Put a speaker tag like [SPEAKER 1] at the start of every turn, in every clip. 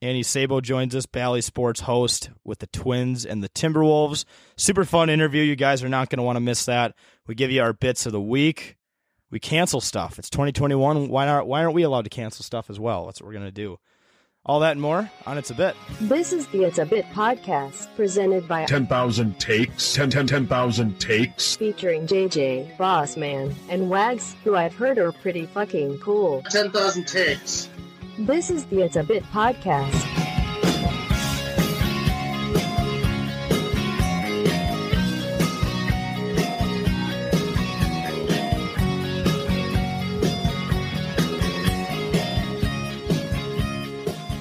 [SPEAKER 1] Annie Sabo joins us, Bally Sports host with the Twins and the Timberwolves. Super fun interview. You guys are not going to want to miss that. We give you our bits of the week. We cancel stuff. It's 2021. Why not? Why aren't we allowed to cancel stuff as well? That's what we're going to do. All that and more on It's a Bit.
[SPEAKER 2] This is the It's a Bit podcast presented by
[SPEAKER 3] 10,000 takes, 10, 10, 10,000 takes.
[SPEAKER 2] featuring JJ, Bossman, and Wags, who I've heard are pretty fucking cool.
[SPEAKER 4] 10,000 takes.
[SPEAKER 2] This is the It's a Bit podcast.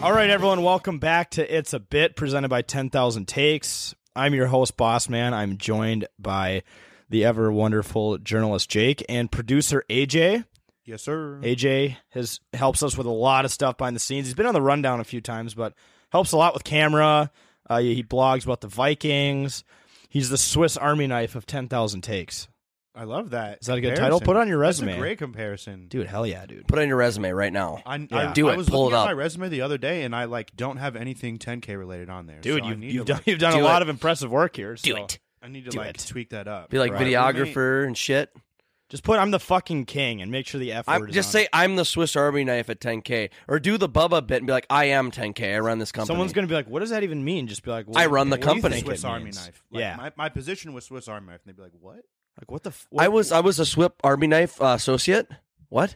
[SPEAKER 1] All right, everyone, welcome back to It's a Bit, presented by 10,000 Takes. I'm your host, Boss Man. I'm joined by the ever wonderful journalist Jake and producer AJ.
[SPEAKER 5] Yes, sir.
[SPEAKER 1] AJ has helps us with a lot of stuff behind the scenes. He's been on the rundown a few times, but helps a lot with camera. Uh, he blogs about the Vikings. He's the Swiss Army knife of ten thousand takes.
[SPEAKER 5] I love that.
[SPEAKER 1] Is that a good title?
[SPEAKER 5] comparison.
[SPEAKER 1] Put it on your
[SPEAKER 5] That's a
[SPEAKER 1] resume.
[SPEAKER 5] great comparison.
[SPEAKER 1] Dude, hell yeah, dude.
[SPEAKER 6] Put it on your resume right now.
[SPEAKER 5] I,
[SPEAKER 1] Yeah.
[SPEAKER 5] I,
[SPEAKER 6] Do
[SPEAKER 5] I
[SPEAKER 6] it.
[SPEAKER 5] was
[SPEAKER 6] Pull
[SPEAKER 5] looking
[SPEAKER 6] it
[SPEAKER 5] at
[SPEAKER 6] up.
[SPEAKER 5] my resume the other day, and I like don't have anything 10k related on there.
[SPEAKER 1] Dude,
[SPEAKER 5] so I
[SPEAKER 1] you've,
[SPEAKER 5] need
[SPEAKER 1] you've
[SPEAKER 5] to,
[SPEAKER 1] done
[SPEAKER 5] like,
[SPEAKER 1] you've done
[SPEAKER 6] do
[SPEAKER 1] a lot
[SPEAKER 6] it.
[SPEAKER 1] of impressive work here.
[SPEAKER 6] Do
[SPEAKER 1] so
[SPEAKER 6] it.
[SPEAKER 5] I need to
[SPEAKER 6] Do
[SPEAKER 5] like
[SPEAKER 6] it.
[SPEAKER 5] tweak that up.
[SPEAKER 6] Be like
[SPEAKER 5] Right.
[SPEAKER 6] videographer and shit.
[SPEAKER 1] Just put I'm the fucking king and make sure the F word
[SPEAKER 6] I'm,
[SPEAKER 1] is
[SPEAKER 6] just
[SPEAKER 1] on
[SPEAKER 6] say
[SPEAKER 1] it.
[SPEAKER 6] I'm the Swiss Army knife at 10K, or do the Bubba bit and be like, I am 10K. I run this company.
[SPEAKER 1] Someone's gonna be like, what does that even mean? Just be like,
[SPEAKER 6] I run the
[SPEAKER 1] what do you
[SPEAKER 6] company.
[SPEAKER 1] think it
[SPEAKER 5] Swiss Army
[SPEAKER 1] means?
[SPEAKER 5] knife. Like,
[SPEAKER 1] yeah,
[SPEAKER 5] my, my position was Swiss Army knife, and they'd be like, "What?
[SPEAKER 1] like what the? F-
[SPEAKER 6] I was I was a Swiss Army knife uh, associate. What?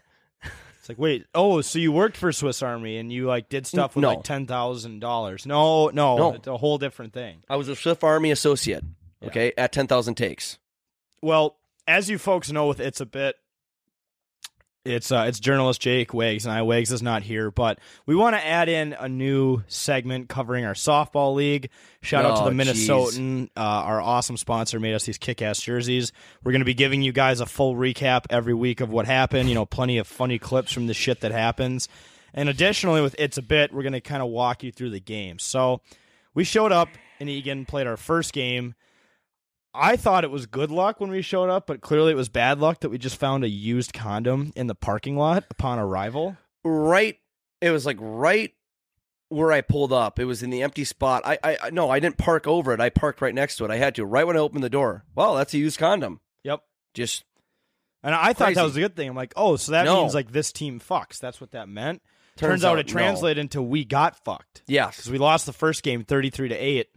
[SPEAKER 1] It's like, wait, oh, so you worked for Swiss Army and you like did stuff with
[SPEAKER 6] No.
[SPEAKER 1] like ten thousand dollars? No, no,
[SPEAKER 6] No.
[SPEAKER 1] it's a whole different thing.
[SPEAKER 6] I was a Swiss Army associate. Okay, at 10,000 takes.
[SPEAKER 1] Well, as you folks know, with it's a bit, it's uh, it's journalist Jake Wags and I. Wags is not here, but we want to add in a new segment covering our softball league. Shout out to
[SPEAKER 6] Oh,
[SPEAKER 1] the
[SPEAKER 6] geez.
[SPEAKER 1] Minnesotan, uh, our awesome sponsor, made us these kick-ass jerseys. We're going to be giving you guys a full recap every week of what happened. You know, plenty of funny clips from the shit that happens. And additionally, with it's a bit, we're going to kind of walk you through the game. So we showed up and Egan played our first game. I thought it was good luck when we showed up, but clearly it was bad luck that we just found a used condom in the parking lot upon arrival.
[SPEAKER 6] Right. It was like right where I pulled up. It was in the empty spot. I I I- no, I didn't park over it. I parked right next to it. I had to. Right when I opened the door. Well, that's a used condom.
[SPEAKER 1] Yep.
[SPEAKER 6] Just
[SPEAKER 1] And I thought that
[SPEAKER 6] Crazy.
[SPEAKER 1] was a good thing. I'm like, oh, so that
[SPEAKER 6] No.
[SPEAKER 1] means like this team fucks. That's what that meant. Turns,
[SPEAKER 6] Turns
[SPEAKER 1] out,
[SPEAKER 6] out,
[SPEAKER 1] it translated into we got fucked
[SPEAKER 6] yes.
[SPEAKER 1] because we lost the first game 33 to 8.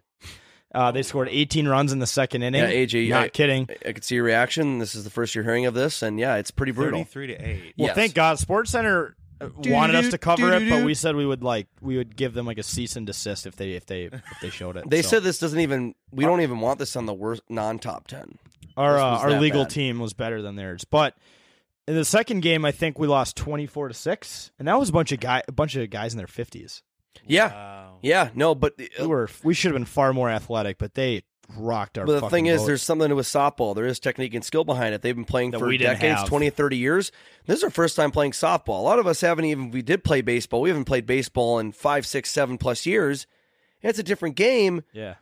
[SPEAKER 1] Uh, they scored 18 runs in the second inning.
[SPEAKER 6] Yeah, AJ,
[SPEAKER 1] not
[SPEAKER 6] I-
[SPEAKER 1] kidding.
[SPEAKER 6] I could see your reaction. This is the first you're hearing of this, and yeah, it's pretty brutal.
[SPEAKER 5] Thirty-three to eight.
[SPEAKER 1] Well,
[SPEAKER 6] Yes.
[SPEAKER 1] thank God Sports Center uh, wanted us to cover it, but we said we would like we would give them like a cease and desist if they if they if they showed it.
[SPEAKER 6] They
[SPEAKER 1] So-
[SPEAKER 6] said this doesn't even. We don't even want this on the worst non-top ten.
[SPEAKER 1] our
[SPEAKER 6] This
[SPEAKER 1] uh,
[SPEAKER 6] was
[SPEAKER 1] our
[SPEAKER 6] that
[SPEAKER 1] legal
[SPEAKER 6] bad.
[SPEAKER 1] team was better than theirs. But in the second game, I think we lost twenty four to six, and that was a bunch of guy a bunch of guys in their fifties.
[SPEAKER 6] Yeah,
[SPEAKER 5] Wow.
[SPEAKER 6] yeah, no, but uh,
[SPEAKER 1] We were we should have been far more athletic, but they rocked our.
[SPEAKER 6] but the
[SPEAKER 1] fucking
[SPEAKER 6] thing is,
[SPEAKER 1] boat.
[SPEAKER 6] there's something with softball. There is technique and skill behind it. They've been playing
[SPEAKER 1] That
[SPEAKER 6] for
[SPEAKER 1] we didn't
[SPEAKER 6] decades,
[SPEAKER 1] have.
[SPEAKER 6] 20, 30 years. This is our first time playing softball. A lot of us haven't even. We did play baseball. We haven't played baseball in five, six, seven plus years. It's a different game,
[SPEAKER 1] yeah.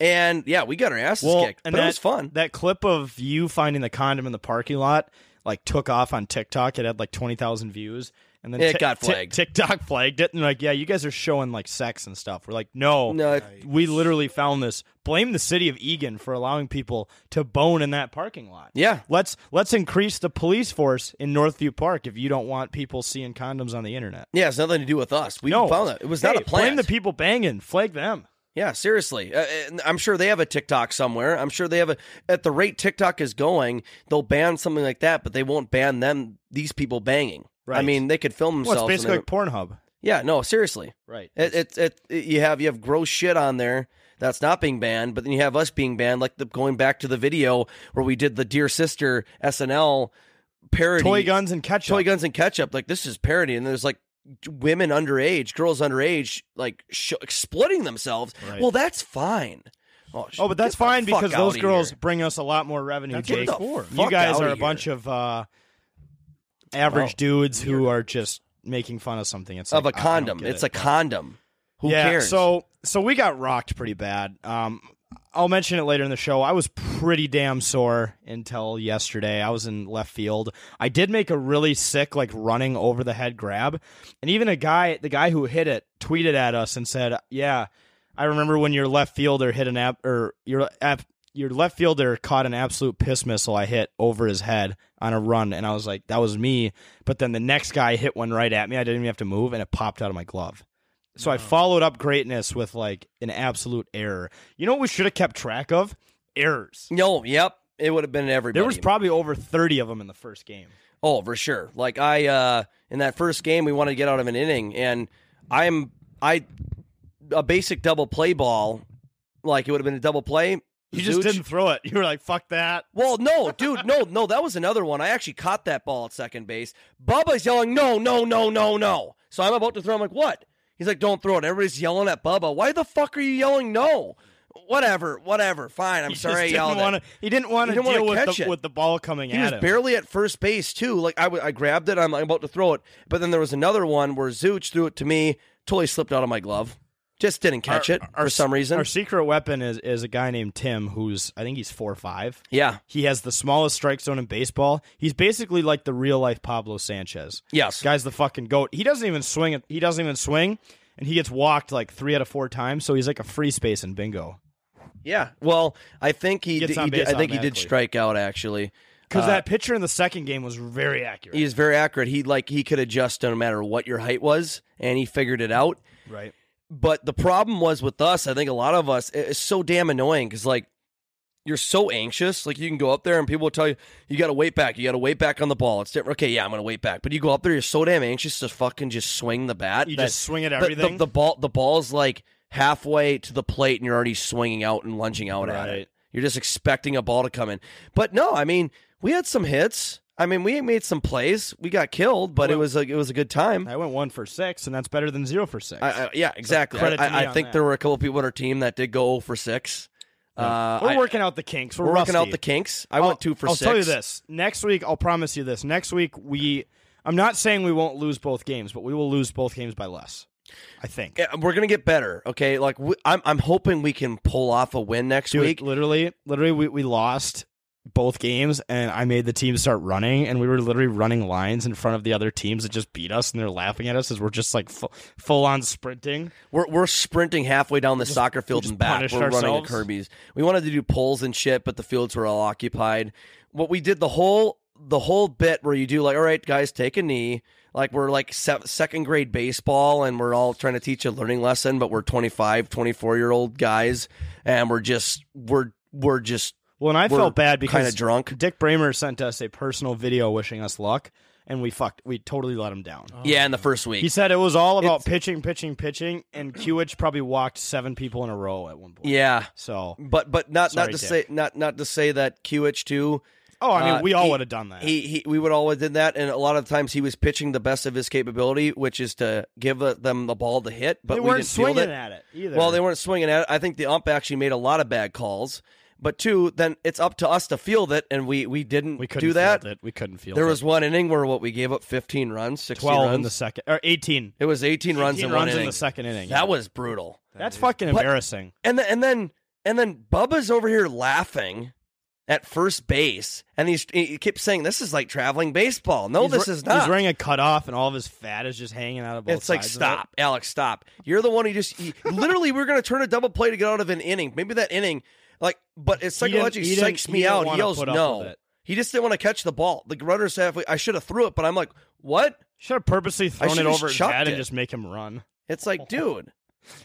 [SPEAKER 6] and yeah, we got our asses kicked, but
[SPEAKER 1] that,
[SPEAKER 6] it was fun.
[SPEAKER 1] That clip of you finding the condom in the parking lot like took off on TikTok. It had like twenty thousand views, and then
[SPEAKER 6] It
[SPEAKER 1] Tik-
[SPEAKER 6] got
[SPEAKER 1] Tik-
[SPEAKER 6] flagged.
[SPEAKER 1] TikTok flagged it, and they're like, yeah, you guys are showing like sex and stuff. We're like, no,
[SPEAKER 6] no, it-
[SPEAKER 1] we literally found this. Blame the city of Egan for allowing people to bone in that parking lot.
[SPEAKER 6] yeah,
[SPEAKER 1] Let's let's increase the police force in Northview Park if you don't want people seeing condoms on the internet.
[SPEAKER 6] yeah, it's nothing to do with us. We
[SPEAKER 1] no,
[SPEAKER 6] found that it was
[SPEAKER 1] Hey,
[SPEAKER 6] not a plan.
[SPEAKER 1] Blame the people banging. Flag them.
[SPEAKER 6] Yeah, seriously. Uh, and I'm sure they have a TikTok somewhere. I'm sure they have a. At the rate TikTok is going, they'll ban something like that, but they won't ban them. These people banging. I
[SPEAKER 1] Right.
[SPEAKER 6] mean, they could film
[SPEAKER 1] Well,
[SPEAKER 6] themselves.
[SPEAKER 1] it's
[SPEAKER 6] and
[SPEAKER 1] basically
[SPEAKER 6] they-
[SPEAKER 1] like Pornhub.
[SPEAKER 6] yeah, no, seriously.
[SPEAKER 1] Right.
[SPEAKER 6] It, it, it, it- you have you have gross shit on there that's not being banned, but then you have us being banned. Like the, going back to the video where we did the Dear Sister SNL parody,
[SPEAKER 1] Toy guns and ketchup.
[SPEAKER 6] toy guns and ketchup. Like this is parody, and there's like women underage, girls underage, like sh- exploiting themselves.
[SPEAKER 1] Right.
[SPEAKER 6] Well, that's fine. sh-
[SPEAKER 1] Oh, but that's
[SPEAKER 6] get the
[SPEAKER 1] fine
[SPEAKER 6] fuck
[SPEAKER 1] because
[SPEAKER 6] out
[SPEAKER 1] those
[SPEAKER 6] of
[SPEAKER 1] girls
[SPEAKER 6] here.
[SPEAKER 1] bring us a lot more revenue,
[SPEAKER 5] That's what
[SPEAKER 1] Jake.
[SPEAKER 5] it's for.
[SPEAKER 1] You
[SPEAKER 6] Fuck
[SPEAKER 1] guys
[SPEAKER 6] outta
[SPEAKER 1] are a
[SPEAKER 6] here.
[SPEAKER 1] bunch of uh, average
[SPEAKER 6] Wow.
[SPEAKER 1] dudes who are just making fun of something. It's
[SPEAKER 6] of a
[SPEAKER 1] like, I- I don't
[SPEAKER 6] condom.
[SPEAKER 1] get
[SPEAKER 6] It's
[SPEAKER 1] it.
[SPEAKER 6] a condom. Who
[SPEAKER 1] yeah,
[SPEAKER 6] cares?
[SPEAKER 1] So so we got rocked pretty bad. Um, I'll mention it later in the show. I was pretty damn sore until yesterday. I was in left field. I did make a really sick like running over the head grab, and even a guy, the guy who hit it, tweeted at us and said, "Yeah, I remember when your left fielder hit an app or your app." Your left fielder caught an absolute piss missile I hit over his head on a run, and I was like, "That was me." But then the next guy hit one right at me. I didn't even have to move, and it popped out of my glove. So I followed up greatness with like an absolute error. You know what we should have kept track of? Errors.
[SPEAKER 6] no, yep, it would have been Mm, everybody.
[SPEAKER 1] There was probably over 30 of them in the first game.
[SPEAKER 6] Oh, for sure. Like I uh in that first game we wanted to get out of an inning and I'm I a basic double play ball, like it would have been a double play.
[SPEAKER 1] You just
[SPEAKER 6] Zuch-
[SPEAKER 1] didn't throw it. You were like, fuck that.
[SPEAKER 6] Well, no, dude, no, no, that was another one. I actually caught that ball at second base. Bubba's yelling, no, no, no, no, no. So I'm about to throw. I'm like, what? He's like, don't throw it. Everybody's yelling at Bubba. Why the fuck are you yelling no? Whatever, whatever. Fine. I'm
[SPEAKER 1] He just
[SPEAKER 6] sorry I
[SPEAKER 1] didn't
[SPEAKER 6] yelled. at-
[SPEAKER 1] wanna, He didn't want
[SPEAKER 6] He
[SPEAKER 1] to
[SPEAKER 6] didn't wanna
[SPEAKER 1] deal with
[SPEAKER 6] catch
[SPEAKER 1] the,
[SPEAKER 6] it.
[SPEAKER 1] with the ball coming
[SPEAKER 6] He
[SPEAKER 1] at
[SPEAKER 6] was
[SPEAKER 1] him.
[SPEAKER 6] barely at first base too. Like I, w- I grabbed it. I'm, I'm about to throw it, but then there was another one where Zuch threw it to me. Totally slipped out of my glove. Just didn't catch it for some reason.
[SPEAKER 1] Our secret weapon is, is a guy named Tim who's, I think he's four or five.
[SPEAKER 6] yeah.
[SPEAKER 1] He has the smallest strike zone in baseball. He's basically like the real life Pablo Sanchez.
[SPEAKER 6] Yes.
[SPEAKER 1] Guy's the fucking goat. He doesn't even swing. it- He doesn't even swing, and he gets walked like three out of four times. So he's like a free space in bingo.
[SPEAKER 6] Yeah. Well, I think he.
[SPEAKER 1] Gets
[SPEAKER 6] Did,
[SPEAKER 1] on
[SPEAKER 6] he did-
[SPEAKER 1] base
[SPEAKER 6] I think he did
[SPEAKER 1] automatically.
[SPEAKER 6] strike out actually.
[SPEAKER 1] Because
[SPEAKER 6] Uh,
[SPEAKER 1] that pitcher in the second game was very accurate.
[SPEAKER 6] He is very accurate. He like he could adjust no matter what your height was, and he figured it out.
[SPEAKER 1] right.
[SPEAKER 6] but the problem was with us i think a lot of us it- it's so damn annoying because like you're so anxious like you can go up there and people will tell you you gotta wait back you gotta wait back on the ball it's different okay yeah i'm gonna wait back but you go up there you're so damn anxious to fucking just swing the bat
[SPEAKER 1] You
[SPEAKER 6] that-
[SPEAKER 1] just swing at
[SPEAKER 6] the- the-
[SPEAKER 1] everything.
[SPEAKER 6] the, ball the ball's like halfway to the plate and you're already swinging out and lunging out at
[SPEAKER 1] Right.
[SPEAKER 6] it you're just expecting a ball to come in but no i mean we had some hits i mean we made some plays we got killed but it was a, it was a good time
[SPEAKER 1] I went one for six, and that's better than zero for six.
[SPEAKER 6] I, I, yeah, exactly.
[SPEAKER 1] credit to
[SPEAKER 6] I,
[SPEAKER 1] me
[SPEAKER 6] I, I
[SPEAKER 1] on
[SPEAKER 6] think
[SPEAKER 1] that.
[SPEAKER 6] there were a couple of people on our team that did go 0 for six. Uh,
[SPEAKER 1] we're
[SPEAKER 6] I-
[SPEAKER 1] working out the kinks. We're,
[SPEAKER 6] we're working out
[SPEAKER 1] rusty.
[SPEAKER 6] the kinks. I
[SPEAKER 1] I'll-
[SPEAKER 6] went two for
[SPEAKER 1] I'll
[SPEAKER 6] 6
[SPEAKER 1] tell you this. Next week, I'll promise you this. Next week, we. I'm not saying we won't lose both games, but we will lose both games by less. I think.
[SPEAKER 6] Yeah, we're gonna get better. Okay, like we, I'm, I'm hoping we can pull off a win next
[SPEAKER 1] Dude,
[SPEAKER 6] week.
[SPEAKER 1] literally, literally, we, we lost both games, and I made the team start running, and we were literally running lines in front of the other teams that just beat us, and they're laughing at us as we're just like full, full on sprinting.
[SPEAKER 6] We're, we're sprinting halfway down the soccer field
[SPEAKER 1] just
[SPEAKER 6] and back.
[SPEAKER 1] punished
[SPEAKER 6] We're running
[SPEAKER 1] ourselves.
[SPEAKER 6] the Kirby's. We wanted to do polls and shit, but the fields were all occupied. What we did the whole the whole bit where you do like, all right, guys, take a knee. Like we're like se- second grade baseball, and we're all trying to teach a learning lesson, but we're 25, 24 year old guys, and we're just we're we're just
[SPEAKER 1] Well, and I
[SPEAKER 6] We're
[SPEAKER 1] felt bad
[SPEAKER 6] kinda
[SPEAKER 1] because
[SPEAKER 6] drunk.
[SPEAKER 1] Dick Bramer sent us a personal video wishing us luck, and we fucked. We totally let him down.
[SPEAKER 6] yeah. In the first week,
[SPEAKER 1] He said it was all about pitching, pitching, pitching, and QH probably walked seven people in a row at one point.
[SPEAKER 6] yeah.
[SPEAKER 1] So,
[SPEAKER 6] But but not
[SPEAKER 1] Sorry,
[SPEAKER 6] not to
[SPEAKER 1] Dick.
[SPEAKER 6] say not not to say that QH two
[SPEAKER 1] oh, I mean,
[SPEAKER 6] Uh,
[SPEAKER 1] we all
[SPEAKER 6] he-
[SPEAKER 1] would have done that.
[SPEAKER 6] He, he we would always did that, and a lot of times he was pitching the best of his capability, which is to give uh, them the ball to hit. But
[SPEAKER 1] they
[SPEAKER 6] we
[SPEAKER 1] weren't
[SPEAKER 6] didn't
[SPEAKER 1] swinging
[SPEAKER 6] field it.
[SPEAKER 1] at it either.
[SPEAKER 6] Well, they weren't swinging at it. I think the ump actually made a lot of bad calls. But two, then it's up to us to field it, and we we didn't
[SPEAKER 1] We couldn't
[SPEAKER 6] do that.
[SPEAKER 1] Field it. We couldn't feel
[SPEAKER 6] There
[SPEAKER 1] it.
[SPEAKER 6] was one inning where what we gave up fifteen runs, sixteen
[SPEAKER 1] 12
[SPEAKER 6] runs.
[SPEAKER 1] in the second or 18
[SPEAKER 6] it was eighteen, runs
[SPEAKER 1] 18
[SPEAKER 6] in one
[SPEAKER 1] runs
[SPEAKER 6] inning.
[SPEAKER 1] in the second inning. yeah.
[SPEAKER 6] That was brutal.
[SPEAKER 1] that's fucking
[SPEAKER 6] But-
[SPEAKER 1] embarrassing.
[SPEAKER 6] And the, and then and then Bubba's over here laughing at first base, and he's he kept saying, "This is like traveling baseball." No,
[SPEAKER 1] He's
[SPEAKER 6] this
[SPEAKER 1] ru-
[SPEAKER 6] is not.
[SPEAKER 1] He's wearing a cutoff, and all of his fat is just hanging out of both
[SPEAKER 6] It's like
[SPEAKER 1] sides of it.
[SPEAKER 6] stop, Alex, stop. You're the one who just he, literally we're gonna turn a double play to get out of an inning. Maybe that inning, like,
[SPEAKER 1] He
[SPEAKER 6] but it
[SPEAKER 1] didn't-
[SPEAKER 6] psychologically
[SPEAKER 1] he didn't-
[SPEAKER 6] psychs
[SPEAKER 1] he
[SPEAKER 6] me
[SPEAKER 1] didn't
[SPEAKER 6] out. He
[SPEAKER 1] wanna
[SPEAKER 6] yells
[SPEAKER 1] put up with
[SPEAKER 6] no.
[SPEAKER 1] it.
[SPEAKER 6] He just didn't want to catch the ball. The runner's halfway. I should have threw it, but I'm like, what?
[SPEAKER 1] Should have purposely thrown it
[SPEAKER 6] should've
[SPEAKER 1] over his
[SPEAKER 6] chucked
[SPEAKER 1] head and
[SPEAKER 6] it.
[SPEAKER 1] just make him run.
[SPEAKER 6] It's like, dude,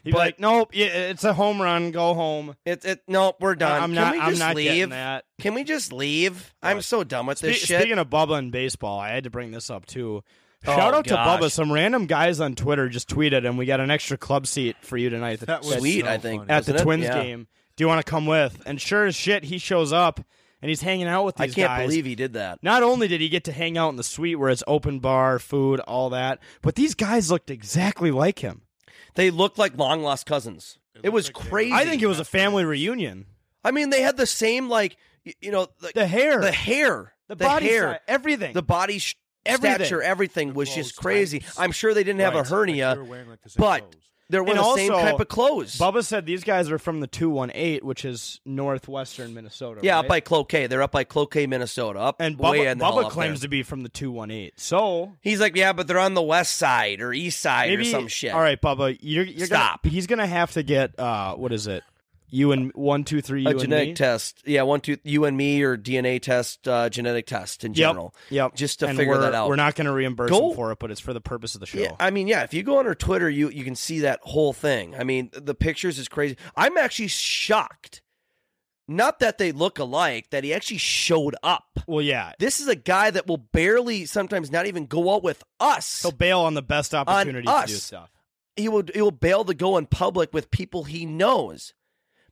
[SPEAKER 1] He'd be
[SPEAKER 6] But-
[SPEAKER 1] like, nope, yeah, it's a home run. Go home.
[SPEAKER 6] it it no, we're done.
[SPEAKER 1] I'm
[SPEAKER 6] Can
[SPEAKER 1] not.
[SPEAKER 6] we
[SPEAKER 1] I'm
[SPEAKER 6] just
[SPEAKER 1] not getting
[SPEAKER 6] leave?
[SPEAKER 1] that.
[SPEAKER 6] Can we just leave? I'm so done with this
[SPEAKER 1] Spe-
[SPEAKER 6] shit.
[SPEAKER 1] Speaking of Bubba and baseball, I had to bring this up too.
[SPEAKER 6] Oh,
[SPEAKER 1] Shout out
[SPEAKER 6] gosh.
[SPEAKER 1] to Bubba. Some random guys on Twitter just tweeted, and we got an extra club seat for you tonight.
[SPEAKER 5] That was
[SPEAKER 6] Sweet,
[SPEAKER 5] so
[SPEAKER 6] I think.
[SPEAKER 5] funny.
[SPEAKER 1] at the
[SPEAKER 6] wasn't it?
[SPEAKER 1] Twins
[SPEAKER 6] Yeah.
[SPEAKER 1] game. Do you want to come with? And sure as shit, he shows up and he's hanging out with
[SPEAKER 6] I
[SPEAKER 1] these
[SPEAKER 6] can't
[SPEAKER 1] guys.
[SPEAKER 6] believe he did that.
[SPEAKER 1] Not only did he get to hang out in the suite where it's open bar, food, all that, but these guys looked exactly like him.
[SPEAKER 6] They looked like long lost cousins. It was crazy.
[SPEAKER 1] I think it was a family reunion.
[SPEAKER 6] I mean, they had the same like y- you know the,
[SPEAKER 1] The hair,
[SPEAKER 6] the hair,
[SPEAKER 1] the body,
[SPEAKER 6] hair,
[SPEAKER 1] size, everything.
[SPEAKER 6] the body sh-
[SPEAKER 1] Everything.
[SPEAKER 6] stature, everything was just
[SPEAKER 5] clothes
[SPEAKER 6] crazy.
[SPEAKER 5] types.
[SPEAKER 6] I'm sure they didn't have a
[SPEAKER 5] Right, like
[SPEAKER 6] hernia,
[SPEAKER 5] they were wearing, like, the same
[SPEAKER 6] but
[SPEAKER 5] clothes.
[SPEAKER 6] they were
[SPEAKER 1] And
[SPEAKER 6] the same
[SPEAKER 1] also,
[SPEAKER 6] type of clothes.
[SPEAKER 1] Bubba said these guys are from the 218, which is northwestern Minnesota.
[SPEAKER 6] yeah,
[SPEAKER 1] right?
[SPEAKER 6] up by Cloquet. They're up by Cloquet, Minnesota. Up
[SPEAKER 1] and
[SPEAKER 6] way
[SPEAKER 1] Bubba,
[SPEAKER 6] in the hell
[SPEAKER 1] Bubba
[SPEAKER 6] up
[SPEAKER 1] claims
[SPEAKER 6] there.
[SPEAKER 1] to be from the 218. So
[SPEAKER 6] He's like, yeah, but they're on the west side or east side
[SPEAKER 1] maybe
[SPEAKER 6] or some shit.
[SPEAKER 1] All right, Bubba, you're, you're
[SPEAKER 6] Stop.
[SPEAKER 1] Gonna, he's gonna have to get uh, what is it? You and one, two, three. You
[SPEAKER 6] a
[SPEAKER 1] and
[SPEAKER 6] genetic
[SPEAKER 1] me?
[SPEAKER 6] test. Yeah, one, two, you and me, or DNA test, uh, genetic test in
[SPEAKER 1] Yep.
[SPEAKER 6] general.
[SPEAKER 1] Yep.
[SPEAKER 6] Just to
[SPEAKER 1] And
[SPEAKER 6] figure
[SPEAKER 1] we're-
[SPEAKER 6] that out.
[SPEAKER 1] We're not gonna reimburse
[SPEAKER 6] Go-
[SPEAKER 1] him for it, but it's for the purpose of the show.
[SPEAKER 6] Yeah, I mean, yeah. If you go on her Twitter, you you can see that whole thing. I mean, the pictures is crazy. I'm actually shocked. Not that they look alike, that he actually showed up.
[SPEAKER 1] well, yeah.
[SPEAKER 6] This is a guy that will barely, sometimes not even go out with us.
[SPEAKER 1] He'll bail on the best opportunity to
[SPEAKER 6] us.
[SPEAKER 1] do stuff.
[SPEAKER 6] He will he will bail to go in public with people he knows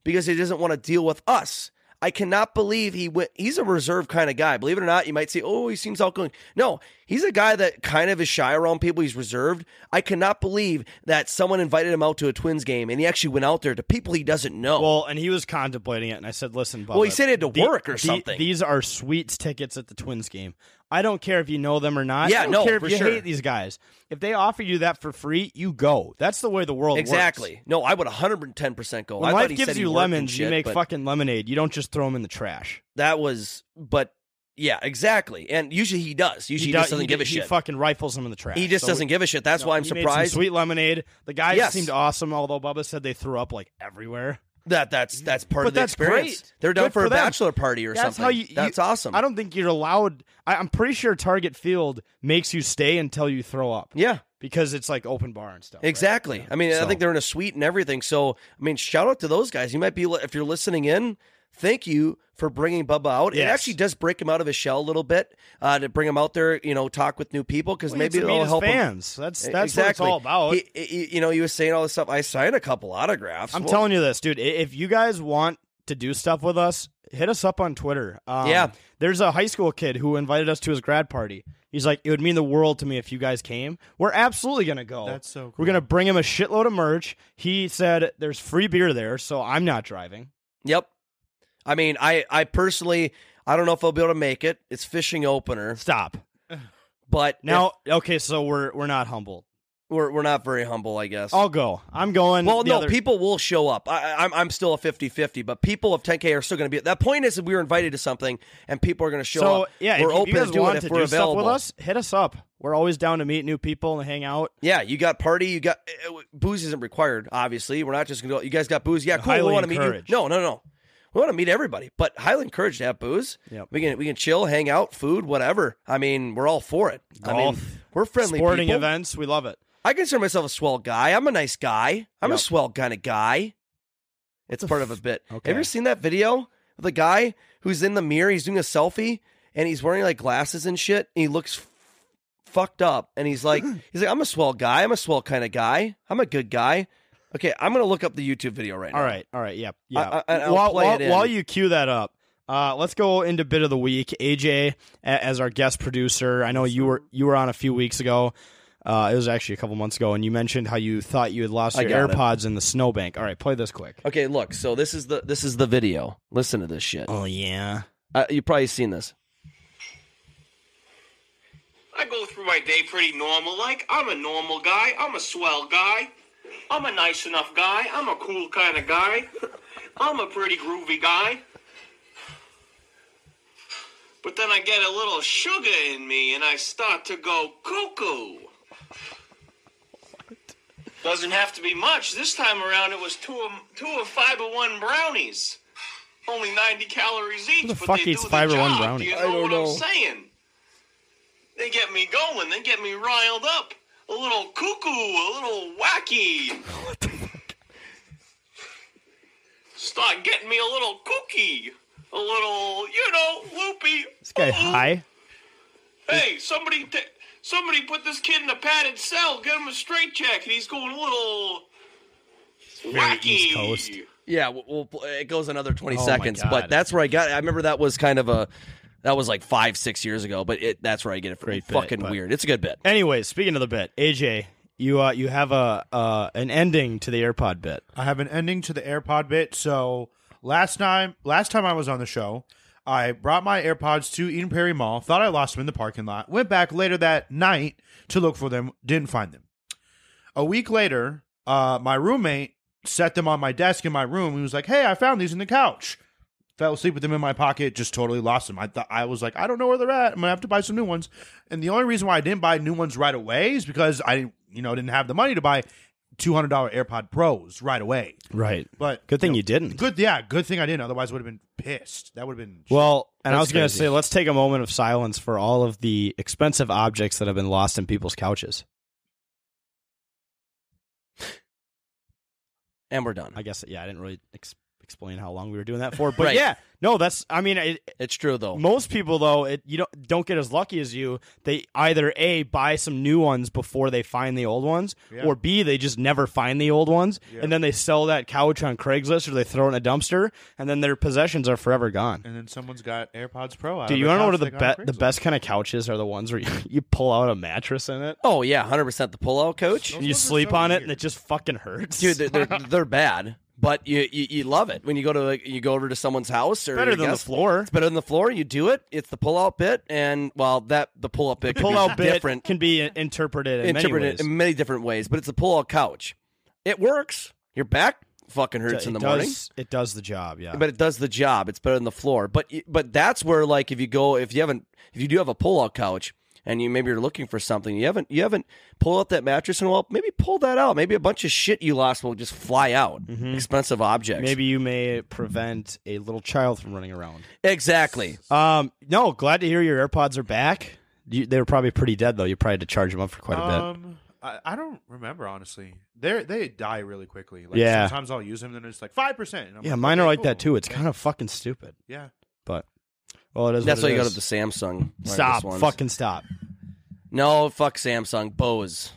[SPEAKER 6] because he doesn't want to deal with us. I cannot believe he went. He's a reserved kind of guy. Believe it or not, you might say, "Oh, he seems outgoing." No, he's a guy that kind of is shy around people. He's reserved. I cannot believe that someone invited him out to a Twins game and he actually went out there to people he doesn't know.
[SPEAKER 1] Well, and he was contemplating it, and I said, "Listen, Bubba,
[SPEAKER 6] Oh. Well, he said he had to work or something.
[SPEAKER 1] These are sweets tickets at the Twins game. I don't care if you know them or not. I
[SPEAKER 6] Yeah,
[SPEAKER 1] don't
[SPEAKER 6] no,
[SPEAKER 1] care if
[SPEAKER 6] for
[SPEAKER 1] you
[SPEAKER 6] sure.
[SPEAKER 1] hate these guys. If they offer you that for free, you go. That's the way the world
[SPEAKER 6] exactly.
[SPEAKER 1] works.
[SPEAKER 6] No, I would 110 percent go. I
[SPEAKER 1] When
[SPEAKER 6] thought
[SPEAKER 1] life
[SPEAKER 6] he
[SPEAKER 1] gives
[SPEAKER 6] said he
[SPEAKER 1] you
[SPEAKER 6] worked and
[SPEAKER 1] lemons, you
[SPEAKER 6] shit,
[SPEAKER 1] make
[SPEAKER 6] but
[SPEAKER 1] fucking lemonade. You don't just throw them in the trash.
[SPEAKER 6] That was, but yeah, exactly. And usually he does. Usually he,
[SPEAKER 1] do-
[SPEAKER 6] just doesn't give a
[SPEAKER 1] he
[SPEAKER 6] shit.
[SPEAKER 1] fucking rifles them in the trash.
[SPEAKER 6] he just
[SPEAKER 1] So
[SPEAKER 6] doesn't
[SPEAKER 1] we-
[SPEAKER 6] give a shit. That's
[SPEAKER 1] no,
[SPEAKER 6] why I'm
[SPEAKER 1] he made some
[SPEAKER 6] surprised.
[SPEAKER 1] sweet lemonade. The guys
[SPEAKER 6] Yes.
[SPEAKER 1] seemed awesome, although Bubba said they threw up like everywhere.
[SPEAKER 6] That that's that's part
[SPEAKER 1] But
[SPEAKER 6] of the
[SPEAKER 1] that's
[SPEAKER 6] experience.
[SPEAKER 1] great.
[SPEAKER 6] They're down
[SPEAKER 1] Good
[SPEAKER 6] for,
[SPEAKER 1] for
[SPEAKER 6] a
[SPEAKER 1] them.
[SPEAKER 6] bachelor party or
[SPEAKER 1] That's
[SPEAKER 6] something.
[SPEAKER 1] how you, you-
[SPEAKER 6] that's awesome.
[SPEAKER 1] I don't think you're allowed. I, I'm pretty sure Target Field makes you stay until you throw up.
[SPEAKER 6] Yeah,
[SPEAKER 1] because it's like open bar and stuff. right?
[SPEAKER 6] exactly. I mean, I
[SPEAKER 1] So-
[SPEAKER 6] think they're in a suite and everything. So I mean, shout out to those guys. You might be if you're listening in. Thank you for bringing Bubba out. It
[SPEAKER 1] Yes.
[SPEAKER 6] actually does break him out of his shell a little bit uh, to bring him out there. You know, talk with new people because
[SPEAKER 1] Well,
[SPEAKER 6] maybe
[SPEAKER 1] it's to meet
[SPEAKER 6] it'll
[SPEAKER 1] his
[SPEAKER 6] help him. E,
[SPEAKER 1] fans. That's that's
[SPEAKER 6] exactly.
[SPEAKER 1] what it's all about.
[SPEAKER 6] He- he- you know, you were saying all this stuff. I signed a couple autographs.
[SPEAKER 1] I'm
[SPEAKER 6] Well,
[SPEAKER 1] telling you this, dude. i- If you guys want to do stuff with us, hit us up on Twitter. Um,
[SPEAKER 6] Yeah.
[SPEAKER 1] there's a high school kid who invited us to his grad party. He's like, it would mean the world to me if you guys came. We're absolutely gonna go.
[SPEAKER 5] That's so cool.
[SPEAKER 1] We're gonna bring him a shitload of merch. He said there's free beer there, so I'm not driving.
[SPEAKER 6] Yep. I mean, I I personally, I don't know if I'll be able to make it. It's fishing opener,
[SPEAKER 1] Stop.
[SPEAKER 6] but if-
[SPEAKER 1] Now, okay, so we're we're not humble.
[SPEAKER 6] we're we're not very humble, I guess.
[SPEAKER 1] I'll go. I'm going.
[SPEAKER 6] well,
[SPEAKER 1] the
[SPEAKER 6] no,
[SPEAKER 1] other-
[SPEAKER 6] people will show up. I, I- I'm I'm still a 50-50, but people of 10K are still going to be. That point is, that we were invited to something, and people are going to show
[SPEAKER 1] so
[SPEAKER 6] up.
[SPEAKER 1] yeah,
[SPEAKER 6] we're
[SPEAKER 1] if,
[SPEAKER 6] open
[SPEAKER 1] if you guys
[SPEAKER 6] to do
[SPEAKER 1] want
[SPEAKER 6] it if
[SPEAKER 1] to
[SPEAKER 6] we're
[SPEAKER 1] do
[SPEAKER 6] available.
[SPEAKER 1] stuff with us, hit us up. We're always down to meet new people and hang out.
[SPEAKER 6] Yeah, you got party. You got uh, uh, booze isn't required. Obviously, we're not just going to go. You guys got booze. Yeah, cool. We
[SPEAKER 1] highly
[SPEAKER 6] want to meet you.
[SPEAKER 1] encouraged.
[SPEAKER 6] No, no, no. We want to meet everybody, but highly encouraged to have booze.
[SPEAKER 1] Yep.
[SPEAKER 6] We can we can chill, hang out, food, whatever. I mean, we're all for it. I mean,
[SPEAKER 1] Golf,
[SPEAKER 6] we're friendly
[SPEAKER 1] Sporting
[SPEAKER 6] people.
[SPEAKER 1] events, we love it.
[SPEAKER 6] I consider myself a swell guy. I'm a nice guy. I'm a
[SPEAKER 1] Yep.
[SPEAKER 6] swell kind of guy. It's part of a bit.
[SPEAKER 1] Okay.
[SPEAKER 6] Have you ever seen that video of the guy who's in the mirror? He's doing a selfie and he's wearing like glasses and shit. And he looks f- fucked up. And he's like, he's like, I'm a swell guy. I'm a swell kind of guy. I'm a good guy. Okay, I'm gonna look up the YouTube video right now.
[SPEAKER 1] All right, all right, yeah, yeah.
[SPEAKER 6] I- I- I'll
[SPEAKER 1] while,
[SPEAKER 6] play
[SPEAKER 1] while,
[SPEAKER 6] it in.
[SPEAKER 1] while you cue that up, uh, let's go into bit of the week. AJ a- as our guest producer. I know you were you were on a few weeks ago. Uh, it was actually a couple months ago, and you mentioned how you thought you had lost
[SPEAKER 6] I
[SPEAKER 1] your
[SPEAKER 6] got it.
[SPEAKER 1] AirPods in the snowbank. All right, play this quick.
[SPEAKER 6] Okay, look. So this is the this is the video. Listen to this shit.
[SPEAKER 1] Oh yeah.
[SPEAKER 6] Uh, you've probably seen this.
[SPEAKER 4] I go through my day pretty normal. Like, I'm a normal guy. I'm a swell guy. I'm a nice enough guy. I'm a cool kind of guy. I'm a pretty groovy guy. But then I get a little sugar in me and I start to go cuckoo. Doesn't have to be much. This time around, it was two of, two of fiber one brownies. Only 90 calories each.
[SPEAKER 1] the
[SPEAKER 4] but
[SPEAKER 1] fuck
[SPEAKER 4] they
[SPEAKER 1] eats
[SPEAKER 4] do the
[SPEAKER 1] Fiber One
[SPEAKER 4] job.
[SPEAKER 1] brownie?
[SPEAKER 4] Do you
[SPEAKER 6] I
[SPEAKER 4] know
[SPEAKER 6] don't
[SPEAKER 4] what
[SPEAKER 6] know.
[SPEAKER 4] I'm saying? They get me going. They get me riled up. A little cuckoo, a little wacky. Start getting me a little kooky. A little, you know, loopy.
[SPEAKER 1] This guy
[SPEAKER 4] Uh-oh.
[SPEAKER 1] high.
[SPEAKER 4] Hey, somebody, t- somebody put this kid in a padded cell. Get him a straight jacket. He's going a little
[SPEAKER 1] very
[SPEAKER 4] wacky.
[SPEAKER 1] East Coast.
[SPEAKER 6] Yeah, we'll, we'll pl- it goes another 20
[SPEAKER 1] Oh my
[SPEAKER 6] seconds,
[SPEAKER 1] God.
[SPEAKER 6] but that's where I got. I remember that was kind of a that was like five six years ago, but it that's where I get it. from.
[SPEAKER 1] Great bit,
[SPEAKER 6] fucking
[SPEAKER 1] but-
[SPEAKER 6] weird. It's a good bit.
[SPEAKER 1] Anyways, speaking of the bit, AJ, you uh, you have a uh, an ending to the AirPod bit.
[SPEAKER 5] I have an ending to the AirPod bit. So last time, last time I was on the show, I brought my AirPods to Eden Prairie Mall. Thought I lost them in the parking lot. Went back later that night to look for them. Didn't find them. A week later, uh, my roommate set them on my desk in my room. He was like, "Hey, I found these in the couch." Fell asleep with them in my pocket. Just totally lost them. I thought I was like, I don't know where they're at. I'm gonna have to buy some new ones. And the only reason why I didn't buy new ones right away is because I, you know, didn't have the money to buy two hundred dollar AirPod Pros right away.
[SPEAKER 1] Right.
[SPEAKER 5] But
[SPEAKER 1] Good thing
[SPEAKER 5] know,
[SPEAKER 1] you didn't.
[SPEAKER 5] Good, yeah, good thing I didn't. Otherwise, I would have been pissed. That would have been
[SPEAKER 1] Well, and I
[SPEAKER 6] That's
[SPEAKER 1] was going to
[SPEAKER 6] crazy.
[SPEAKER 1] say, let's take a moment of silence for all of the expensive objects that have been lost in people's couches.
[SPEAKER 6] And we're done.
[SPEAKER 1] I guess, yeah, I didn't really ex- explain how long we were doing that for, but
[SPEAKER 6] Right.
[SPEAKER 1] yeah, no, that's. I mean, it,
[SPEAKER 6] It's true
[SPEAKER 5] Oh.
[SPEAKER 6] though.
[SPEAKER 1] most people though, it, you don't don't get as lucky as you. They either a buy some new ones before they find the old ones,
[SPEAKER 5] Yeah.
[SPEAKER 1] or b they just never find the old ones, and then they sell that couch on Craigslist or they throw it in a dumpster, and then their possessions are forever gone.
[SPEAKER 5] And then someone's got AirPods Pro. out
[SPEAKER 1] Dude,
[SPEAKER 5] of
[SPEAKER 1] you
[SPEAKER 5] their
[SPEAKER 1] want to know
[SPEAKER 5] couch
[SPEAKER 1] what the
[SPEAKER 5] they got
[SPEAKER 1] be-
[SPEAKER 5] on
[SPEAKER 1] the
[SPEAKER 5] Craigslist.
[SPEAKER 1] best kind of couches are? The ones where you, you pull out a mattress in it.
[SPEAKER 6] Oh yeah, hundred percent the pullout coach,
[SPEAKER 1] and you
[SPEAKER 5] ones are
[SPEAKER 1] sleep
[SPEAKER 5] so
[SPEAKER 1] on it
[SPEAKER 5] weird.
[SPEAKER 1] and it just fucking hurts.
[SPEAKER 6] dude. They're, they're, they're bad, but you, you you love it when you go to like, you go over to someone's house or
[SPEAKER 1] better
[SPEAKER 6] your
[SPEAKER 1] than the
[SPEAKER 6] guest-
[SPEAKER 1] floor.
[SPEAKER 6] It's better than the floor. You do it. It's the pullout bit, and well, that the pullout bit could
[SPEAKER 1] pull
[SPEAKER 6] be
[SPEAKER 1] out bit
[SPEAKER 6] different,
[SPEAKER 1] can be interpreted in
[SPEAKER 6] interpreted
[SPEAKER 1] many ways.
[SPEAKER 6] in many different ways. But it's a pullout couch. It works. Your back fucking hurts
[SPEAKER 1] it
[SPEAKER 6] in the
[SPEAKER 1] does,
[SPEAKER 6] morning.
[SPEAKER 1] It does the job, yeah.
[SPEAKER 6] but it does the job. It's better than the floor. But but that's where like if you go if you haven't if you do have a pull-out couch and you maybe you're looking for something you haven't you haven't pulled out that mattress in a while maybe pull that out maybe a bunch of shit you lost will just fly out expensive objects
[SPEAKER 1] Mm-hmm. Maybe you may prevent a little child from running around.
[SPEAKER 6] exactly
[SPEAKER 1] Um, no, glad to hear your AirPods are back. You, they were probably pretty dead though. You probably had to charge them up for quite a bit.
[SPEAKER 5] Um, I, I don't remember honestly. They they die really quickly. Like,
[SPEAKER 1] Yeah.
[SPEAKER 5] Sometimes I'll use them, and it's like five percent.
[SPEAKER 1] Yeah, mine are like that too. It's kind of fucking stupid,
[SPEAKER 5] yeah.
[SPEAKER 1] but well, it is.
[SPEAKER 6] that's why
[SPEAKER 1] what it
[SPEAKER 6] you go
[SPEAKER 1] is.
[SPEAKER 6] to the Samsung wireless
[SPEAKER 1] stop.
[SPEAKER 6] ones.
[SPEAKER 1] Fucking stop.
[SPEAKER 6] no fuck Samsung Bose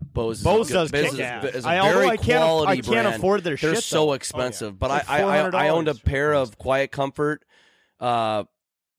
[SPEAKER 6] Bose is a
[SPEAKER 1] Bose
[SPEAKER 6] good-
[SPEAKER 1] does
[SPEAKER 6] Bose
[SPEAKER 1] kick
[SPEAKER 6] is,
[SPEAKER 1] ass.
[SPEAKER 6] is a
[SPEAKER 1] I- although
[SPEAKER 6] very
[SPEAKER 1] I can't- I
[SPEAKER 6] quality
[SPEAKER 1] can't
[SPEAKER 6] brand.
[SPEAKER 1] afford their
[SPEAKER 6] They're
[SPEAKER 1] shit,
[SPEAKER 6] so
[SPEAKER 1] though.
[SPEAKER 6] expensive, but
[SPEAKER 1] Like
[SPEAKER 6] I, I I I owned a
[SPEAKER 1] $400
[SPEAKER 6] pair of Quiet Comfort uh,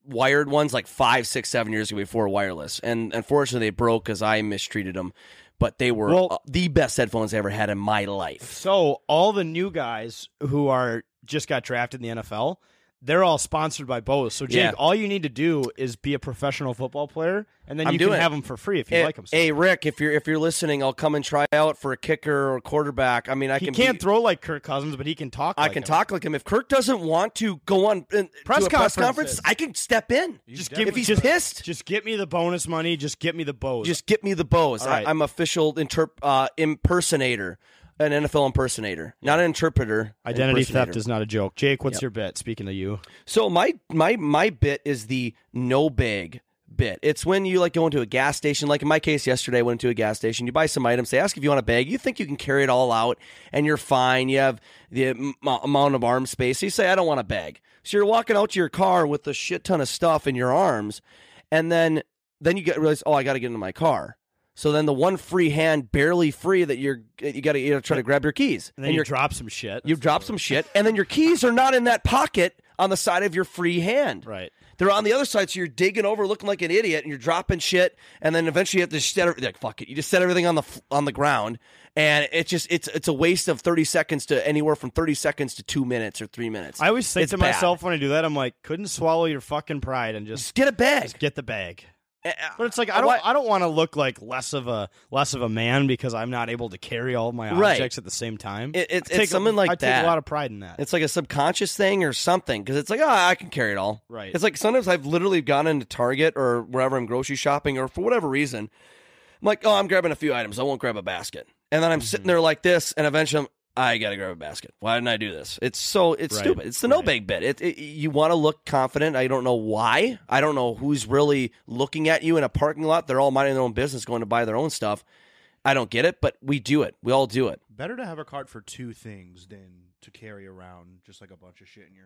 [SPEAKER 6] wired ones like five, six, seven years ago before wireless, and unfortunately they broke because I mistreated them. But they were
[SPEAKER 1] Well-
[SPEAKER 6] uh, the best headphones I ever had in my life.
[SPEAKER 1] So all the new guys who are just got drafted in the NFL, they're all sponsored by Bose. So Jake,
[SPEAKER 6] Yeah.
[SPEAKER 1] all you need to do is be a professional football player, and then
[SPEAKER 6] I'm
[SPEAKER 1] you can
[SPEAKER 6] doing it.
[SPEAKER 1] have them for free if you
[SPEAKER 6] Hey,
[SPEAKER 1] like them.
[SPEAKER 6] hey, Rick, if you're if you're listening, I'll come and try out for a kicker or quarterback. I mean, I
[SPEAKER 1] he
[SPEAKER 6] can
[SPEAKER 1] can't
[SPEAKER 6] be-
[SPEAKER 1] throw like Kirk Cousins, but he can talk.
[SPEAKER 6] I
[SPEAKER 1] like
[SPEAKER 6] can
[SPEAKER 1] him.
[SPEAKER 6] talk like him. If Kirk doesn't want to go on and
[SPEAKER 1] Press
[SPEAKER 6] do a press
[SPEAKER 1] conferences.
[SPEAKER 6] conference, I can step in.
[SPEAKER 1] Just
[SPEAKER 5] You
[SPEAKER 1] give
[SPEAKER 6] if
[SPEAKER 1] me
[SPEAKER 6] he's
[SPEAKER 1] just,
[SPEAKER 6] pissed.
[SPEAKER 1] Just get me the bonus money. Just get me the Bose.
[SPEAKER 6] Just get me the Bose.
[SPEAKER 1] All right.
[SPEAKER 6] I, I'm official interp- uh, impersonator, an NFL impersonator, not an interpreter.
[SPEAKER 1] identity theft
[SPEAKER 6] impersonator.
[SPEAKER 1] is not a joke. Jake, what's your bet? Speaking of you,
[SPEAKER 6] So my my my bit is the no bag bit. It's when you like go into a gas station. Like in my case yesterday, I went into a gas station. You buy some items. They ask if you want a bag. You think you can carry it all out, and you're fine. You have the am- amount of arm space. you say, I don't want a bag. So you're walking out to your car with a shit ton of stuff in your arms, and then then you get realize, oh, I got to get into my car. So then the one free hand, barely free, that you're you got to you know, try to grab your keys,
[SPEAKER 1] and then you
[SPEAKER 6] your
[SPEAKER 1] drop some shit.
[SPEAKER 6] you drop some shit, and then your keys are not in that pocket on the side of your free hand.
[SPEAKER 1] right.
[SPEAKER 6] They're on the other side, so you're digging over, looking like an idiot, and you're dropping shit, and then eventually you have to just set every- like fuck it. You just set everything on the f- on the ground, and it's just it's it's a waste of thirty seconds to anywhere from thirty seconds to two minutes or three minutes.
[SPEAKER 1] I always think
[SPEAKER 6] It's
[SPEAKER 1] to
[SPEAKER 6] bad.
[SPEAKER 1] myself when I do that, I'm like, couldn't swallow your fucking pride and just
[SPEAKER 6] just get a bag.
[SPEAKER 1] just get the bag.
[SPEAKER 6] Eh,
[SPEAKER 1] But it's like I don't
[SPEAKER 6] Why-
[SPEAKER 1] I don't want to look like less of a less of a man because I'm not able to carry all my
[SPEAKER 6] Right.
[SPEAKER 1] objects at the same time.
[SPEAKER 6] It- it's-
[SPEAKER 1] I take
[SPEAKER 6] it's something like
[SPEAKER 1] I take
[SPEAKER 6] that.
[SPEAKER 1] a lot of pride in that.
[SPEAKER 6] It's like a subconscious thing or something because it's like, oh, I can carry it all.
[SPEAKER 1] Right.
[SPEAKER 6] It's like sometimes I've literally gone into Target or wherever I'm grocery shopping or for whatever reason, I'm like, oh, I'm grabbing a few items. I won't grab a basket. And then I'm
[SPEAKER 1] Mm-hmm.
[SPEAKER 6] sitting there like this, and eventually I'm, I got to grab a basket. Why didn't I do this? It's so it's
[SPEAKER 1] Right.
[SPEAKER 6] stupid. It's the no bag bit. It, it you want to look confident. I don't know why. I don't know who's really looking at you in a parking lot. They're all minding their own business, going to buy their own stuff. I don't get it, but we do it. We all do it.
[SPEAKER 5] Better to have a cart for two things than to carry around just like a bunch of shit in your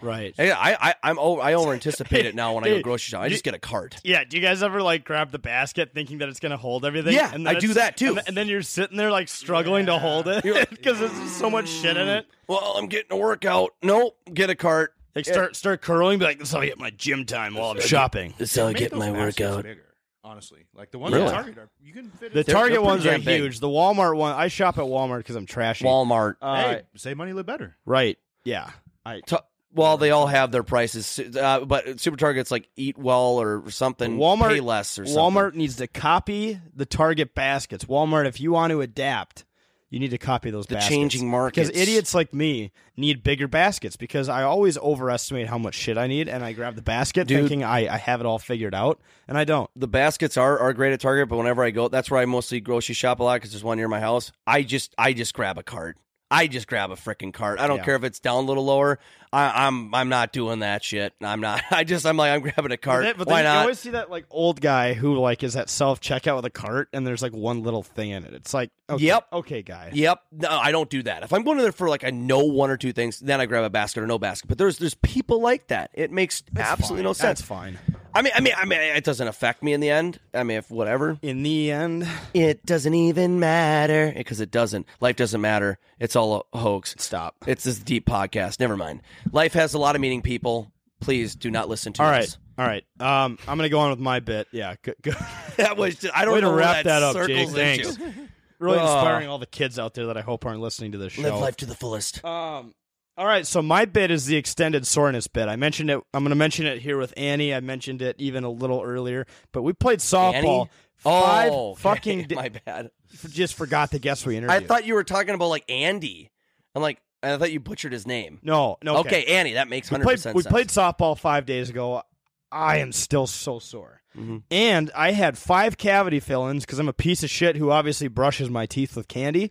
[SPEAKER 1] Right.
[SPEAKER 6] Yeah, I I I'm over, I over anticipate it now when I go
[SPEAKER 1] Dude,
[SPEAKER 6] grocery shop. I
[SPEAKER 1] you-
[SPEAKER 6] just get a cart.
[SPEAKER 1] Yeah, do you guys ever like grab the basket thinking that it's gonna hold everything?
[SPEAKER 6] Yeah, I
[SPEAKER 1] it's-
[SPEAKER 6] do that, too.
[SPEAKER 1] And, th- and then you're sitting there like struggling to hold it because there's just so much shit in it.
[SPEAKER 6] Well, I'm getting a workout. Nope, get a cart.
[SPEAKER 1] Like start start curling, be like, "This is how I get my gym time while I'm shopping."
[SPEAKER 6] That's how I
[SPEAKER 5] Make
[SPEAKER 6] get
[SPEAKER 5] those
[SPEAKER 6] my
[SPEAKER 5] baskets
[SPEAKER 6] workout.
[SPEAKER 5] Bigger, honestly, like the ones
[SPEAKER 6] Really?
[SPEAKER 5] at Target are you can fit.
[SPEAKER 1] The
[SPEAKER 5] it-
[SPEAKER 6] they're
[SPEAKER 1] Target
[SPEAKER 6] pretty
[SPEAKER 1] ones are
[SPEAKER 6] damn big.
[SPEAKER 1] huge. The Walmart one, I shop at Walmart because I'm trashy.
[SPEAKER 6] Walmart.
[SPEAKER 1] Uh,
[SPEAKER 5] hey, save money, live better.
[SPEAKER 1] Right. Yeah. I
[SPEAKER 6] T- well, they all have their prices, uh, but Super Target's like Eat Well or something.
[SPEAKER 1] Walmart
[SPEAKER 6] pay less or something.
[SPEAKER 1] Walmart needs to copy the Target baskets. Walmart, if you want to adapt, you need to copy those
[SPEAKER 6] The
[SPEAKER 1] baskets.
[SPEAKER 6] changing markets.
[SPEAKER 1] Because idiots like me need bigger baskets because I always overestimate how much shit I need and I grab the basket
[SPEAKER 6] Dude.
[SPEAKER 1] thinking I, I have it all figured out and I don't.
[SPEAKER 6] the baskets are, are great at Target, but whenever I go, that's where I mostly grocery shop a lot because there's one near my house. I just I just grab a cart. I just grab a freaking cart. I don't
[SPEAKER 1] Yeah.
[SPEAKER 6] care if it's down a little lower. I, I'm I'm not doing that shit. I'm not. I just I'm like I'm grabbing a cart.
[SPEAKER 1] But then
[SPEAKER 6] Why
[SPEAKER 1] you
[SPEAKER 6] not?
[SPEAKER 1] always see that like old guy who like is at self checkout with a cart and there's like one little thing in it. It's like okay,
[SPEAKER 6] Yep.
[SPEAKER 1] okay guy.
[SPEAKER 6] Yep. No, I don't do that. If I'm going in there for like I know one or two things, then I grab a basket or no basket. But there's there's people like that. It makes absolutely no sense.
[SPEAKER 1] That's fine.
[SPEAKER 6] I mean, I mean, I mean, it doesn't affect me in the end. I mean, if whatever,
[SPEAKER 1] In the end,
[SPEAKER 6] it doesn't even matter because it doesn't. Life doesn't matter. It's all a hoax.
[SPEAKER 1] stop.
[SPEAKER 6] It's this deep podcast. Never mind. Life has a lot of meaning. People, please do not listen to
[SPEAKER 1] All
[SPEAKER 6] us.
[SPEAKER 1] right. All right. Um, I'm gonna go on with my bit. Yeah. Good. good.
[SPEAKER 6] That was. Just, I don't
[SPEAKER 1] Way to
[SPEAKER 6] know where
[SPEAKER 1] wrap that up,
[SPEAKER 6] circles
[SPEAKER 1] Jake.
[SPEAKER 6] into.
[SPEAKER 1] Thanks. Really
[SPEAKER 6] Uh.
[SPEAKER 1] inspiring all the kids out there that I hope aren't listening to this show.
[SPEAKER 6] Live life to the fullest.
[SPEAKER 1] Um. All right. So my bit is the extended soreness bit. I mentioned it. I'm gonna mention it here with Annie. I mentioned it even a little earlier. But we played softball.
[SPEAKER 6] Annie?
[SPEAKER 1] Five
[SPEAKER 6] oh, okay.
[SPEAKER 1] fucking. di-
[SPEAKER 6] my bad.
[SPEAKER 1] just forgot the guest we interviewed.
[SPEAKER 6] I thought you were talking about like Andy. I'm like, I thought you butchered his name.
[SPEAKER 1] No. No.
[SPEAKER 6] Okay, Annie, that makes
[SPEAKER 1] We
[SPEAKER 6] hundred
[SPEAKER 1] played,
[SPEAKER 6] percent.
[SPEAKER 1] we played softball five days ago. I am still so sore.
[SPEAKER 6] Mhm.
[SPEAKER 1] And I had five cavity fill ins because I'm a piece of shit who obviously brushes my teeth with candy.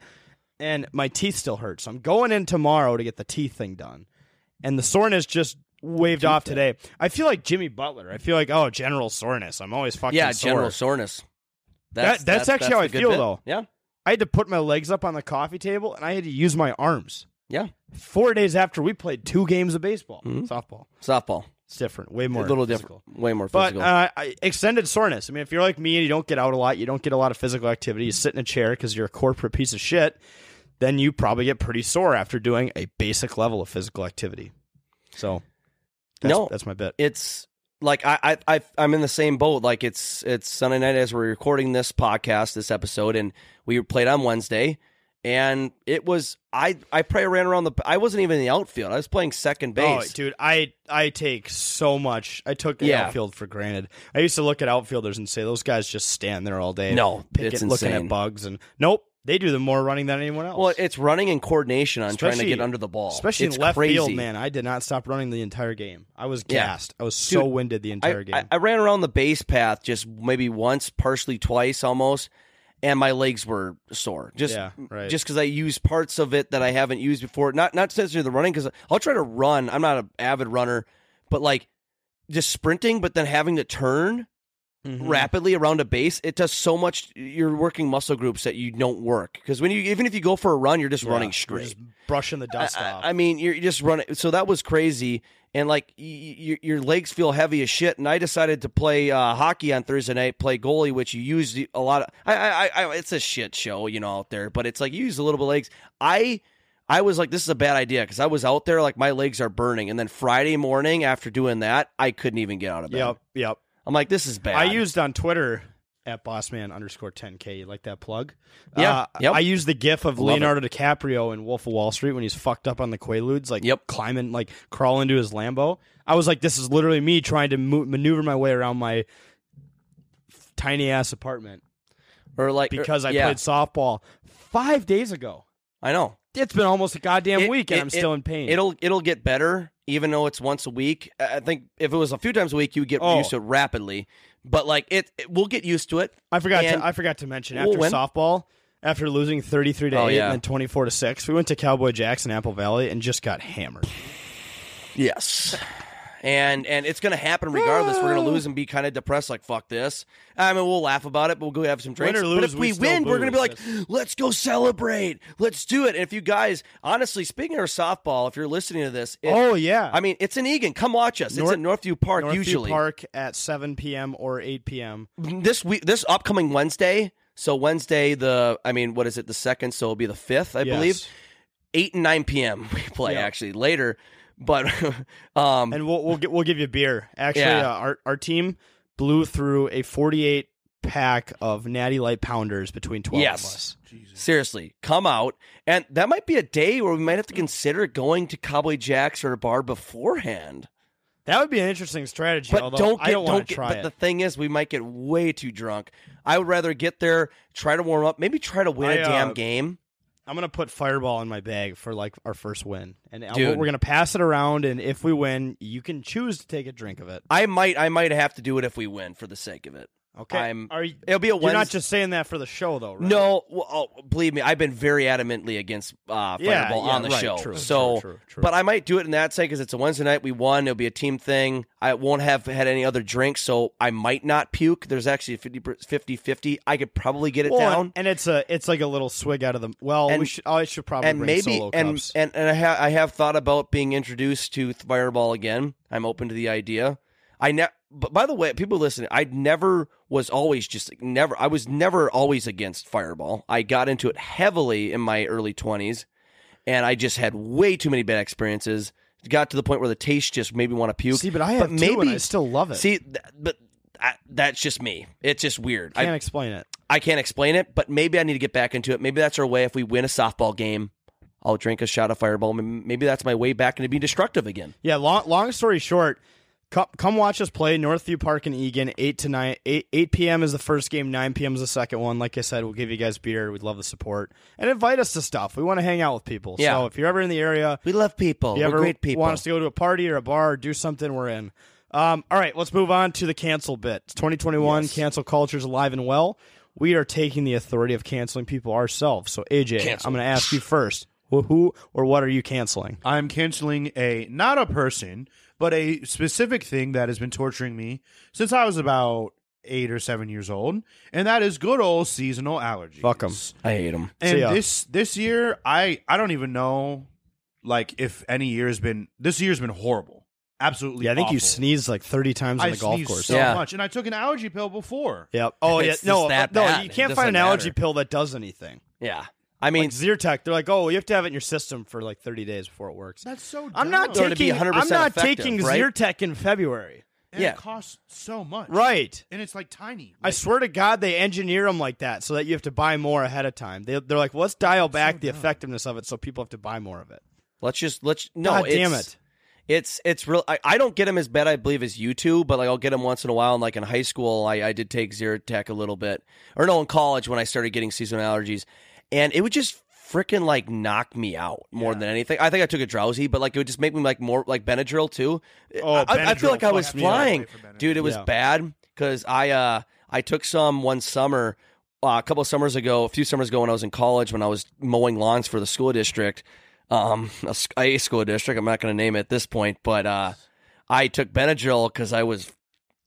[SPEAKER 1] And my teeth still hurt. So I'm going in tomorrow to get the teeth thing done. And the soreness just waved off today. I feel like Jimmy Butler. I feel like, oh, general soreness. I'm always fucking
[SPEAKER 6] Yeah,
[SPEAKER 1] sore.
[SPEAKER 6] general soreness.
[SPEAKER 1] That- that's actually how
[SPEAKER 6] the
[SPEAKER 1] I
[SPEAKER 6] good
[SPEAKER 1] feel,
[SPEAKER 6] bit.
[SPEAKER 1] though.
[SPEAKER 6] Yeah,
[SPEAKER 1] I had to put my legs up on the coffee table and I had to use my arms.
[SPEAKER 6] yeah.
[SPEAKER 1] Four days after we played two games of baseball, softball.
[SPEAKER 6] Softball,
[SPEAKER 1] It's different. Way more.
[SPEAKER 6] Hmm. a little
[SPEAKER 1] physical.
[SPEAKER 6] different, way more
[SPEAKER 1] But
[SPEAKER 6] physical.
[SPEAKER 1] uh, I- extended soreness. I mean, if you're like me and you don't get out a lot, you don't get a lot of physical activity, you sit in a chair because you're a corporate piece of shit, then you probably get pretty sore after doing a basic level of physical activity. So, that's,
[SPEAKER 6] No.
[SPEAKER 1] that's my bit.
[SPEAKER 6] it's like I, I I I'm in the same boat. Like it's it's Sunday night as we're recording this podcast, this episode, and we played on Wednesday, and it was I I probably ran around the. I wasn't even in the outfield. I was playing second base.
[SPEAKER 1] Oh, dude, I I take so much. I took the
[SPEAKER 6] Yeah.
[SPEAKER 1] outfield for granted. I used to look at outfielders and say those guys just stand there all day,
[SPEAKER 6] No,
[SPEAKER 1] pick
[SPEAKER 6] it's
[SPEAKER 1] it, looking at
[SPEAKER 6] insane.
[SPEAKER 1] bugs, and nope, they do the more running than anyone else.
[SPEAKER 6] Well, it's running and coordination on trying to
[SPEAKER 1] Especially-
[SPEAKER 6] get under the ball,
[SPEAKER 1] Especially
[SPEAKER 6] It's
[SPEAKER 1] in left
[SPEAKER 6] crazy.
[SPEAKER 1] field, man. I did not stop running the entire game. I was
[SPEAKER 6] Yeah.
[SPEAKER 1] gassed. I was so
[SPEAKER 6] Dude,
[SPEAKER 1] winded the
[SPEAKER 6] I-
[SPEAKER 1] entire game.
[SPEAKER 6] I, I ran around the base path just maybe once, partially twice almost, and my legs were sore. Just
[SPEAKER 1] Yeah, right.
[SPEAKER 6] just because I used parts of it that I haven't used before. Not not necessarily the running because I'll try to run. I'm not an avid runner, but like just sprinting, but then having to turn
[SPEAKER 1] Mm-hmm.
[SPEAKER 6] rapidly around a base, it does so much. You're working muscle groups that you don't work because when you even if you go for a run, you're just
[SPEAKER 1] Yeah,
[SPEAKER 6] running
[SPEAKER 1] you're
[SPEAKER 6] straight.
[SPEAKER 1] just brushing the dust
[SPEAKER 6] I,
[SPEAKER 1] off.
[SPEAKER 6] I- I mean, you're just running. So that was crazy. And like y- y- your legs feel heavy as shit. And I decided to play uh, hockey on Thursday night, play goalie, which you use the- a lot of. I, I, I, I, it's a shit show, you know, out there. But it's like you use a little bit of legs. I, I was like, this is a bad idea because I was out there like my legs are burning. And then Friday morning after doing that, I couldn't even get out of bed.
[SPEAKER 1] yep, yep.
[SPEAKER 6] I'm like, this is bad.
[SPEAKER 1] I used on Twitter at bossman underscore 10k. You like that plug?
[SPEAKER 6] Yeah,
[SPEAKER 1] Uh,
[SPEAKER 6] yep.
[SPEAKER 1] I used the gif of
[SPEAKER 6] Love it.
[SPEAKER 1] Leonardo DiCaprio in Wolf of Wall Street when he's fucked up on the Quaaludes, like
[SPEAKER 6] Yep.
[SPEAKER 1] climbing, like crawling to his Lambo. I was like, this is literally me trying to mo- maneuver my way around my tiny ass apartment
[SPEAKER 6] or like or-
[SPEAKER 1] because I
[SPEAKER 6] er, yeah,
[SPEAKER 1] played softball five days ago.
[SPEAKER 6] I know.
[SPEAKER 1] It's been almost a goddamn
[SPEAKER 6] It-
[SPEAKER 1] week, and
[SPEAKER 6] it-
[SPEAKER 1] I'm still
[SPEAKER 6] it-
[SPEAKER 1] in pain.
[SPEAKER 6] It'll it'll get better, even though it's once a week. I I think if it was a few times a week, you would get
[SPEAKER 1] Oh.
[SPEAKER 6] used to it rapidly. But like it, it- we'll get used to it.
[SPEAKER 1] I forgot.
[SPEAKER 6] and-
[SPEAKER 1] To, I forgot to mention
[SPEAKER 6] We'll
[SPEAKER 1] after
[SPEAKER 6] win.
[SPEAKER 1] softball, after losing thirty three to
[SPEAKER 6] Oh,
[SPEAKER 1] eight
[SPEAKER 6] yeah.
[SPEAKER 1] and then twenty four to six, we went to Cowboy Jackson Apple Valley and just got hammered.
[SPEAKER 6] Yes, and and it's gonna happen regardless. We're
[SPEAKER 1] Ah.
[SPEAKER 6] gonna lose and be kind of depressed, like fuck this. I mean, we'll laugh about it, but we'll go have some drinks.
[SPEAKER 1] or
[SPEAKER 6] but
[SPEAKER 1] lose,
[SPEAKER 6] if
[SPEAKER 1] we
[SPEAKER 6] we,
[SPEAKER 1] still
[SPEAKER 6] win, we're gonna be
[SPEAKER 1] booze.
[SPEAKER 6] like, let's go celebrate, let's do it. And if you guys, honestly, speaking of softball, if you're listening to this, it-
[SPEAKER 1] Oh, yeah.
[SPEAKER 6] I mean, it's in Egan. Come watch us.
[SPEAKER 1] North-
[SPEAKER 6] it's at Northview Park
[SPEAKER 1] Northview
[SPEAKER 6] usually
[SPEAKER 1] Park at 7 p.m. or 8 p.m.
[SPEAKER 6] this week, this upcoming Wednesday. So Wednesday, the I mean, what is it? The second, so it'll be the fifth, I
[SPEAKER 1] Yes.
[SPEAKER 6] believe. Eight and nine p.m. We play
[SPEAKER 1] Yeah.
[SPEAKER 6] actually later, but um,
[SPEAKER 1] And we'll we'll, get, we'll give you beer. Actually,
[SPEAKER 6] Yeah.
[SPEAKER 1] uh, our our team blew through a 48 pack of Natty Light Pounders between 12
[SPEAKER 6] Yes.
[SPEAKER 1] of us.
[SPEAKER 6] seriously, come out, and that might be a day where we might have
[SPEAKER 1] Hmm.
[SPEAKER 6] to consider going to Cowboy Jack's or a bar beforehand.
[SPEAKER 1] That would be an interesting strategy.
[SPEAKER 6] But
[SPEAKER 1] although
[SPEAKER 6] don't
[SPEAKER 1] I
[SPEAKER 6] get
[SPEAKER 1] don't, want
[SPEAKER 6] don't
[SPEAKER 1] to
[SPEAKER 6] get.
[SPEAKER 1] try
[SPEAKER 6] But
[SPEAKER 1] it.
[SPEAKER 6] the thing is, we might get way too drunk. I would rather get there, try to warm up, maybe try to win
[SPEAKER 1] I,
[SPEAKER 6] a damn
[SPEAKER 1] uh,
[SPEAKER 6] game.
[SPEAKER 1] I'm gonna put Fireball in my bag for like our first win, and I-
[SPEAKER 6] Dude.
[SPEAKER 1] we're gonna pass it around. And if we win, you can choose to take a drink of it.
[SPEAKER 6] I might I might have to do it if we win for the sake of it.
[SPEAKER 1] Okay,
[SPEAKER 6] I'm-
[SPEAKER 1] Are you,
[SPEAKER 6] It'll be a
[SPEAKER 1] you're
[SPEAKER 6] Wednesday.
[SPEAKER 1] not just saying that for the show, though, right?
[SPEAKER 6] No, well, oh, believe me, I've been very adamantly against uh,
[SPEAKER 1] Yeah,
[SPEAKER 6] Fireball
[SPEAKER 1] yeah,
[SPEAKER 6] on the
[SPEAKER 1] right,
[SPEAKER 6] show.
[SPEAKER 1] true, true,
[SPEAKER 6] so,
[SPEAKER 1] true, true.
[SPEAKER 6] but I might do it in that sense because it's a Wednesday night. We won. It'll be a team thing. I won't have had any other drinks, so I might not puke. There's actually a 50 50. I could probably get it
[SPEAKER 1] Well,
[SPEAKER 6] down.
[SPEAKER 1] Oh, and, and it's a it's like a little swig out of the well. we
[SPEAKER 6] And-
[SPEAKER 1] should, I should probably
[SPEAKER 6] And
[SPEAKER 1] bring
[SPEAKER 6] maybe,
[SPEAKER 1] solo
[SPEAKER 6] and,
[SPEAKER 1] cups.
[SPEAKER 6] and and I have I have thought about being introduced to Fireball again. I'm open to the idea. I ne- but by the way, people listening, I never was always just never. I was never always against Fireball. I got into it heavily in my early twenties, and I just had way too many bad experiences. Got to the point where the taste just made me want to puke.
[SPEAKER 1] See, but I have two and I still love it.
[SPEAKER 6] See, th- but. I, that's just me. It's just weird.
[SPEAKER 1] can't
[SPEAKER 6] I,
[SPEAKER 1] explain it.
[SPEAKER 6] I can't explain it, but maybe I need to get back into it. Maybe that's our way. If we win a softball game, I'll drink a shot of Fireball. M- Maybe that's my way back into being destructive again.
[SPEAKER 1] Yeah, long long story short, come come watch us play Northview Park in Egan, eight to nine eight eight PM is the first game, nine PM is the second one. Like I said, we'll give you guys beer. We'd love the support. And invite us to stuff. We want to hang out with people.
[SPEAKER 6] Yeah.
[SPEAKER 1] So if you're ever in the area,
[SPEAKER 6] We love people.
[SPEAKER 1] if you
[SPEAKER 6] Oh, We're
[SPEAKER 1] ever
[SPEAKER 6] great people.
[SPEAKER 1] want us to go to a party or a bar or do something, we're in. Um, all right, let's move on to the cancel bit. It's 2021, cancel culture's alive and well. We are taking the authority of canceling people ourselves. So AJ, I'm going to ask you first. Who, who or what are you canceling?
[SPEAKER 5] I'm canceling a not a person, but a specific thing that has been torturing me since I was about eight or seven years old, and that is good old seasonal allergies.
[SPEAKER 1] Fuck 'em.
[SPEAKER 6] I hate them.
[SPEAKER 5] And
[SPEAKER 1] See ya.
[SPEAKER 5] this this year, I I don't even know, like if any year has been this year's been horrible. Absolutely.
[SPEAKER 1] Yeah, I think you
[SPEAKER 5] awful.
[SPEAKER 1] sneezed like 30 times on
[SPEAKER 5] I
[SPEAKER 1] the golf
[SPEAKER 5] sneezed
[SPEAKER 1] course.
[SPEAKER 5] so
[SPEAKER 6] Yeah.
[SPEAKER 5] much, and I took an allergy pill before.
[SPEAKER 1] Yep. Oh
[SPEAKER 6] It's
[SPEAKER 1] yeah.
[SPEAKER 6] just
[SPEAKER 1] No,
[SPEAKER 6] that
[SPEAKER 1] no,
[SPEAKER 6] bad.
[SPEAKER 1] you
[SPEAKER 6] It
[SPEAKER 1] can't find
[SPEAKER 6] doesn't
[SPEAKER 1] an
[SPEAKER 6] matter.
[SPEAKER 1] allergy pill that does anything.
[SPEAKER 6] Yeah. I mean,
[SPEAKER 1] Like Zyrtec, they're like, oh, you have to have it in your system for like 30 days before it works.
[SPEAKER 5] That's so. Dumb.
[SPEAKER 1] I'm not
[SPEAKER 6] Or to be
[SPEAKER 1] taking. I'm
[SPEAKER 6] 100%
[SPEAKER 1] not
[SPEAKER 6] effective,
[SPEAKER 1] taking
[SPEAKER 6] right?
[SPEAKER 1] Zyrtec in February.
[SPEAKER 5] And
[SPEAKER 6] yeah.
[SPEAKER 5] It costs so much.
[SPEAKER 1] Right.
[SPEAKER 5] And it's like tiny.
[SPEAKER 1] I
[SPEAKER 5] Like,
[SPEAKER 1] swear to God, they engineer them like that so that you have to buy more ahead of time. They, they're like, let's dial back the effectiveness of it so people have to buy more of it.
[SPEAKER 6] let's just let's no.
[SPEAKER 1] God
[SPEAKER 6] it's,
[SPEAKER 1] damn it.
[SPEAKER 6] It's it's real. I, I don't get them as bad, I believe, as you two, but like I'll get them once in a while. And like in high school, I, I did take Zyrtec a little bit, or no, in college when I started getting seasonal allergies, and it would just freaking like knock me out more than anything. I think I took it drowsy, but like it would just make me like more like Benadryl too.
[SPEAKER 1] Oh,
[SPEAKER 6] I, I
[SPEAKER 1] Benadryl
[SPEAKER 6] feel like I was
[SPEAKER 1] fucks me up.
[SPEAKER 6] flying, dude. It was
[SPEAKER 1] Yeah.
[SPEAKER 6] bad because I uh I took some one summer. Uh, a couple of summers ago, a few summers ago, when I was in college, when I was mowing lawns for the school district, um, a, s- a school district. I'm not going to name it at this point, but uh, I took Benadryl because I was,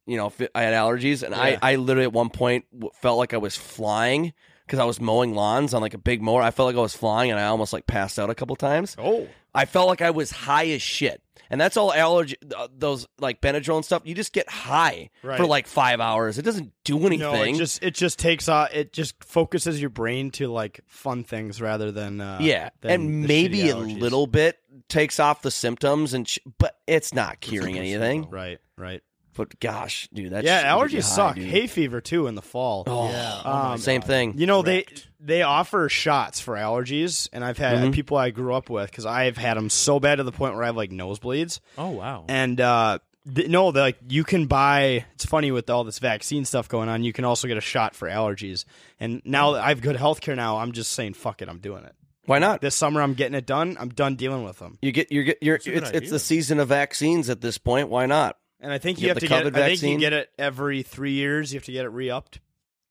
[SPEAKER 6] you know, fi- I had allergies, and
[SPEAKER 1] Yeah.
[SPEAKER 6] I, I literally at one point w- felt like I was flying because I was mowing lawns on like a big mower. I felt like I was flying, and I almost like passed out a couple times.
[SPEAKER 1] Oh.
[SPEAKER 6] I felt like I was high as shit. And that's all allergy, uh, those like Benadryl and stuff. You just get high
[SPEAKER 1] Right.
[SPEAKER 6] for like five hours. It doesn't do anything.
[SPEAKER 1] No, it just it just takes uh it just focuses your brain to like fun things rather than uh
[SPEAKER 6] yeah,
[SPEAKER 1] than
[SPEAKER 6] and
[SPEAKER 1] the
[SPEAKER 6] maybe
[SPEAKER 1] shitty
[SPEAKER 6] a
[SPEAKER 1] allergies.
[SPEAKER 6] little bit takes off the symptoms, and sh- but it's not curing anything.
[SPEAKER 1] right right
[SPEAKER 6] But gosh, dude, that
[SPEAKER 1] yeah
[SPEAKER 6] shit would be
[SPEAKER 1] allergies
[SPEAKER 6] high,
[SPEAKER 1] suck
[SPEAKER 6] dude.
[SPEAKER 1] hay fever too in the fall
[SPEAKER 6] Oh,
[SPEAKER 1] Um,
[SPEAKER 6] same thing.
[SPEAKER 1] You know they they offer shots for allergies, and I've had
[SPEAKER 6] Mm-hmm.
[SPEAKER 1] people I grew up with because I've had them so bad to the point where I have like nosebleeds.
[SPEAKER 5] Oh wow.
[SPEAKER 1] And uh, th- no, they're like you can buy. It's funny with all this vaccine stuff going on. You can also get a shot for allergies. And now that I have good health care, now I'm just saying fuck it, I'm doing it.
[SPEAKER 6] Why not?
[SPEAKER 1] This summer I'm getting it done. I'm done dealing with them.
[SPEAKER 6] You get you get you're,
[SPEAKER 5] a good
[SPEAKER 6] it's it's
[SPEAKER 5] idea.
[SPEAKER 6] the season of vaccines at this point. Why not?
[SPEAKER 1] And I think
[SPEAKER 6] You
[SPEAKER 1] you,
[SPEAKER 6] have
[SPEAKER 1] have to
[SPEAKER 6] the
[SPEAKER 1] get. It,
[SPEAKER 6] COVID
[SPEAKER 1] I think you
[SPEAKER 6] vaccine?
[SPEAKER 1] get it every three years. You have to get it re upped.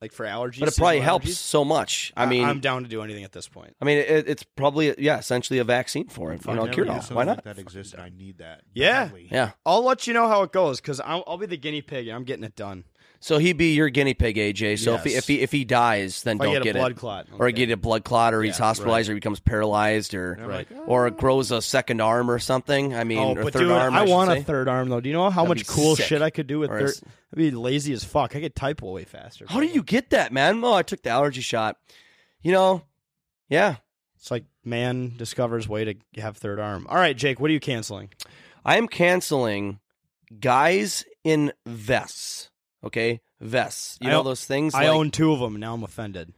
[SPEAKER 1] like for allergies.
[SPEAKER 6] But it probably
[SPEAKER 1] seasonal
[SPEAKER 6] helps
[SPEAKER 1] allergies.
[SPEAKER 6] so much. I mean,
[SPEAKER 1] I'm down to do anything at this point.
[SPEAKER 6] I mean, it, it's probably yeah, essentially a vaccine for it. You
[SPEAKER 5] I've
[SPEAKER 6] know,
[SPEAKER 5] never
[SPEAKER 6] cure
[SPEAKER 5] used
[SPEAKER 6] all.
[SPEAKER 5] something
[SPEAKER 6] Why
[SPEAKER 5] like
[SPEAKER 6] not?
[SPEAKER 5] That exists. and I need that.
[SPEAKER 1] Yeah.
[SPEAKER 5] badly.
[SPEAKER 6] Yeah.
[SPEAKER 1] I'll let you know how it goes because I'll, I'll be the guinea pig and I'm getting it done.
[SPEAKER 6] So he'd be your guinea pig, AJ. So if, he,
[SPEAKER 1] Yes.
[SPEAKER 6] if he if he dies, then
[SPEAKER 1] If I
[SPEAKER 6] don't
[SPEAKER 1] get a blood
[SPEAKER 6] it.
[SPEAKER 1] clot,
[SPEAKER 6] or he
[SPEAKER 1] okay.
[SPEAKER 6] get a blood clot, or he's hospitalized, or he becomes paralyzed, or or grows a second arm or something. I mean, or
[SPEAKER 1] Oh, but
[SPEAKER 6] third
[SPEAKER 1] dude,
[SPEAKER 6] arm. Oh, I,
[SPEAKER 1] I
[SPEAKER 6] should
[SPEAKER 1] want
[SPEAKER 6] say.
[SPEAKER 1] a third arm though. Do you know how much
[SPEAKER 6] That'd be
[SPEAKER 1] cool
[SPEAKER 6] sick.
[SPEAKER 1] shit I could do with
[SPEAKER 6] Or a
[SPEAKER 1] third?
[SPEAKER 6] s-
[SPEAKER 1] I'd be lazy as fuck. I could type way faster.
[SPEAKER 6] How do you get that, man? Oh, I took the allergy shot. You know, yeah.
[SPEAKER 1] It's like man discovers way to have third arm. All right, Jake, what are you canceling?
[SPEAKER 6] I am canceling guys in vests. Okay, vests. You
[SPEAKER 1] I
[SPEAKER 6] know
[SPEAKER 1] own-
[SPEAKER 6] those things.
[SPEAKER 1] I
[SPEAKER 6] like-
[SPEAKER 1] own two of them. Now I'm offended.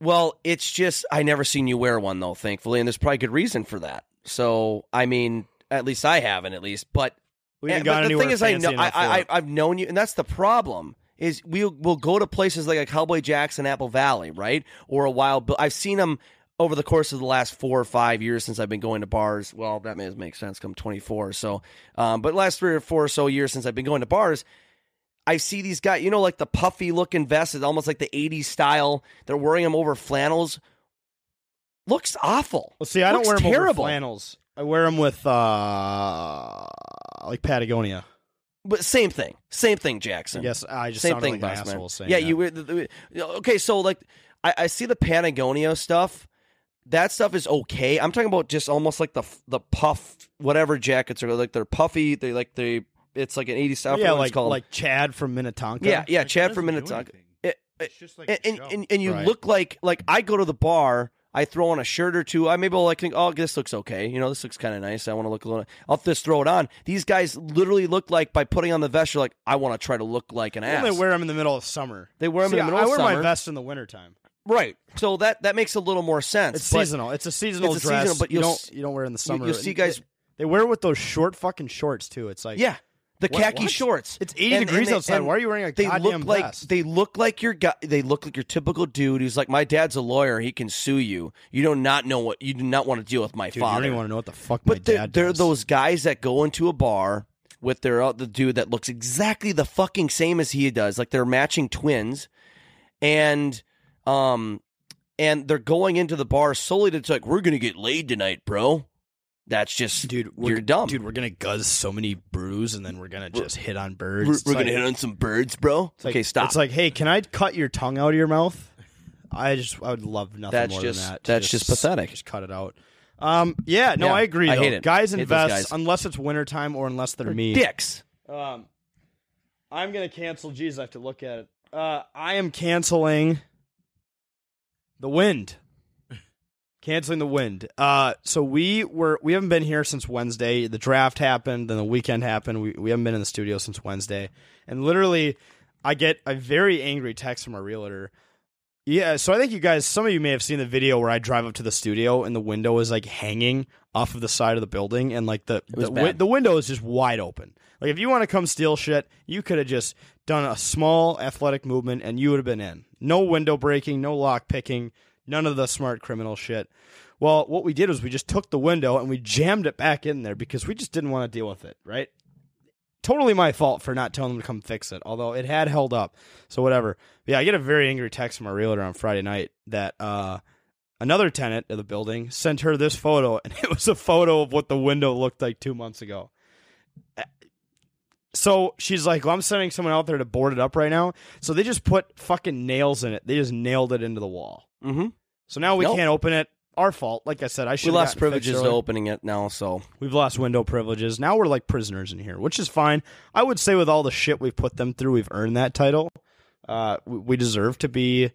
[SPEAKER 6] Well, it's just I never seen you wear one though, thankfully, and there's probably good reason for that. So I mean, at least I haven't, at least. But
[SPEAKER 1] We haven't
[SPEAKER 6] Eh, but
[SPEAKER 1] gone
[SPEAKER 6] the
[SPEAKER 1] anywhere
[SPEAKER 6] thing is, I
[SPEAKER 1] fancy
[SPEAKER 6] know I,
[SPEAKER 1] enough for
[SPEAKER 6] I,
[SPEAKER 1] it.
[SPEAKER 6] I've known you, and that's the problem. Is we will go to places like a Cowboy Jack's in Apple Valley, right, or a Wild Bill. I've seen them over the course of the last four or five years since I've been going to bars. Well, that may make sense. Come twenty four, so um, but last three or four or so years since I've been going to bars, I see these guys, you know, like the puffy looking vests, it's almost like the 80s style. They're wearing them over flannels. Looks awful.
[SPEAKER 1] Well, see, I don't
[SPEAKER 6] Looks
[SPEAKER 1] wear them over
[SPEAKER 6] terrible.
[SPEAKER 1] flannels. I wear them with uh, like Patagonia.
[SPEAKER 6] But same thing. Same thing,
[SPEAKER 1] I
[SPEAKER 6] Jackson.
[SPEAKER 1] guess I just
[SPEAKER 6] same
[SPEAKER 1] sounded
[SPEAKER 6] thing,
[SPEAKER 1] like an
[SPEAKER 6] boss man.
[SPEAKER 1] asshole saying
[SPEAKER 6] Yeah,
[SPEAKER 1] that.
[SPEAKER 6] you wear the, the- okay, so like I, I see the Patagonia stuff. That stuff is okay. I'm talking about just almost like the the puff whatever jackets are like they're puffy, they like they it's like an 80s style. I
[SPEAKER 1] yeah,
[SPEAKER 6] forget what it's
[SPEAKER 1] like
[SPEAKER 6] called.
[SPEAKER 1] like Chad from Minnetonka.
[SPEAKER 6] Yeah, yeah.
[SPEAKER 5] Like, it
[SPEAKER 6] Chad from
[SPEAKER 5] doesn't do
[SPEAKER 6] Minnetonka.
[SPEAKER 5] anything.
[SPEAKER 6] It-
[SPEAKER 5] It's just like
[SPEAKER 6] and,
[SPEAKER 5] a
[SPEAKER 6] and,
[SPEAKER 5] show.
[SPEAKER 6] and, and you
[SPEAKER 1] Right.
[SPEAKER 6] look like like I go to the bar, I throw on a shirt or two. I maybe I'll like think, oh, this looks okay. You know, this looks kind of nice. I want to look a little. I'll just throw it on. These guys literally look like by putting on the vest, you're like, I want to try to look like an ass.
[SPEAKER 1] Well, they wear them in the middle of summer.
[SPEAKER 6] They wear 'em
[SPEAKER 1] See,
[SPEAKER 6] in the middle
[SPEAKER 1] I
[SPEAKER 6] of
[SPEAKER 1] wear
[SPEAKER 6] summer.
[SPEAKER 1] my vest in the wintertime.
[SPEAKER 6] right. So that that makes a little more sense.
[SPEAKER 1] It's
[SPEAKER 6] but
[SPEAKER 1] seasonal. It's a seasonal
[SPEAKER 6] it's a
[SPEAKER 1] dress.
[SPEAKER 6] seasonal, but
[SPEAKER 1] you
[SPEAKER 6] you'll
[SPEAKER 1] don't
[SPEAKER 6] s-
[SPEAKER 1] you don't wear it in the summer.
[SPEAKER 6] you'll see
[SPEAKER 1] And
[SPEAKER 6] guys-
[SPEAKER 1] They, they wear it with those short fucking shorts too. It's like
[SPEAKER 6] Yeah. The
[SPEAKER 1] What-
[SPEAKER 6] khaki
[SPEAKER 1] what?
[SPEAKER 6] shorts.
[SPEAKER 1] It's 80 degrees outside. Why are you wearing a
[SPEAKER 6] they
[SPEAKER 1] goddamn
[SPEAKER 6] look like
[SPEAKER 1] vest?
[SPEAKER 6] they look like your guy. They look like your typical dude who's like, my dad's a lawyer. He can sue you. You do not know what you do not want to deal with my
[SPEAKER 1] Dude, you
[SPEAKER 6] father.
[SPEAKER 1] don't even want to know what the fuck my
[SPEAKER 6] But they're,
[SPEAKER 1] dad
[SPEAKER 6] they're
[SPEAKER 1] does.
[SPEAKER 6] those guys that go into a bar with their uh, the dude that looks exactly the fucking same as he does. Like they're matching twins, and um, and they're going into the bar solely to it's like we're gonna get laid tonight, bro. That's just
[SPEAKER 1] dude. We're,
[SPEAKER 6] You're dumb,
[SPEAKER 1] dude. We're gonna guzz so many brews and then we're gonna just hit on birds.
[SPEAKER 6] We're, we're
[SPEAKER 1] It's
[SPEAKER 6] gonna
[SPEAKER 1] like-
[SPEAKER 6] hit on some birds, bro.
[SPEAKER 1] it's like-
[SPEAKER 6] okay, stop.
[SPEAKER 1] It's like, hey, can I cut your tongue out of your mouth? I just, I would love nothing
[SPEAKER 6] That's
[SPEAKER 1] more
[SPEAKER 6] just-
[SPEAKER 1] than that. to
[SPEAKER 6] that's just pathetic.
[SPEAKER 1] Just cut it out. Um, yeah, no,
[SPEAKER 6] Yeah,
[SPEAKER 1] I agree.
[SPEAKER 6] I
[SPEAKER 1] though.
[SPEAKER 6] hate it.
[SPEAKER 1] Guys
[SPEAKER 6] Hate
[SPEAKER 1] in
[SPEAKER 6] those
[SPEAKER 1] vests,
[SPEAKER 6] guys.
[SPEAKER 1] unless it's wintertime or unless they're me.
[SPEAKER 6] dicks.
[SPEAKER 1] Um, I'm gonna cancel. Jeez, I have to look at it. Uh, I am canceling the wind. Canceling the wind. Uh, so we were we haven't been here since Wednesday. The draft happened, then the weekend happened. We we haven't been in the studio since Wednesday, and literally, I get a very angry text from our realtor. Yeah, so I think you guys, some of you may have seen the video where I drive up to the studio and the window is like hanging off of the side of the building, and like the
[SPEAKER 6] was
[SPEAKER 1] the,
[SPEAKER 6] bad.
[SPEAKER 1] the window is just wide open. Like if you want to come steal shit, you could have just done a small athletic movement and you would have been in. No window breaking, no lock picking, none of the smart criminal shit. Well, what we did was we just took the window and we jammed it back in there because we just didn't want to deal with it, right? totally my fault for not telling them to come fix it. Although it had held up, so whatever. But yeah, I get a very angry text from our realtor on Friday night that uh, another tenant of the building sent her this photo, and it was a photo of what the window looked like two months ago. Eh, So she's like, well, I'm sending someone out there to board it up right now. So they just put fucking nails in it. They just nailed it into the wall.
[SPEAKER 6] Mm-hmm.
[SPEAKER 1] So now we
[SPEAKER 6] Nope.
[SPEAKER 1] can't open it. Our fault. Like I said, I
[SPEAKER 6] We
[SPEAKER 1] should
[SPEAKER 6] lost privileges to opening it now, so
[SPEAKER 1] We've lost window privileges. Now we're like prisoners in here, which is fine. I would say with all the shit we've put them through, we've earned that title. Uh, we, we deserve to be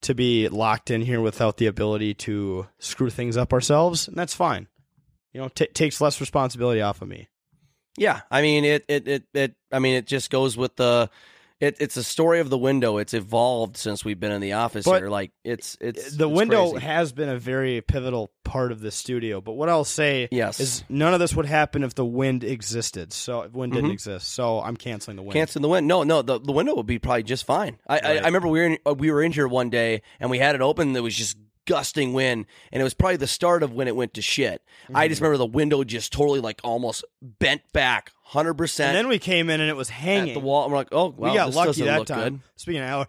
[SPEAKER 1] to be locked in here without the ability to screw things up ourselves, and that's fine. You know, t- takes less responsibility off of me.
[SPEAKER 6] Yeah, I mean it, it, it, it. I mean it just goes with the. It, it's a story of the window. It's evolved since we've been in the office
[SPEAKER 1] But
[SPEAKER 6] here. Like it's it's
[SPEAKER 1] the
[SPEAKER 6] it's
[SPEAKER 1] window
[SPEAKER 6] crazy.
[SPEAKER 1] has been a very pivotal part of this studio, but what I'll say
[SPEAKER 6] Yes.
[SPEAKER 1] is none of this would happen if the wind existed. So if wind didn't
[SPEAKER 6] Mhm.
[SPEAKER 1] exist, so I'm canceling the wind.
[SPEAKER 6] Canceling the window. No, no, the, the window would be probably just fine. I, I, I
[SPEAKER 1] Right.
[SPEAKER 6] remember we were in, uh, we were in here one day and we had it open. And there was just gusting wind, and it was probably the start of when it went to shit. I
[SPEAKER 1] Mm-hmm.
[SPEAKER 6] just remember the window just totally like almost bent back, hundred
[SPEAKER 1] and
[SPEAKER 6] percent
[SPEAKER 1] then we came in and it was hanging.
[SPEAKER 6] at the wall. And we're like, oh, wow,
[SPEAKER 1] we got
[SPEAKER 6] this
[SPEAKER 1] lucky
[SPEAKER 6] doesn't
[SPEAKER 1] that
[SPEAKER 6] look
[SPEAKER 1] time.
[SPEAKER 6] good.
[SPEAKER 1] Speaking of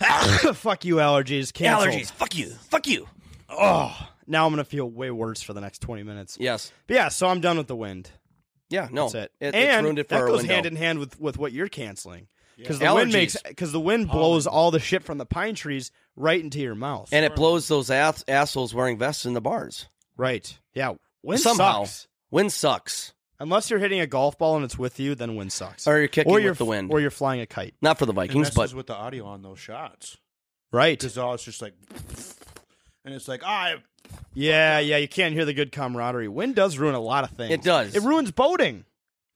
[SPEAKER 1] Fuck you, allergies. Cancel.
[SPEAKER 6] Allergies. Fuck you. Fuck you.
[SPEAKER 1] Now I'm gonna feel way worse for the next 20 minutes.
[SPEAKER 6] Yes.
[SPEAKER 1] But yeah, so I'm done with the wind.
[SPEAKER 6] Yeah. No.
[SPEAKER 1] That's it.
[SPEAKER 6] Oh, it it's
[SPEAKER 1] and
[SPEAKER 6] ruined it for
[SPEAKER 1] that
[SPEAKER 6] our
[SPEAKER 1] goes
[SPEAKER 6] window.
[SPEAKER 1] hand in hand with, with what you're canceling because
[SPEAKER 6] Yeah.
[SPEAKER 1] the wind
[SPEAKER 6] Allergies.
[SPEAKER 1] makes because the wind blows all the shit from the pine trees right into your mouth.
[SPEAKER 6] and it blows those ass- assholes wearing vests in the bars.
[SPEAKER 1] right, yeah, wind
[SPEAKER 6] Somehow.
[SPEAKER 1] sucks.
[SPEAKER 6] Wind sucks.
[SPEAKER 1] Unless you're hitting a golf ball and it's with you, then wind sucks.
[SPEAKER 6] Or you're kicking
[SPEAKER 1] or
[SPEAKER 6] with
[SPEAKER 1] you're,
[SPEAKER 6] the wind.
[SPEAKER 1] or you're flying a kite.
[SPEAKER 6] Not for the
[SPEAKER 5] It
[SPEAKER 6] Vikings,
[SPEAKER 5] messes
[SPEAKER 6] but
[SPEAKER 5] with the audio on those shots.
[SPEAKER 1] Right.
[SPEAKER 5] Because all it's just like, and it's like, "Ah, I
[SPEAKER 1] Yeah, yeah. You can't hear the good camaraderie. Wind does ruin a lot of things.
[SPEAKER 6] It does.
[SPEAKER 1] It ruins boating.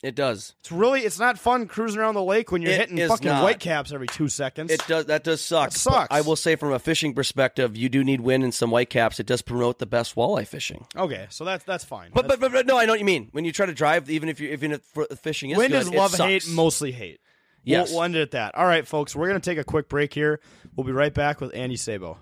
[SPEAKER 6] it does.
[SPEAKER 1] It's really it's not fun cruising around the lake when you're
[SPEAKER 6] It
[SPEAKER 1] hitting
[SPEAKER 6] is
[SPEAKER 1] fucking
[SPEAKER 6] not.
[SPEAKER 1] whitecaps every two seconds.
[SPEAKER 6] It does. That does suck.
[SPEAKER 1] That sucks.
[SPEAKER 6] But I will say, from a fishing perspective, you do need wind and some white caps. It does promote the best walleye fishing.
[SPEAKER 1] okay, so that's that's fine.
[SPEAKER 6] But, but but but no, I know what you mean. When you try to drive, even if you even if for- fishing is
[SPEAKER 1] wind
[SPEAKER 6] good,
[SPEAKER 1] is
[SPEAKER 6] it
[SPEAKER 1] love
[SPEAKER 6] sucks.
[SPEAKER 1] hate mostly hate. We'll-
[SPEAKER 6] Yes.
[SPEAKER 1] We'll, end it at that. All right, folks, we're gonna take a quick break here. We'll be right back with Andy Sabo.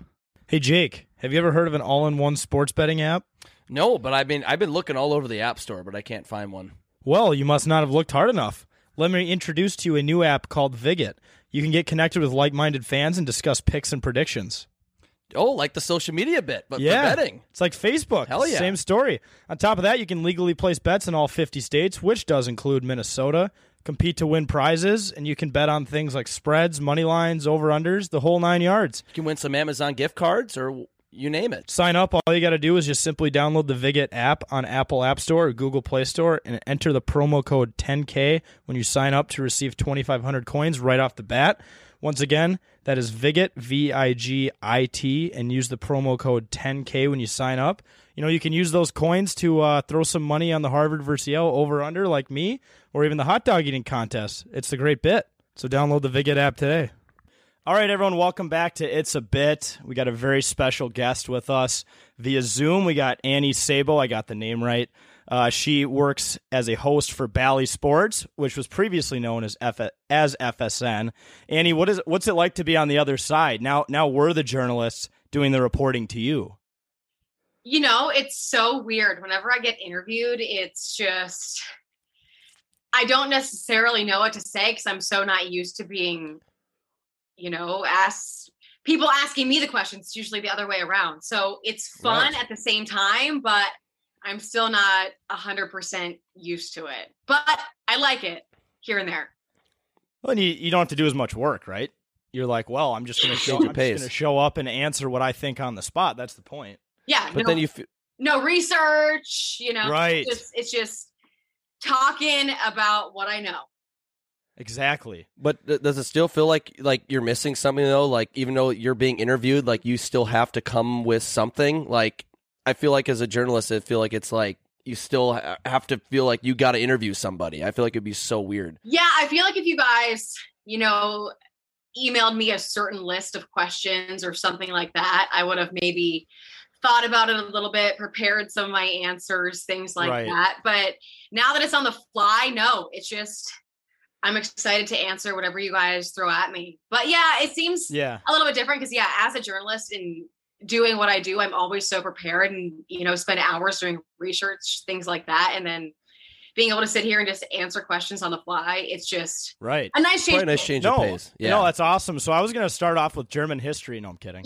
[SPEAKER 1] Hey Jake, have you ever heard of an all-in-one sports betting app?
[SPEAKER 6] No, but I've been I've been looking all over the app store, but I can't find one.
[SPEAKER 1] Well, you must not have looked hard enough. Let me introduce to you a new app called Viget. You can get connected with like-minded fans and discuss picks and predictions.
[SPEAKER 6] Oh, like the social media bit, but for betting.
[SPEAKER 1] It's like Facebook.
[SPEAKER 6] Hell yeah.
[SPEAKER 1] Same story. On top of that, you can legally place bets in all 50 states, which does include Minnesota. Compete to win prizes, and you can bet on things like spreads, money lines, over unders, the whole nine yards.
[SPEAKER 6] You can win some Amazon gift cards or you name it.
[SPEAKER 1] Sign up. All you got to do is just simply download the Viget app on Apple App Store or Google Play Store and enter the promo code 10K when you sign up to receive 2,500 coins right off the bat. Once again, that is Viget, V I G I T, and use the promo code 10K when you sign up. You know, you can use those coins to uh, throw some money on the Harvard versus Yale over under, like me, or even the hot dog eating contest. It's a great bit. So download the Viget app today. All right, everyone, welcome back to It's a Bit. We got a very special guest with us via Zoom. We got Annie Sabo. I got the name right. Uh, she works as a host for Bally Sports, which was previously known as F- as FSN. Annie, what is what's it like to be on the other side? Now, now we're the journalists doing the reporting to you.
[SPEAKER 7] you know, it's so weird. Whenever I get interviewed, it's just I don't necessarily know what to say because I'm so not used to being, you know, asked people asking me the questions. It's usually the other way around. So it's fun at the same time, but I'm still not a hundred percent used to it. But I like it here and there.
[SPEAKER 1] Well, and you, you don't have to do as much work, right? You're like, well, I'm just going to show,
[SPEAKER 6] Change your
[SPEAKER 1] I'm just
[SPEAKER 6] pace.
[SPEAKER 1] gonna show up and answer what I think on the spot. That's the point.
[SPEAKER 7] Yeah.
[SPEAKER 6] But
[SPEAKER 7] no-
[SPEAKER 6] then you f-
[SPEAKER 7] no research, you know.
[SPEAKER 1] Right.
[SPEAKER 7] It's just, it's just talking about what I know.
[SPEAKER 1] Exactly.
[SPEAKER 6] but th- does it still feel like like you're missing something though? Like even though you're being interviewed, like you still have to come with something. Like I feel like as a journalist, I feel like it's like you still ha- have to feel like you got to interview somebody. I feel like it'd be so weird.
[SPEAKER 7] Yeah, I feel like if you guys, you know, emailed me a certain list of questions or something like that, I would have maybe thought about it a little bit, prepared some of my answers, things like
[SPEAKER 1] Right.
[SPEAKER 7] that. But now that it's on the fly, no, it's just I'm excited to answer whatever you guys throw at me. But yeah, it seems
[SPEAKER 1] Yeah.
[SPEAKER 7] a little bit different because yeah as a journalist and doing what i do i'm always so prepared and you know spend hours doing research things like that and then being able to sit here and just answer questions on the fly it's just
[SPEAKER 1] Right.
[SPEAKER 7] a nice
[SPEAKER 6] Quite a
[SPEAKER 7] change
[SPEAKER 6] nice change of pace. Yeah.
[SPEAKER 1] No, that's awesome. So I was going to start off with German history. No, I'm kidding.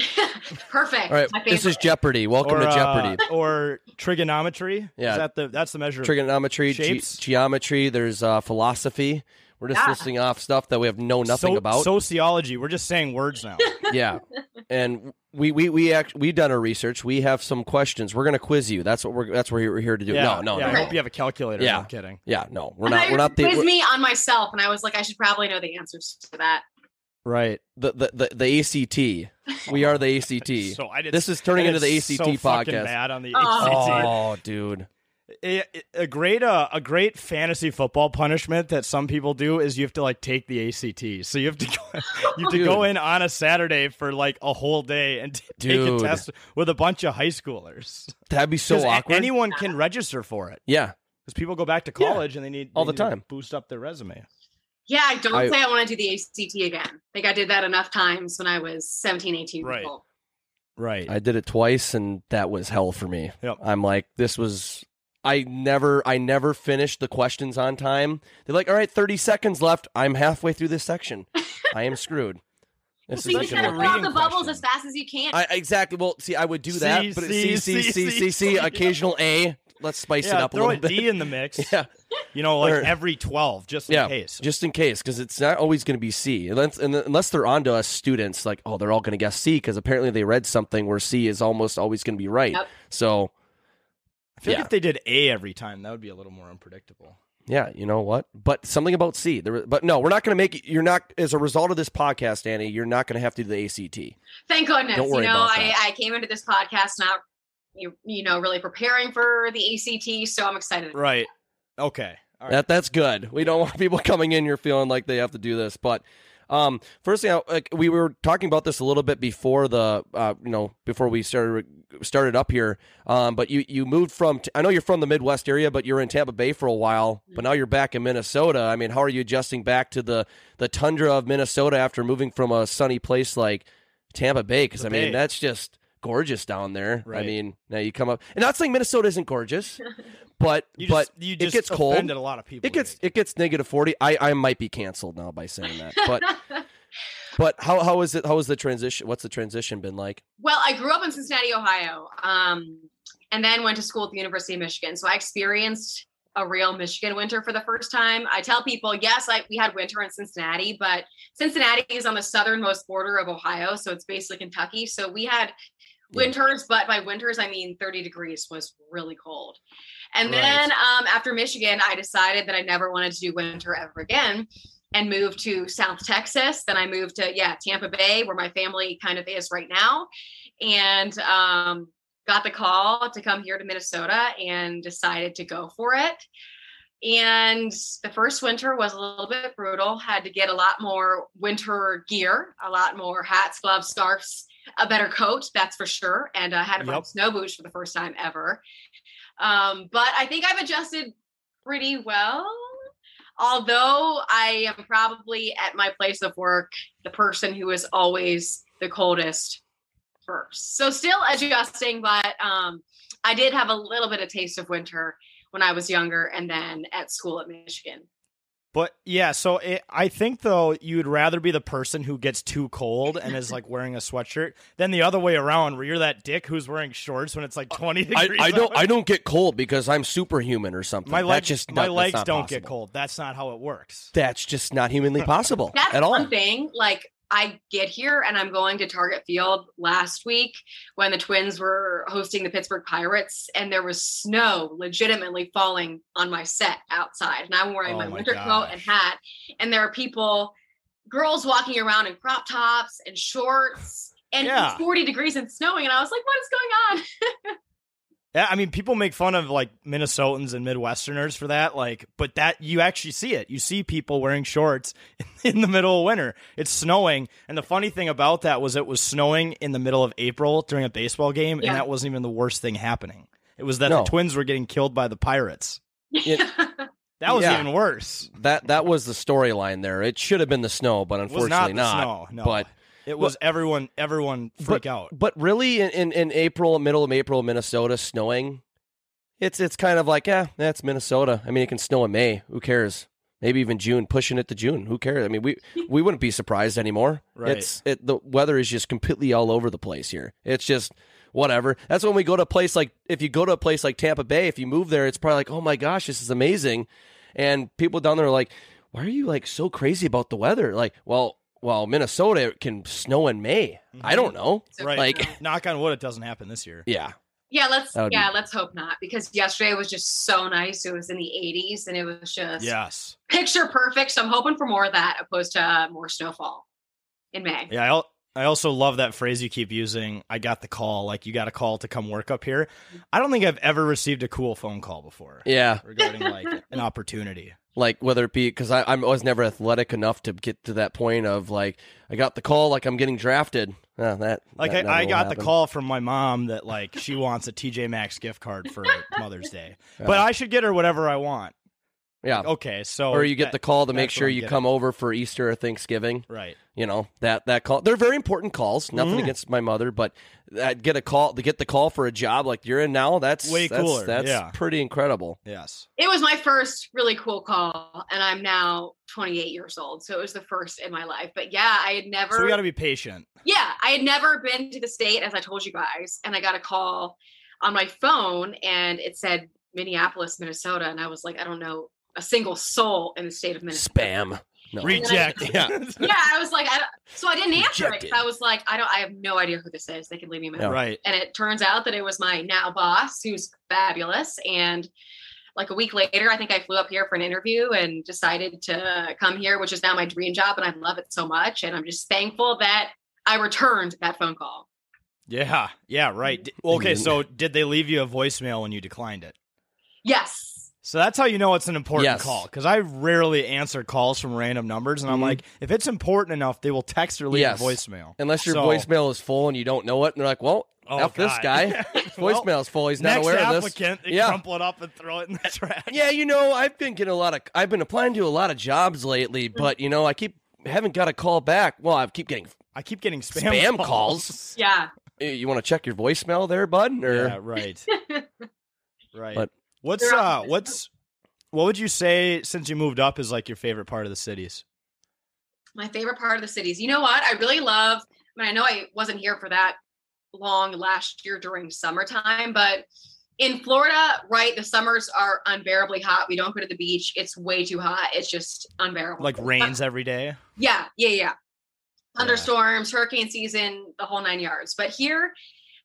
[SPEAKER 7] perfect
[SPEAKER 6] All right.
[SPEAKER 7] My
[SPEAKER 6] This is
[SPEAKER 7] favorite.
[SPEAKER 6] Jeopardy. Welcome
[SPEAKER 1] or,
[SPEAKER 6] to
[SPEAKER 1] uh,
[SPEAKER 6] Jeopardy.
[SPEAKER 1] or trigonometry.
[SPEAKER 6] Yeah.
[SPEAKER 1] Is that the, that's the measure. of-
[SPEAKER 6] Trigonometry, ge-
[SPEAKER 1] Shapes.
[SPEAKER 6] geometry. There's uh, philosophy. We're just
[SPEAKER 7] Yeah.
[SPEAKER 6] listing off stuff that we have know nothing
[SPEAKER 1] So-
[SPEAKER 6] about.
[SPEAKER 1] Sociology. We're just saying words now.
[SPEAKER 6] yeah and we we we act, we done our research we have some questions we're gonna quiz you that's what we're that's what we're here to do
[SPEAKER 1] yeah.
[SPEAKER 6] no no
[SPEAKER 1] yeah,
[SPEAKER 6] no,
[SPEAKER 1] I
[SPEAKER 6] no.
[SPEAKER 1] hope you have a calculator.
[SPEAKER 6] Yeah.
[SPEAKER 1] No, I'm kidding.
[SPEAKER 6] yeah no we're
[SPEAKER 7] I thought
[SPEAKER 6] not
[SPEAKER 7] you
[SPEAKER 6] we're not the,
[SPEAKER 7] quiz
[SPEAKER 6] we're-
[SPEAKER 7] me on myself and i was like i should probably know the answers to that
[SPEAKER 1] Right.
[SPEAKER 6] the, the the the act we are the act
[SPEAKER 1] So I did.
[SPEAKER 6] this is turning
[SPEAKER 1] I
[SPEAKER 6] into
[SPEAKER 1] did
[SPEAKER 6] the act
[SPEAKER 1] so fucking
[SPEAKER 6] podcast
[SPEAKER 1] Bad on the ACT.
[SPEAKER 6] oh dude
[SPEAKER 1] A, a great uh, a great fantasy football punishment that some people do is you have to like take the ACT. So you have to go, you have to go
[SPEAKER 6] Dude.
[SPEAKER 1] in on a Saturday for like a whole day and t- take a
[SPEAKER 6] Dude.
[SPEAKER 1] test with a bunch of high schoolers.
[SPEAKER 6] that'd be so
[SPEAKER 1] 'Cause a-
[SPEAKER 6] awkward
[SPEAKER 1] anyone can register for it
[SPEAKER 6] yeah
[SPEAKER 1] because people go back to
[SPEAKER 6] Yeah.
[SPEAKER 1] college and they need
[SPEAKER 6] All
[SPEAKER 1] they
[SPEAKER 6] the
[SPEAKER 1] need to
[SPEAKER 6] time.
[SPEAKER 1] boost up their resume.
[SPEAKER 7] yeah i don't
[SPEAKER 6] I-
[SPEAKER 7] say i want to do the act again I think i did that enough times when i was 17 18 years
[SPEAKER 1] Right.
[SPEAKER 7] old
[SPEAKER 1] Right.
[SPEAKER 6] i did it twice and that was hell for me
[SPEAKER 1] Yep.
[SPEAKER 6] i'm like this was I never I never finished the questions on time. They're like, "All right, 30 seconds left. I'm halfway through this section. I am screwed." This
[SPEAKER 7] so you
[SPEAKER 6] is
[SPEAKER 7] just gotta
[SPEAKER 6] a
[SPEAKER 7] blow out
[SPEAKER 6] reading
[SPEAKER 7] the bubbles
[SPEAKER 6] question.
[SPEAKER 7] as fast as you can.
[SPEAKER 6] I, exactly. Well, see, I would do that,
[SPEAKER 1] C,
[SPEAKER 6] but it's
[SPEAKER 1] C, C,
[SPEAKER 6] C, C, C, C,
[SPEAKER 1] C,
[SPEAKER 6] C,
[SPEAKER 1] yeah.
[SPEAKER 6] occasional A. Let's spice
[SPEAKER 1] yeah,
[SPEAKER 6] it up a
[SPEAKER 1] throw
[SPEAKER 6] little
[SPEAKER 1] a
[SPEAKER 6] bit.
[SPEAKER 1] D in the mix.
[SPEAKER 6] Yeah.
[SPEAKER 1] You know, like
[SPEAKER 6] Or-
[SPEAKER 1] every 12, just
[SPEAKER 6] yeah,
[SPEAKER 1] in case.
[SPEAKER 6] just in case, because it's not always going to be C, unless and unless they're onto us students. Like, oh, they're all going to guess C because apparently they read something where C is almost always going to be right.
[SPEAKER 7] Yep.
[SPEAKER 6] So,
[SPEAKER 1] I feel like
[SPEAKER 6] yeah.
[SPEAKER 1] if they did A every time, that would be a little more unpredictable.
[SPEAKER 6] yeah, you know what? But something about C. There, but no, we're not going to make. it- You're not as a result of this podcast, Annie. You're not going to have to do the ACT.
[SPEAKER 7] Thank goodness.
[SPEAKER 6] Don't worry
[SPEAKER 7] you know,
[SPEAKER 6] about
[SPEAKER 7] I,
[SPEAKER 6] that.
[SPEAKER 7] I came into this podcast not you, you know, really preparing for the ACT, so I'm excited.
[SPEAKER 1] Right. Okay. All right.
[SPEAKER 6] That that's good. We don't want people coming in here feeling like they have to do this. But um, first thing, I, like, we were talking about this a little bit before the uh, you know before we started started up here. Um, but you you moved from I know you're from the Midwest area, but you're in Tampa Bay for a while.
[SPEAKER 1] Mm-hmm.
[SPEAKER 6] But now you're back in Minnesota. I mean, how are you adjusting back to the the tundra of Minnesota after moving from a sunny place like Tampa Bay? Because
[SPEAKER 1] The
[SPEAKER 6] I mean,
[SPEAKER 1] Bay.
[SPEAKER 6] that's just gorgeous down there. I
[SPEAKER 1] Right.
[SPEAKER 6] mean, now you come up, and not saying Minnesota isn't gorgeous, but
[SPEAKER 1] You
[SPEAKER 6] but
[SPEAKER 1] just, you just
[SPEAKER 6] it gets cold.
[SPEAKER 1] offended a lot of people.
[SPEAKER 6] It gets
[SPEAKER 1] today.
[SPEAKER 6] it gets negative forty. I, I might be canceled now by saying that. But but how how is it? How is the transition? What's the transition been like?
[SPEAKER 7] Well, I grew up in Cincinnati, Ohio, um, and then went to school at the University of Michigan. So I experienced a real Michigan winter for the first time. I tell people, yes, I, we had winter in Cincinnati, but Cincinnati is on the southernmost border of Ohio, so it's basically Kentucky. So we had winters, but by winters I mean 30 degrees was really cold. And
[SPEAKER 1] Right.
[SPEAKER 7] then um, after Michigan, I decided that I never wanted to do winter ever again and moved to South Texas. Then I moved to yeah Tampa Bay, where my family kind of is right now, and um, got the call to come here to Minnesota and decided to go for it. And the first winter was a little bit brutal. Had to get a lot more winter gear, a lot more hats, gloves, scarves, a better coat, that's for sure. And I had to bring
[SPEAKER 1] Yep.
[SPEAKER 7] snow boots for the first time ever. Um, but I think I've adjusted pretty well although I am probably at my place of work the person who is always the coldest first. So still adjusting, but um, I did have a little bit of taste of winter when I was younger and then at school at Michigan.
[SPEAKER 1] But yeah, so it, I think though you'd rather be the person who gets too cold and is like wearing a sweatshirt than the other way around, where you're that dick who's wearing shorts when it's like 20
[SPEAKER 6] Uh, I,
[SPEAKER 1] degrees.
[SPEAKER 6] I don't
[SPEAKER 1] out.
[SPEAKER 6] I don't get cold because I'm superhuman or something.
[SPEAKER 1] My
[SPEAKER 6] That's
[SPEAKER 1] legs,
[SPEAKER 6] just
[SPEAKER 1] my
[SPEAKER 6] not- that's
[SPEAKER 1] legs
[SPEAKER 6] not
[SPEAKER 1] don't get
[SPEAKER 6] possible.
[SPEAKER 1] cold. That's not how it works.
[SPEAKER 6] That's just not humanly possible
[SPEAKER 7] That's
[SPEAKER 6] at all.
[SPEAKER 7] one thing. Like I get here and I'm going to Target Field last week when the Twins were hosting the Pittsburgh Pirates and there was snow legitimately falling on my set outside. And I'm wearing
[SPEAKER 1] Oh
[SPEAKER 7] my,
[SPEAKER 1] my
[SPEAKER 7] winter coat and
[SPEAKER 1] gosh.
[SPEAKER 7] hat. And there are people, girls walking around in crop tops and shorts. And
[SPEAKER 1] Yeah.
[SPEAKER 7] it's 40 degrees and snowing. And I was like, what is going on?
[SPEAKER 1] Yeah, I mean, people make fun of like Minnesotans and Midwesterners for that, like, but that you actually see it. You see people wearing shorts in the middle of winter. It's snowing, and the funny thing about that was it was snowing in the middle of April during a baseball game,
[SPEAKER 7] Yeah.
[SPEAKER 1] and that wasn't even the worst thing happening. It was that
[SPEAKER 6] No.
[SPEAKER 1] the Twins were getting killed by the Pirates. That was
[SPEAKER 6] Yeah.
[SPEAKER 1] even worse.
[SPEAKER 6] That that was the storyline there. It should have been the snow, but
[SPEAKER 1] It was
[SPEAKER 6] unfortunately
[SPEAKER 1] not the snow. No,
[SPEAKER 6] But
[SPEAKER 1] it was everyone. Everyone freak
[SPEAKER 6] but,
[SPEAKER 1] out.
[SPEAKER 6] But really, in, in, in April, middle of April, Minnesota snowing. It's it's kind of like eh, yeah, that's Minnesota. I mean, it can snow in May. Who cares? Maybe even June, pushing it to June. Who cares? I mean, we we wouldn't be surprised anymore.
[SPEAKER 1] Right.
[SPEAKER 6] It's it the weather is just completely all over the place here. It's just whatever. That's when we go to a place like if you go to a place like Tampa Bay, if you move there, it's probably like oh my gosh, this is amazing, and people down there are like, why are you like so crazy about the weather? Like, well, well, Minnesota can snow in May. I
[SPEAKER 1] Mm-hmm.
[SPEAKER 6] don't know.
[SPEAKER 7] So
[SPEAKER 1] Right.
[SPEAKER 6] Like,
[SPEAKER 1] Knock on wood, it doesn't happen this year.
[SPEAKER 6] yeah.
[SPEAKER 7] Yeah, let's
[SPEAKER 6] That would be-
[SPEAKER 7] yeah, let's hope not because yesterday was just so nice. It was in the 80s and it was just
[SPEAKER 1] Yes.
[SPEAKER 7] picture perfect. So I'm hoping for more of that opposed to uh, more snowfall in May.
[SPEAKER 1] Yeah, I, al- I also love that phrase you keep using. I got the call. Like you got a call to come work up here. I don't think I've ever received a cool phone call before
[SPEAKER 6] Yeah.
[SPEAKER 1] regarding like an opportunity.
[SPEAKER 6] Like, whether it be because I, I'm, I was never athletic enough to get to that point of like, I got the call, like I'm getting drafted. Uh, that
[SPEAKER 1] Like
[SPEAKER 6] that never
[SPEAKER 1] I, I
[SPEAKER 6] will
[SPEAKER 1] got the
[SPEAKER 6] happen.
[SPEAKER 1] call from my mom that like she wants a TJ Maxx gift card for Mother's Day, but I should get her whatever I want.
[SPEAKER 6] Yeah.
[SPEAKER 1] Okay, so
[SPEAKER 6] or you get
[SPEAKER 1] Oh, that-
[SPEAKER 6] the call to make
[SPEAKER 1] that's
[SPEAKER 6] sure
[SPEAKER 1] what I'm
[SPEAKER 6] you
[SPEAKER 1] getting
[SPEAKER 6] come over for Easter or Thanksgiving.
[SPEAKER 1] Right.
[SPEAKER 6] You know that that call. They're very important calls. Nothing
[SPEAKER 1] Mhm.
[SPEAKER 6] against my mother, but that get a call to get the call for a job like you're in now. That's
[SPEAKER 1] Way
[SPEAKER 6] that's,
[SPEAKER 1] cooler,
[SPEAKER 6] That's
[SPEAKER 1] yeah.
[SPEAKER 6] pretty incredible.
[SPEAKER 1] Yes.
[SPEAKER 7] It was my first really cool call, and I'm now 28 years old, so it was the first in my life. But yeah, I had never.
[SPEAKER 1] So we got to be patient.
[SPEAKER 7] Yeah, I had never been to the state, as I told you guys, and I got a call on my phone, and it said Minneapolis, Minnesota, and I was like, I don't know a single soul in the state of Minnesota.
[SPEAKER 6] Spam. No.
[SPEAKER 1] Reject.
[SPEAKER 6] Yeah.
[SPEAKER 7] yeah, I was like, I don't, so I didn't answer it.
[SPEAKER 6] Rejected.
[SPEAKER 7] 'cause I was like, I don't, I have no idea who this is. They can leave me a message.
[SPEAKER 6] Yeah.
[SPEAKER 1] Right.
[SPEAKER 7] And it turns out that it was my now boss, who's fabulous. And like a week later, I think I flew up here for an interview and decided to come here, which is now my dream job, and I love it so much. And I'm just thankful that I returned that phone call.
[SPEAKER 1] Yeah. Yeah. Right. D- Okay. So did they leave you a voicemail when you declined it?
[SPEAKER 7] Yes.
[SPEAKER 1] So that's how you know it's an important
[SPEAKER 6] Yes.
[SPEAKER 1] call because I rarely answer calls from random numbers, and I'm like, if it's important enough, they will text or leave
[SPEAKER 6] Mm-hmm. Yes.
[SPEAKER 1] a voicemail.
[SPEAKER 6] Unless your
[SPEAKER 1] So-
[SPEAKER 6] voicemail is full and you don't know it, and they're like, "Well,
[SPEAKER 1] Oh,
[SPEAKER 6] F this
[SPEAKER 1] God.
[SPEAKER 6] guy, His
[SPEAKER 1] Well,
[SPEAKER 6] voicemail's full. He's not
[SPEAKER 1] Next
[SPEAKER 6] aware of this."
[SPEAKER 1] applicant, they
[SPEAKER 6] yeah,
[SPEAKER 1] crumple it up and throw it in the trash.
[SPEAKER 6] yeah. You know, I've been getting a lot of. I've been applying to a lot of jobs lately,
[SPEAKER 1] Mm.
[SPEAKER 6] but you know, I keep haven't got a call back. Well, I keep getting.
[SPEAKER 1] I keep getting spam,
[SPEAKER 6] Spam calls.
[SPEAKER 7] Yeah.
[SPEAKER 6] "Eh, You want to check your voicemail there, bud? Or uh,
[SPEAKER 1] Yeah, right. right.
[SPEAKER 6] But-
[SPEAKER 1] what's
[SPEAKER 7] They're
[SPEAKER 1] uh
[SPEAKER 7] out there.
[SPEAKER 1] what's what would you say since you moved up is like your favorite part of the cities?
[SPEAKER 7] My favorite part of the cities. You know what? I really love, I mean, I know I wasn't here for that long last year during summertime, but in Florida, right, the summers are unbearably hot. We don't go to the beach. It's way too hot. It's just unbearable.
[SPEAKER 1] Like rains every day.
[SPEAKER 7] Yeah, yeah, yeah. Thunderstorms, hurricane season, the whole nine yards. But here,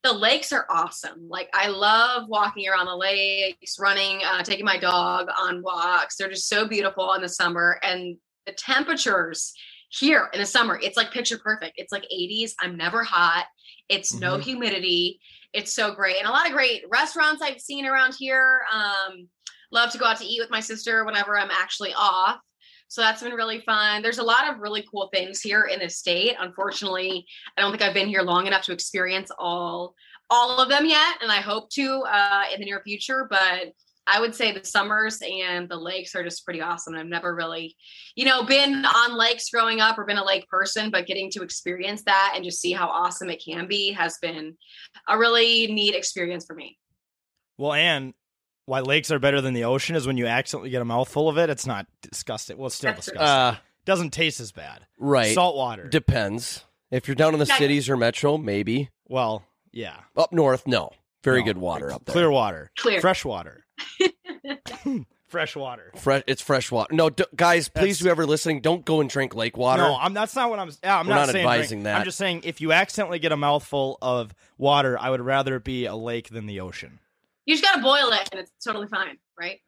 [SPEAKER 7] the lakes are awesome. Like I love walking around the lakes, running, uh, taking my dog on walks. They're just so beautiful in the summer, and the temperatures here in the summer, it's like picture perfect. It's like 80s. I'm never hot. It's no humidity. It's so great, and a lot of great restaurants I've seen around here. Um, love to go out to eat with my sister whenever I'm actually off. So that's been really fun. There's a lot of really cool things here in the state. Unfortunately, I don't think I've been here long enough to experience all all of them yet, and I hope to uh, in the near future. But I would say the summers and the lakes are just pretty awesome. I've never really, you know, been on lakes growing up or been a lake person, but getting to experience that and just see how awesome it can be has been a really neat experience for me.
[SPEAKER 1] Well, and why lakes are better than the ocean is when you accidentally get a mouthful of it, it's not disgusting. Well, it's still
[SPEAKER 7] That's-
[SPEAKER 1] disgusting.
[SPEAKER 6] uh,
[SPEAKER 1] Doesn't taste as bad.
[SPEAKER 6] right?
[SPEAKER 1] Salt water.
[SPEAKER 6] Depends. If you're down in the
[SPEAKER 7] Yeah.
[SPEAKER 6] cities or metro, maybe
[SPEAKER 1] well, yeah.
[SPEAKER 6] up north, no. Very
[SPEAKER 1] No.
[SPEAKER 6] good water up there.
[SPEAKER 1] Clear water.
[SPEAKER 7] Clear.
[SPEAKER 1] Fresh water. Fresh water.
[SPEAKER 6] Fresh, it's fresh water. No, d- guys, please,
[SPEAKER 1] That's-
[SPEAKER 6] whoever listening, don't go and drink lake water.
[SPEAKER 1] No, I'm, that's not what I'm. Yeah, I'm
[SPEAKER 6] We're
[SPEAKER 1] not,
[SPEAKER 6] not
[SPEAKER 1] saying drink.
[SPEAKER 6] advising that.
[SPEAKER 1] I'm just saying if you accidentally get a mouthful of water, I would rather it be a lake than the ocean.
[SPEAKER 7] You just got to boil it, and it's totally fine, right?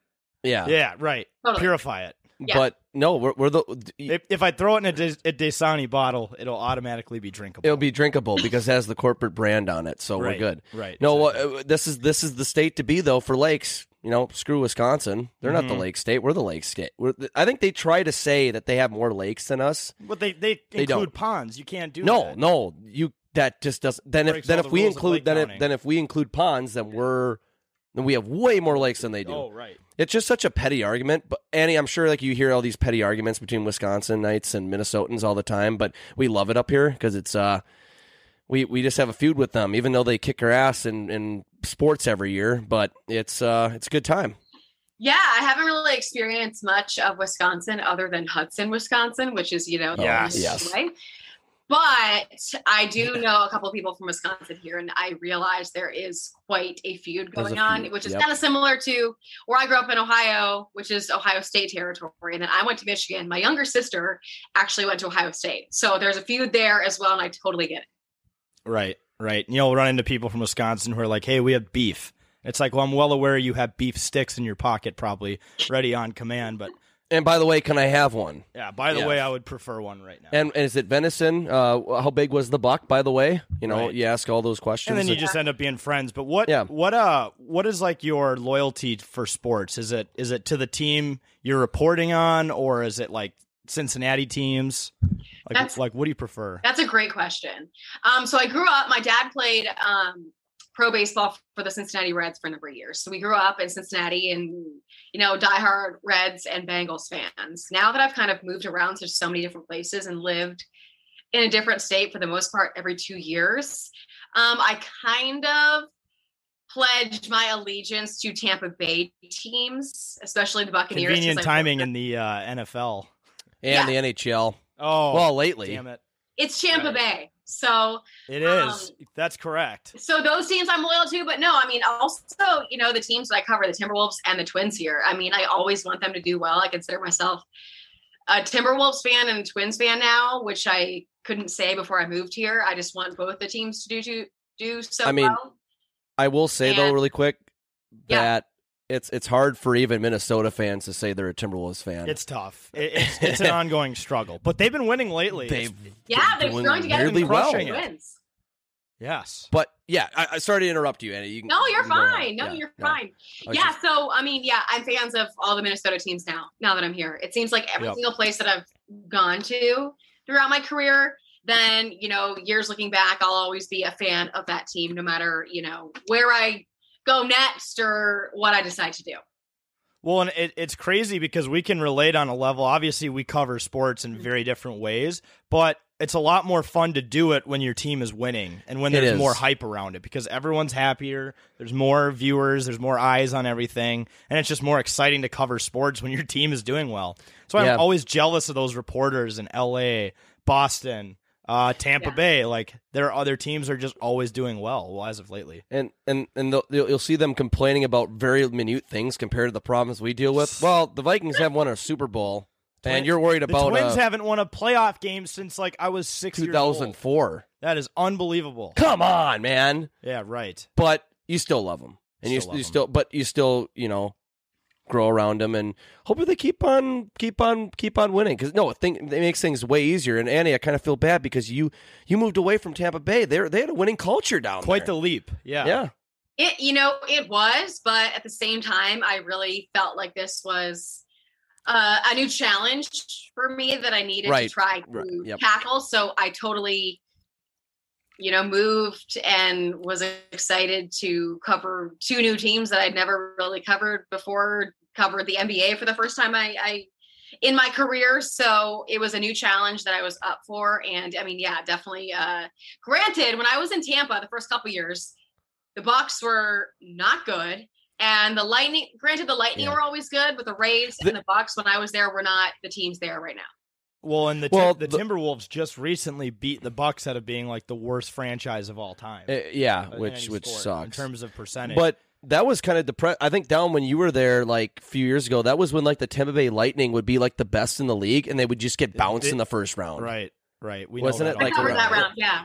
[SPEAKER 6] yeah.
[SPEAKER 1] yeah, right.
[SPEAKER 7] Totally.
[SPEAKER 1] Purify it.
[SPEAKER 7] Yeah.
[SPEAKER 6] but no, we're, we're the.
[SPEAKER 1] If, if I throw it in a, Des- a Dasani bottle, it'll automatically be drinkable.
[SPEAKER 6] It'll be drinkable because it has the corporate brand on it, so
[SPEAKER 1] Right,
[SPEAKER 6] we're good.
[SPEAKER 1] right,
[SPEAKER 6] No,
[SPEAKER 1] exactly.
[SPEAKER 6] uh, this is this is the state to be though for lakes. You know, screw Wisconsin. They're not
[SPEAKER 1] Mm-hmm.
[SPEAKER 6] the lake state. We're the lake state. We're the, I think they try to say that they have more lakes than us.
[SPEAKER 1] But they they, include
[SPEAKER 6] don't.
[SPEAKER 1] ponds. You can't do
[SPEAKER 6] no,
[SPEAKER 1] that.
[SPEAKER 6] no, you that just doesn't. Then if
[SPEAKER 1] Breaks
[SPEAKER 6] then
[SPEAKER 1] all
[SPEAKER 6] if
[SPEAKER 1] the
[SPEAKER 6] we
[SPEAKER 1] rules of Lake
[SPEAKER 6] include then
[SPEAKER 1] County.
[SPEAKER 6] if, then if we include ponds, then we're then we have way more lakes than they do.
[SPEAKER 1] Oh, right.
[SPEAKER 6] It's just such a petty argument. But Annie, I'm sure like you hear all these petty arguments between Wisconsinites and Minnesotans all the time, but we love it up here because it's uh we we just have a feud with them, even though they kick our ass in, in sports every year. But it's uh it's a good time.
[SPEAKER 7] Yeah, I haven't really experienced much of Wisconsin other than Hudson, Wisconsin, which is, you know, the
[SPEAKER 1] Yes.
[SPEAKER 7] east
[SPEAKER 6] Yes.
[SPEAKER 7] way. But I do know a couple of people from Wisconsin here, and I realize there is quite a feud
[SPEAKER 6] There's a
[SPEAKER 7] going on,
[SPEAKER 6] feud,
[SPEAKER 7] which is
[SPEAKER 6] yep.
[SPEAKER 7] kind of similar to where I grew up in Ohio, which is Ohio State territory. And then I went to Michigan. My younger sister actually went to Ohio State. So there's a feud there as well, and I totally get it.
[SPEAKER 1] Right, right. And You'll run into people from Wisconsin who are like, "Hey, we have beef." It's like, well, I'm well aware you have beef sticks in your pocket, probably ready on command. But
[SPEAKER 6] And by the way, can I have one?
[SPEAKER 1] yeah, by the
[SPEAKER 6] Yeah.
[SPEAKER 1] way, I would prefer one right now.
[SPEAKER 6] And, and is it venison? Uh, how big was the buck? By the way, you know,
[SPEAKER 1] Right.
[SPEAKER 6] you ask all those questions.
[SPEAKER 1] and then you
[SPEAKER 6] It-
[SPEAKER 1] just end up being friends. But what
[SPEAKER 6] Yeah.
[SPEAKER 1] what uh what is like your loyalty for sports? Is it is it to the team you're reporting on, or is it like Cincinnati teams? Like
[SPEAKER 7] That's-
[SPEAKER 1] like what do you prefer?
[SPEAKER 7] That's a great question. Um, so I grew up. My dad played um, pro baseball for the Cincinnati Reds for a number of years. So we grew up in Cincinnati and, you know, diehard Reds and Bengals fans. Now that I've kind of moved around to so many different places and lived in a different state for the most part every two years, um, I kind of pledged my allegiance to Tampa Bay teams, especially the Buccaneers. 'cause
[SPEAKER 1] Convenient
[SPEAKER 7] I-
[SPEAKER 1] timing in the uh, NFL.
[SPEAKER 6] and the NHL.
[SPEAKER 1] Oh,
[SPEAKER 6] well, lately.
[SPEAKER 1] Damn it.
[SPEAKER 7] It's Tampa Bay. So
[SPEAKER 1] It is.
[SPEAKER 7] Um,
[SPEAKER 1] That's correct.
[SPEAKER 7] so those teams I'm loyal to, but no, I mean also, you know, the teams that I cover, the Timberwolves and the Twins here. I mean, I always want them to do well. I consider myself a Timberwolves fan and a Twins fan now, which I couldn't say before I moved here. I just want both the teams to do to do so
[SPEAKER 6] I mean,
[SPEAKER 7] well.
[SPEAKER 6] I will say though,
[SPEAKER 7] And-
[SPEAKER 6] really quick,
[SPEAKER 7] Yeah.
[SPEAKER 6] that it's it's hard for even Minnesota fans to say they're a Timberwolves fan.
[SPEAKER 1] It's tough. It- it's, it's an ongoing struggle, but they've been winning lately.
[SPEAKER 6] They've
[SPEAKER 7] Yeah, they're
[SPEAKER 6] doing
[SPEAKER 7] thrown together
[SPEAKER 6] weirdly
[SPEAKER 7] and crushing
[SPEAKER 6] well.
[SPEAKER 7] wins.
[SPEAKER 1] yes.
[SPEAKER 6] but yeah, I, I sorry to interrupt you, Annie. You can-
[SPEAKER 7] No,
[SPEAKER 6] you
[SPEAKER 7] you're
[SPEAKER 6] can go on.
[SPEAKER 7] fine. No,
[SPEAKER 6] Yeah,
[SPEAKER 7] you're
[SPEAKER 6] no.
[SPEAKER 7] fine.
[SPEAKER 6] I was
[SPEAKER 7] yeah,
[SPEAKER 6] just-
[SPEAKER 7] so I mean, yeah, I'm fans of all the Minnesota teams now. Now that I'm here, it seems like every
[SPEAKER 1] Yep.
[SPEAKER 7] single place that I've gone to throughout my career, then you know, years looking back, I'll always be a fan of that team, no matter you know where I go next or what I decide to do.
[SPEAKER 1] Well, and it, it's crazy because we can relate on a level. Obviously, we cover sports in very different ways, but it's a lot more fun to do it when your team is winning and when
[SPEAKER 6] It
[SPEAKER 1] there's
[SPEAKER 6] is.
[SPEAKER 1] more hype around it because everyone's happier. There's more viewers, there's more eyes on everything, and it's just more exciting to cover sports when your team is doing well. So
[SPEAKER 6] Yeah.
[SPEAKER 1] I'm always jealous of those reporters in L.A., Boston, uh, Tampa
[SPEAKER 7] Yeah.
[SPEAKER 1] Bay. Like their other teams are just always doing well. Well, as of lately,
[SPEAKER 6] and and and they'll- you'll you'll see them complaining about very minute things compared to the problems we deal with. Well, the Vikings have won a Super Bowl,
[SPEAKER 1] Twin-
[SPEAKER 6] and you're worried about
[SPEAKER 1] the Twins
[SPEAKER 6] uh,
[SPEAKER 1] haven't won a playoff game since like I was six years old.
[SPEAKER 6] 2004.
[SPEAKER 1] That is unbelievable.
[SPEAKER 6] Come on, man!
[SPEAKER 1] Yeah, right.
[SPEAKER 6] But you still love them, and you,
[SPEAKER 1] Still love
[SPEAKER 6] you
[SPEAKER 1] 'em.
[SPEAKER 6] still, but you still, you know, grow around them, and hopefully they keep on, keep on, keep on winning. Because no, thing it makes things way easier. And Annie, I kind of feel bad because you you moved away from Tampa Bay. They they had a winning culture down
[SPEAKER 1] Quite the
[SPEAKER 6] there.
[SPEAKER 1] leap. Yeah.
[SPEAKER 6] yeah.
[SPEAKER 7] It, you know, it was, but at the same time, I really felt like this was uh, a new challenge for me that I needed
[SPEAKER 6] Right.
[SPEAKER 7] to try to
[SPEAKER 6] Right. Yep.
[SPEAKER 7] tackle. So I totally, you know, moved and was excited to cover two new teams that I'd never really covered before. Covered the NBA for the first time I, I in my career, so it was a new challenge that I was up for. And I mean, yeah, definitely. Uh, granted, when I was in Tampa the first couple years, the Bucks were not good, and the Lightning. Granted, the Lightning
[SPEAKER 6] Yeah.
[SPEAKER 7] were always good, but the Rays and the Bucks when I was there were not the teams there right now.
[SPEAKER 1] Well, and the
[SPEAKER 6] Well,
[SPEAKER 1] the,
[SPEAKER 6] the-
[SPEAKER 1] Timberwolves just recently beat the Bucks out of being like the worst franchise of all time.
[SPEAKER 6] Uh, yeah,
[SPEAKER 1] of
[SPEAKER 6] which
[SPEAKER 1] any
[SPEAKER 6] which
[SPEAKER 1] sport
[SPEAKER 6] sucks.
[SPEAKER 1] in terms of percentage.
[SPEAKER 6] But that was kind of depressed. I think down when you were there, like a few years ago, that was when like the Tampa Bay Lightning would be like the best in the league, and they would just get bounced
[SPEAKER 1] it-
[SPEAKER 6] in the first round.
[SPEAKER 1] right, right. We
[SPEAKER 6] Wasn't
[SPEAKER 1] know
[SPEAKER 6] it
[SPEAKER 1] that
[SPEAKER 7] I
[SPEAKER 6] like
[SPEAKER 1] already.
[SPEAKER 7] covered that
[SPEAKER 6] around-
[SPEAKER 7] round, yeah.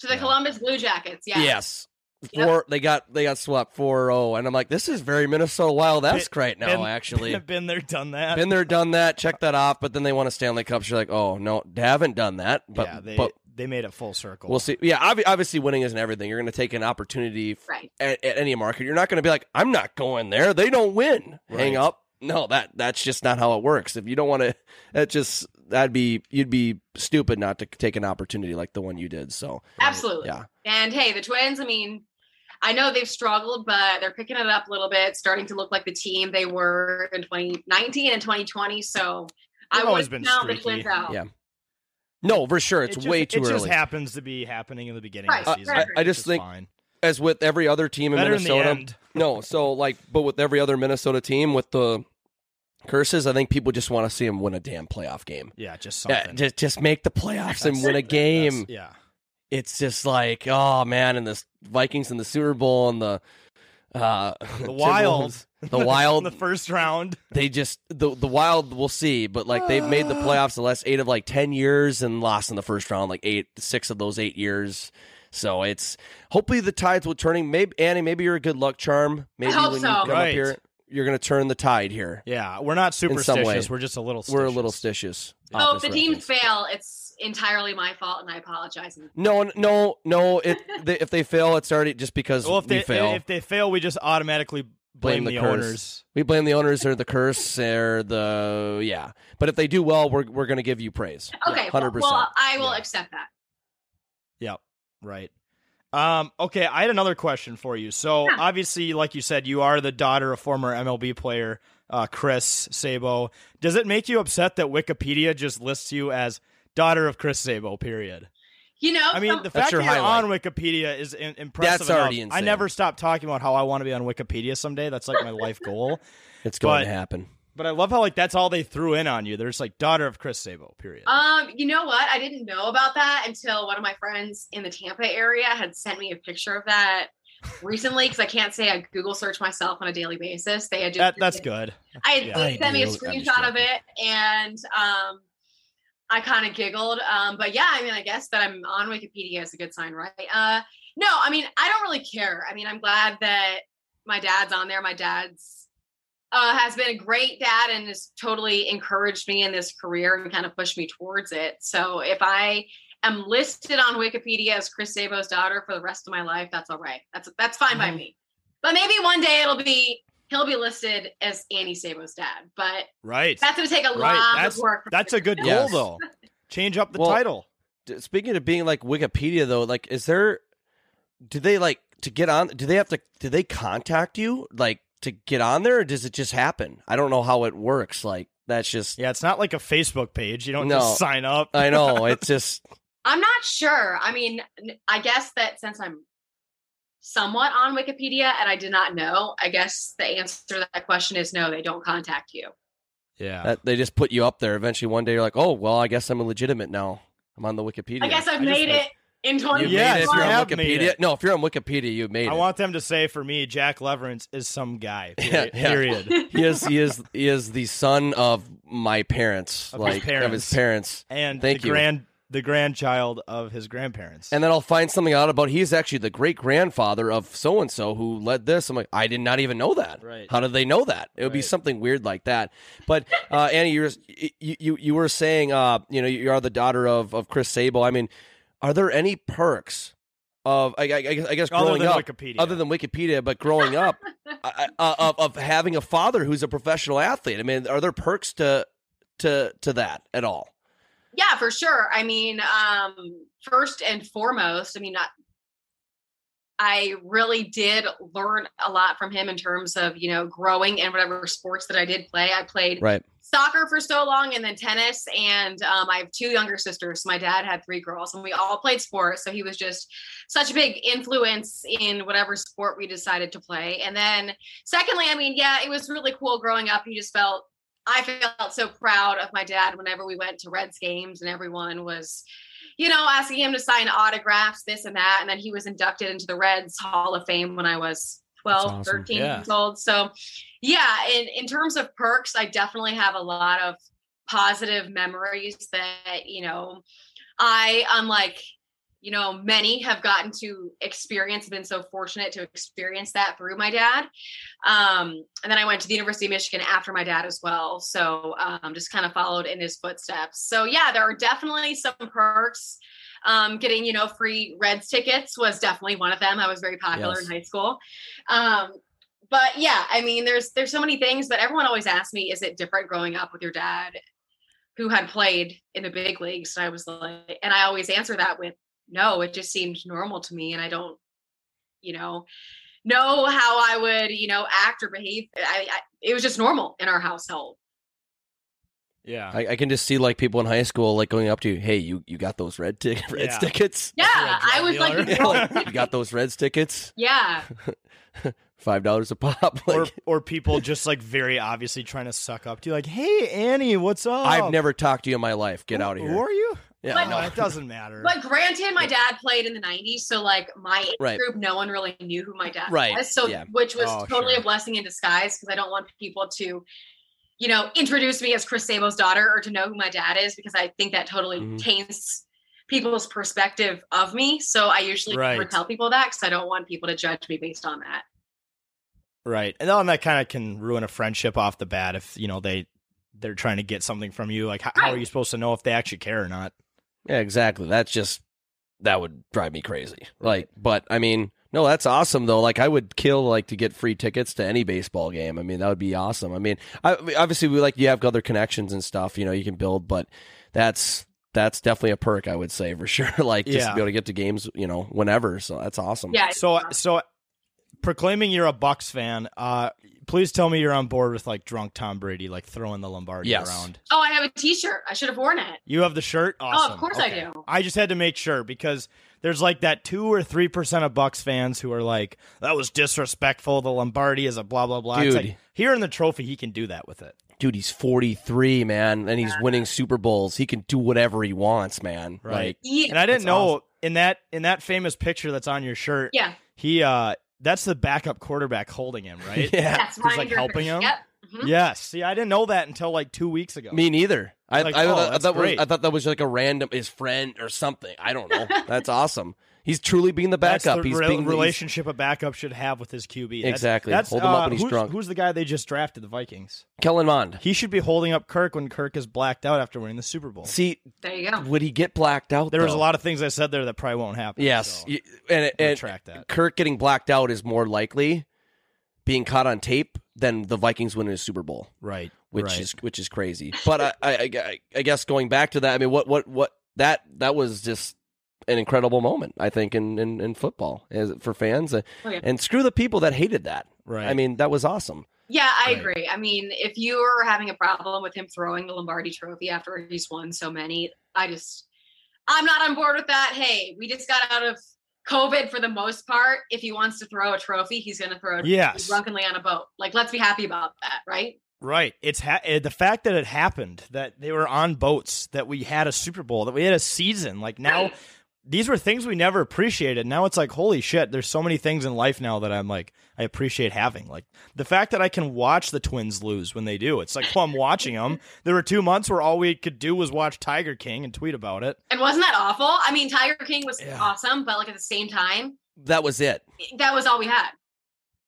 [SPEAKER 7] To the
[SPEAKER 1] Yeah.
[SPEAKER 7] Columbus Blue Jackets, yeah.
[SPEAKER 6] Yes.
[SPEAKER 7] Yep.
[SPEAKER 6] Four, they got they got swept 4-0, and I'm like, this is very Minnesota Wild esque right now.
[SPEAKER 1] Been-
[SPEAKER 6] actually,
[SPEAKER 1] been, there, done that.
[SPEAKER 6] been there, done that, check that off. But then they won a Stanley Cup. so You're like, oh no, they haven't done that. But
[SPEAKER 1] yeah, they
[SPEAKER 6] but
[SPEAKER 1] they made it full circle.
[SPEAKER 6] we'll see. Yeah, obvi- obviously, winning isn't everything. You're going to take an opportunity f-
[SPEAKER 7] Right.
[SPEAKER 6] at, at any market. You're not going to be like, I'm not going there. They don't win. Hang
[SPEAKER 1] Right.
[SPEAKER 6] up. No, that that's just not how it works. If you don't want to, that just that'd be you'd be stupid not to take an opportunity like the one you did. So
[SPEAKER 7] Absolutely.
[SPEAKER 6] yeah,
[SPEAKER 7] And hey, the Twins, I mean, I know they've struggled, but they're picking it up a little bit, starting to look like the team they were in 2019 and 2020. So
[SPEAKER 1] They've
[SPEAKER 7] I
[SPEAKER 1] always been
[SPEAKER 7] wouldn't count the
[SPEAKER 1] streaky.
[SPEAKER 7] Twins out.
[SPEAKER 6] Yeah. no, for sure, it's
[SPEAKER 1] It just-
[SPEAKER 6] way
[SPEAKER 1] It
[SPEAKER 6] too early.
[SPEAKER 1] just happens to be happening in the beginning of the
[SPEAKER 7] Right,
[SPEAKER 1] season.
[SPEAKER 7] right, right.
[SPEAKER 6] I just
[SPEAKER 1] It's
[SPEAKER 6] think
[SPEAKER 1] fine.
[SPEAKER 6] As with every other team in
[SPEAKER 1] better in the
[SPEAKER 6] Minnesota,
[SPEAKER 1] end.
[SPEAKER 6] no. So like, but with every other Minnesota team, with the curses, I think people just want to see them win a damn playoff game.
[SPEAKER 1] Yeah, just
[SPEAKER 6] Yeah,
[SPEAKER 1] something.
[SPEAKER 6] just just make the playoffs and
[SPEAKER 1] That's-
[SPEAKER 6] win a
[SPEAKER 1] that's-
[SPEAKER 6] game.
[SPEAKER 1] Yeah.
[SPEAKER 6] It's just like, oh man, and the Vikings and the Super Bowl and the uh
[SPEAKER 1] The
[SPEAKER 6] Timberwolves,
[SPEAKER 1] Wild.
[SPEAKER 6] the
[SPEAKER 1] In the
[SPEAKER 6] Wild.
[SPEAKER 1] first round.
[SPEAKER 6] they just the the Wild. We'll see, but like they've made the playoffs the last eight of like ten years and lost in the first round like eight six of those eight years. So it's hopefully the tides will turning. Maybe Annie, maybe you're a good luck charm. Maybe
[SPEAKER 7] hope
[SPEAKER 6] when
[SPEAKER 7] so.
[SPEAKER 6] you come up
[SPEAKER 1] Right.
[SPEAKER 6] here, you're gonna turn the tide here.
[SPEAKER 1] Yeah, we're not
[SPEAKER 6] some way.
[SPEAKER 1] superstitious. We're just a little.
[SPEAKER 6] We're a little
[SPEAKER 1] stitious.
[SPEAKER 6] stitious.
[SPEAKER 7] So if Oh, the teams fail, it's entirely my fault, and I apologize. And
[SPEAKER 6] No, n- no, no. It, they, if they fail, it's already just because
[SPEAKER 1] Well, if
[SPEAKER 6] we
[SPEAKER 1] they
[SPEAKER 6] fail.
[SPEAKER 1] if they fail, we just automatically blame, the,
[SPEAKER 6] curse.
[SPEAKER 1] owners.
[SPEAKER 6] We blame the owners or the curse or the yeah. But if they do well, we're we're gonna give you praise.
[SPEAKER 7] Okay, well- uh,
[SPEAKER 6] hundred
[SPEAKER 7] well,
[SPEAKER 6] percent.
[SPEAKER 7] I will
[SPEAKER 1] Yeah.
[SPEAKER 7] accept that.
[SPEAKER 1] Yep. Right. Um, okay, I had another question for you. So obviously, like you said, you are the daughter of former MLB player uh, Chris Sabo. Does it make you upset that Wikipedia just lists you as daughter of Chris Sabo? Period.
[SPEAKER 7] You know,
[SPEAKER 1] I mean,
[SPEAKER 7] some-
[SPEAKER 1] the fact that you're on Wikipedia is in- impressive.
[SPEAKER 6] That's already
[SPEAKER 1] enough. I
[SPEAKER 6] insane.
[SPEAKER 1] never stop talking about how I want to be on Wikipedia someday. That's like my life goal.
[SPEAKER 6] It's going
[SPEAKER 1] But-
[SPEAKER 6] to happen.
[SPEAKER 1] But I love how like that's all they threw in on you. They're just like daughter of Chris Sabo. Period.
[SPEAKER 7] Um, you know what? I didn't know about that until one of my friends in the Tampa area had sent me a picture of that recently because I can't say I Google search myself on a daily basis. They had just
[SPEAKER 1] That, that's good.
[SPEAKER 7] I had
[SPEAKER 1] Yeah.
[SPEAKER 7] they
[SPEAKER 6] I
[SPEAKER 7] sent me a
[SPEAKER 6] knew it. I'm just
[SPEAKER 7] screenshot of it, and um, I kind of giggled. Um, but yeah, I mean, I guess that I'm on Wikipedia is a good sign, right? Uh, no, I mean, I don't really care. I mean, I'm glad that my dad's on there. My dad's uh, has been a great dad and has totally encouraged me in this career and kind of pushed me towards it. So if I am listed on Wikipedia as Chris Sabo's daughter for the rest of my life, that's all right. That's that's fine by me. But maybe one day it'll be he'll be listed as Annie Sabo's dad. But
[SPEAKER 1] Right.
[SPEAKER 7] that's going to take a
[SPEAKER 1] right.
[SPEAKER 7] lot
[SPEAKER 1] That's
[SPEAKER 7] of work.
[SPEAKER 1] that's a good goal
[SPEAKER 6] Yes.
[SPEAKER 1] though. Change up the
[SPEAKER 6] Well,
[SPEAKER 1] title.
[SPEAKER 6] D- Speaking of being like Wikipedia though, like is there do they like to get on do they have to do they contact you like to get on there or does it just happen? I don't know how it works. Like that's just
[SPEAKER 1] Yeah, it's not like a Facebook page. You don't
[SPEAKER 6] No. Uh,
[SPEAKER 1] just sign up.
[SPEAKER 6] I know, it's just
[SPEAKER 7] I'm not sure. I mean, n- I guess that since I'm somewhat on Wikipedia and I did not know, I guess the answer to that question is no, they don't contact you.
[SPEAKER 1] yeah.
[SPEAKER 6] that uh, they just put you up there. Eventually one day you're like, Oh well, I guess I'm illegitimate now. I'm on the Wikipedia.
[SPEAKER 7] I guess I've
[SPEAKER 1] I just-
[SPEAKER 7] made it in
[SPEAKER 6] you
[SPEAKER 7] 2021.
[SPEAKER 1] Yes,
[SPEAKER 6] made it if you're on
[SPEAKER 1] have made
[SPEAKER 6] Wikipedia.
[SPEAKER 1] it.
[SPEAKER 6] No, if you're on Wikipedia, you made
[SPEAKER 1] I
[SPEAKER 6] it.
[SPEAKER 1] want them to say for me, Jack Leverance is some guy.
[SPEAKER 6] Yeah,
[SPEAKER 1] Period.
[SPEAKER 6] yeah.
[SPEAKER 1] period.
[SPEAKER 6] he is he is he is the son of my parents.
[SPEAKER 1] Of his
[SPEAKER 6] like of
[SPEAKER 1] parents.
[SPEAKER 6] his parents.
[SPEAKER 1] And
[SPEAKER 6] Thank
[SPEAKER 1] the
[SPEAKER 6] you.
[SPEAKER 1] grand the grandchild of his grandparents.
[SPEAKER 6] And then I'll find something out about he's actually the great grandfather of so and so who led this. I'm like, I did not even know that.
[SPEAKER 1] Right.
[SPEAKER 6] How did they know that? It would be
[SPEAKER 1] Right.
[SPEAKER 6] something weird like that. But uh, Annie, you were, you, you you were saying, uh, you know, you are the daughter of of Chris Sable. I mean, are there any perks of I, I, I guess I guess
[SPEAKER 1] other
[SPEAKER 6] growing
[SPEAKER 1] than
[SPEAKER 6] up
[SPEAKER 1] Wikipedia.
[SPEAKER 6] other than Wikipedia, but growing up I, I, of of having a father who's a professional athlete? I mean, are there perks to to to that at all?
[SPEAKER 7] Yeah, for sure. I mean, um, first and foremost, I mean, not, I really did learn a lot from him in terms of, you know, growing and whatever sports that I did play. I played
[SPEAKER 6] Right.
[SPEAKER 7] soccer for so long and then tennis. And um, I have two younger sisters. My dad had three girls and we all played sports. So he was just such a big influence in whatever sport we decided to play. And then, secondly, I mean, yeah, it was really cool growing up. You just felt, I felt so proud of my dad whenever we went to Reds games and everyone was. You know, asking him to sign autographs, this and that. And then he was inducted into the Reds Hall of Fame when I was 12,
[SPEAKER 6] That's awesome.
[SPEAKER 7] 13
[SPEAKER 1] Yeah.
[SPEAKER 7] years old. So, yeah in, in terms of perks i definitely have a lot of positive memories that you know i unlike you know many have gotten to experience been so fortunate to experience that through my dad um, and then i went to the university of michigan after my dad as well so um, just kind of followed in his footsteps so yeah there are definitely some perks um, getting you know free reds tickets was definitely one of them i was very popular
[SPEAKER 6] Yes.
[SPEAKER 7] in high school um, but yeah i mean there's there's so many things but everyone always asks me is it different growing up with your dad who had played in the big leagues and i was like and i always answer that with no it just seemed normal to me and i don't you know know how i would you know act or behave i, I it was just normal in our household
[SPEAKER 1] yeah.
[SPEAKER 6] I, I can just see like people in high school like going up to you, hey, you you got those red tick Reds
[SPEAKER 1] Yeah.
[SPEAKER 6] tickets?
[SPEAKER 7] yeah
[SPEAKER 1] drug
[SPEAKER 7] i was like
[SPEAKER 1] dealer.
[SPEAKER 7] you know,
[SPEAKER 6] Like, you got those Reds tickets?
[SPEAKER 7] yeah
[SPEAKER 6] Five dollars a pop. Like,
[SPEAKER 1] or or people just like very obviously trying to suck up to you, like, hey Annie, what's up?
[SPEAKER 6] I've never talked to you in my life. Get
[SPEAKER 1] Who-
[SPEAKER 6] out of
[SPEAKER 1] Who
[SPEAKER 6] here.
[SPEAKER 1] are you?
[SPEAKER 6] Yeah,
[SPEAKER 7] But-
[SPEAKER 1] no,
[SPEAKER 6] no.
[SPEAKER 1] it doesn't matter.
[SPEAKER 7] but granted my dad played in the 90s so like my age
[SPEAKER 6] Right.
[SPEAKER 7] group no one really knew who my dad
[SPEAKER 6] Right,
[SPEAKER 7] was so
[SPEAKER 6] yeah.
[SPEAKER 7] which was
[SPEAKER 1] Oh,
[SPEAKER 7] totally
[SPEAKER 1] sure.
[SPEAKER 7] a blessing in disguise because i don't want people to you know introduce me as chris sabo's daughter or to know who my dad is because i think that totally
[SPEAKER 6] Mhm.
[SPEAKER 7] taints people's perspective of me so i usually never
[SPEAKER 1] Right.
[SPEAKER 7] tell people that because i don't want people to judge me based on that
[SPEAKER 1] Right. And then that kind of can ruin a friendship off the bat if, you know, they they're trying to get something from you. Like how, how are you supposed to know if they actually care or not?
[SPEAKER 6] Yeah, exactly. That's just that would drive me crazy. Like, but I mean, no, that's awesome though. Like, I would kill like to get free tickets to any baseball game. I mean, that would be awesome. I mean, I, obviously, we like you have other connections and stuff. You know, you can build, but that's that's definitely a perk I would say for sure. like just
[SPEAKER 1] Yeah.
[SPEAKER 6] to be able to get to games, you know, whenever. So that's awesome.
[SPEAKER 1] So so proclaiming you're a Bucks fan, uh, please tell me you're on board with like drunk Tom Brady, like throwing the Lombardi
[SPEAKER 6] Yes.
[SPEAKER 1] around.
[SPEAKER 7] Oh, I have a T-shirt. I should have worn it.
[SPEAKER 1] You have the shirt?
[SPEAKER 7] Oh, of
[SPEAKER 1] Awesome.
[SPEAKER 7] course I
[SPEAKER 1] Okay.
[SPEAKER 7] do.
[SPEAKER 1] I just had to make sure because there's like that two or three percent of Bucks fans who are like, that was disrespectful. The Lombardi is a blah blah blah. It's
[SPEAKER 6] Dude.
[SPEAKER 1] like here in the trophy, he can do that with it.
[SPEAKER 6] Dude, he's 43, man, and he's winning Super Bowls. He can do whatever he wants, man.
[SPEAKER 1] Right.
[SPEAKER 6] Like
[SPEAKER 1] and I didn't
[SPEAKER 6] That's
[SPEAKER 1] know
[SPEAKER 6] awesome.
[SPEAKER 1] in that in that famous picture that's on your shirt.
[SPEAKER 7] Yeah.
[SPEAKER 1] He uh that's the backup quarterback holding him, right?
[SPEAKER 6] Yeah.
[SPEAKER 7] That's
[SPEAKER 1] Who's
[SPEAKER 7] Ryan
[SPEAKER 1] like
[SPEAKER 7] Griffin.
[SPEAKER 1] helping him.
[SPEAKER 7] Yep. Mhm.
[SPEAKER 1] Yes. See, I didn't know that until like two weeks ago.
[SPEAKER 6] me neither. I,
[SPEAKER 1] Like,
[SPEAKER 6] I,
[SPEAKER 1] oh,
[SPEAKER 6] I,
[SPEAKER 1] that's
[SPEAKER 6] thought was,
[SPEAKER 1] great.
[SPEAKER 6] I thought that was like a random his friend or something. I don't know. that's awesome. He's truly being the
[SPEAKER 1] That's
[SPEAKER 6] backup.
[SPEAKER 1] the
[SPEAKER 6] he's
[SPEAKER 1] re-
[SPEAKER 6] being
[SPEAKER 1] relationship a backup should have with his QB. That's-
[SPEAKER 6] Exactly.
[SPEAKER 1] That's,
[SPEAKER 6] Hold him up
[SPEAKER 1] uh,
[SPEAKER 6] when he's
[SPEAKER 1] who's,
[SPEAKER 6] drunk.
[SPEAKER 1] Who's the guy they just drafted? The Vikings.
[SPEAKER 6] he's Kellen Mond.
[SPEAKER 1] He should be holding up Kirk when Kirk is blacked out after winning the Super Bowl.
[SPEAKER 6] See,
[SPEAKER 7] There you go.
[SPEAKER 6] would he get blacked out?
[SPEAKER 1] there was a
[SPEAKER 6] though?
[SPEAKER 1] lot of things I said there that probably won't happen.
[SPEAKER 6] Yes,
[SPEAKER 1] so
[SPEAKER 6] y- and
[SPEAKER 1] I
[SPEAKER 6] and
[SPEAKER 1] retract that.
[SPEAKER 6] Kirk getting blacked out is more likely being caught on tape than the Vikings winning a Super Bowl,
[SPEAKER 1] Right.
[SPEAKER 6] which
[SPEAKER 1] right.
[SPEAKER 6] is which is crazy. But I, I I- I guess going back to that, I mean, what what what that that was just an incredible moment, I think, in in, in football as, for fans, Uh,
[SPEAKER 7] Oh, yeah.
[SPEAKER 6] and screw the people that hated that.
[SPEAKER 1] right.
[SPEAKER 6] I mean, that was awesome.
[SPEAKER 7] Yeah, I
[SPEAKER 1] Right.
[SPEAKER 7] agree. I mean, if you are having a problem with him throwing the Lombardi Trophy after he's won so many, I just, I'm not on board with that. Hey, we just got out of COVID for the most part. If he wants to throw a trophy, he's going to throw it
[SPEAKER 1] Yes.
[SPEAKER 7] drunkenly on a boat. Like, let's be happy about that, right?
[SPEAKER 1] Right. It's ha- eh, the fact that it happened that they were on boats, that we had a Super Bowl, that we had a season. Like now,
[SPEAKER 7] Right.
[SPEAKER 1] these were things we never appreciated. Now it's like, holy shit, there's so many things in life now that I'm like, I appreciate having. Like the fact that I can watch the Twins lose when they do. It's like, well, I'm watching them. There were two months where all we could do was watch Tiger King and tweet about it.
[SPEAKER 7] And wasn't that awful? I mean, Tiger King was
[SPEAKER 6] Yeah.
[SPEAKER 7] awesome, but like at the same time,
[SPEAKER 6] That was it.
[SPEAKER 7] that was all we had.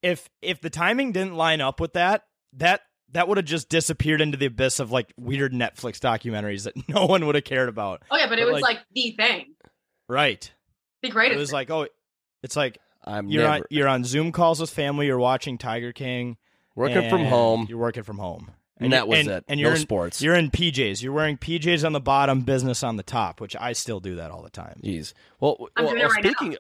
[SPEAKER 1] If if the timing didn't line up with that, that that would have just disappeared into the abyss of like weird Netflix documentaries that no one would have cared about.
[SPEAKER 7] Oh yeah, but, it
[SPEAKER 1] But,
[SPEAKER 7] was
[SPEAKER 1] like-
[SPEAKER 7] like, the thing,
[SPEAKER 1] Right.
[SPEAKER 7] the greatest.
[SPEAKER 1] it was like oh it's like
[SPEAKER 6] I'm
[SPEAKER 1] you're
[SPEAKER 6] never
[SPEAKER 1] on you're on zoom calls with family you're watching tiger king
[SPEAKER 6] working from
[SPEAKER 1] and
[SPEAKER 6] home,
[SPEAKER 1] you're working from home
[SPEAKER 6] and that
[SPEAKER 1] you-
[SPEAKER 6] was it.
[SPEAKER 1] and
[SPEAKER 6] No
[SPEAKER 1] you're in,
[SPEAKER 6] sports.
[SPEAKER 1] you're in pjs you're wearing pjs on the bottom business on the top which i still do that all the time
[SPEAKER 6] Jeez. Well, w-
[SPEAKER 7] I'm
[SPEAKER 6] well,
[SPEAKER 7] doing it
[SPEAKER 6] well,
[SPEAKER 7] right now.
[SPEAKER 6] speaking.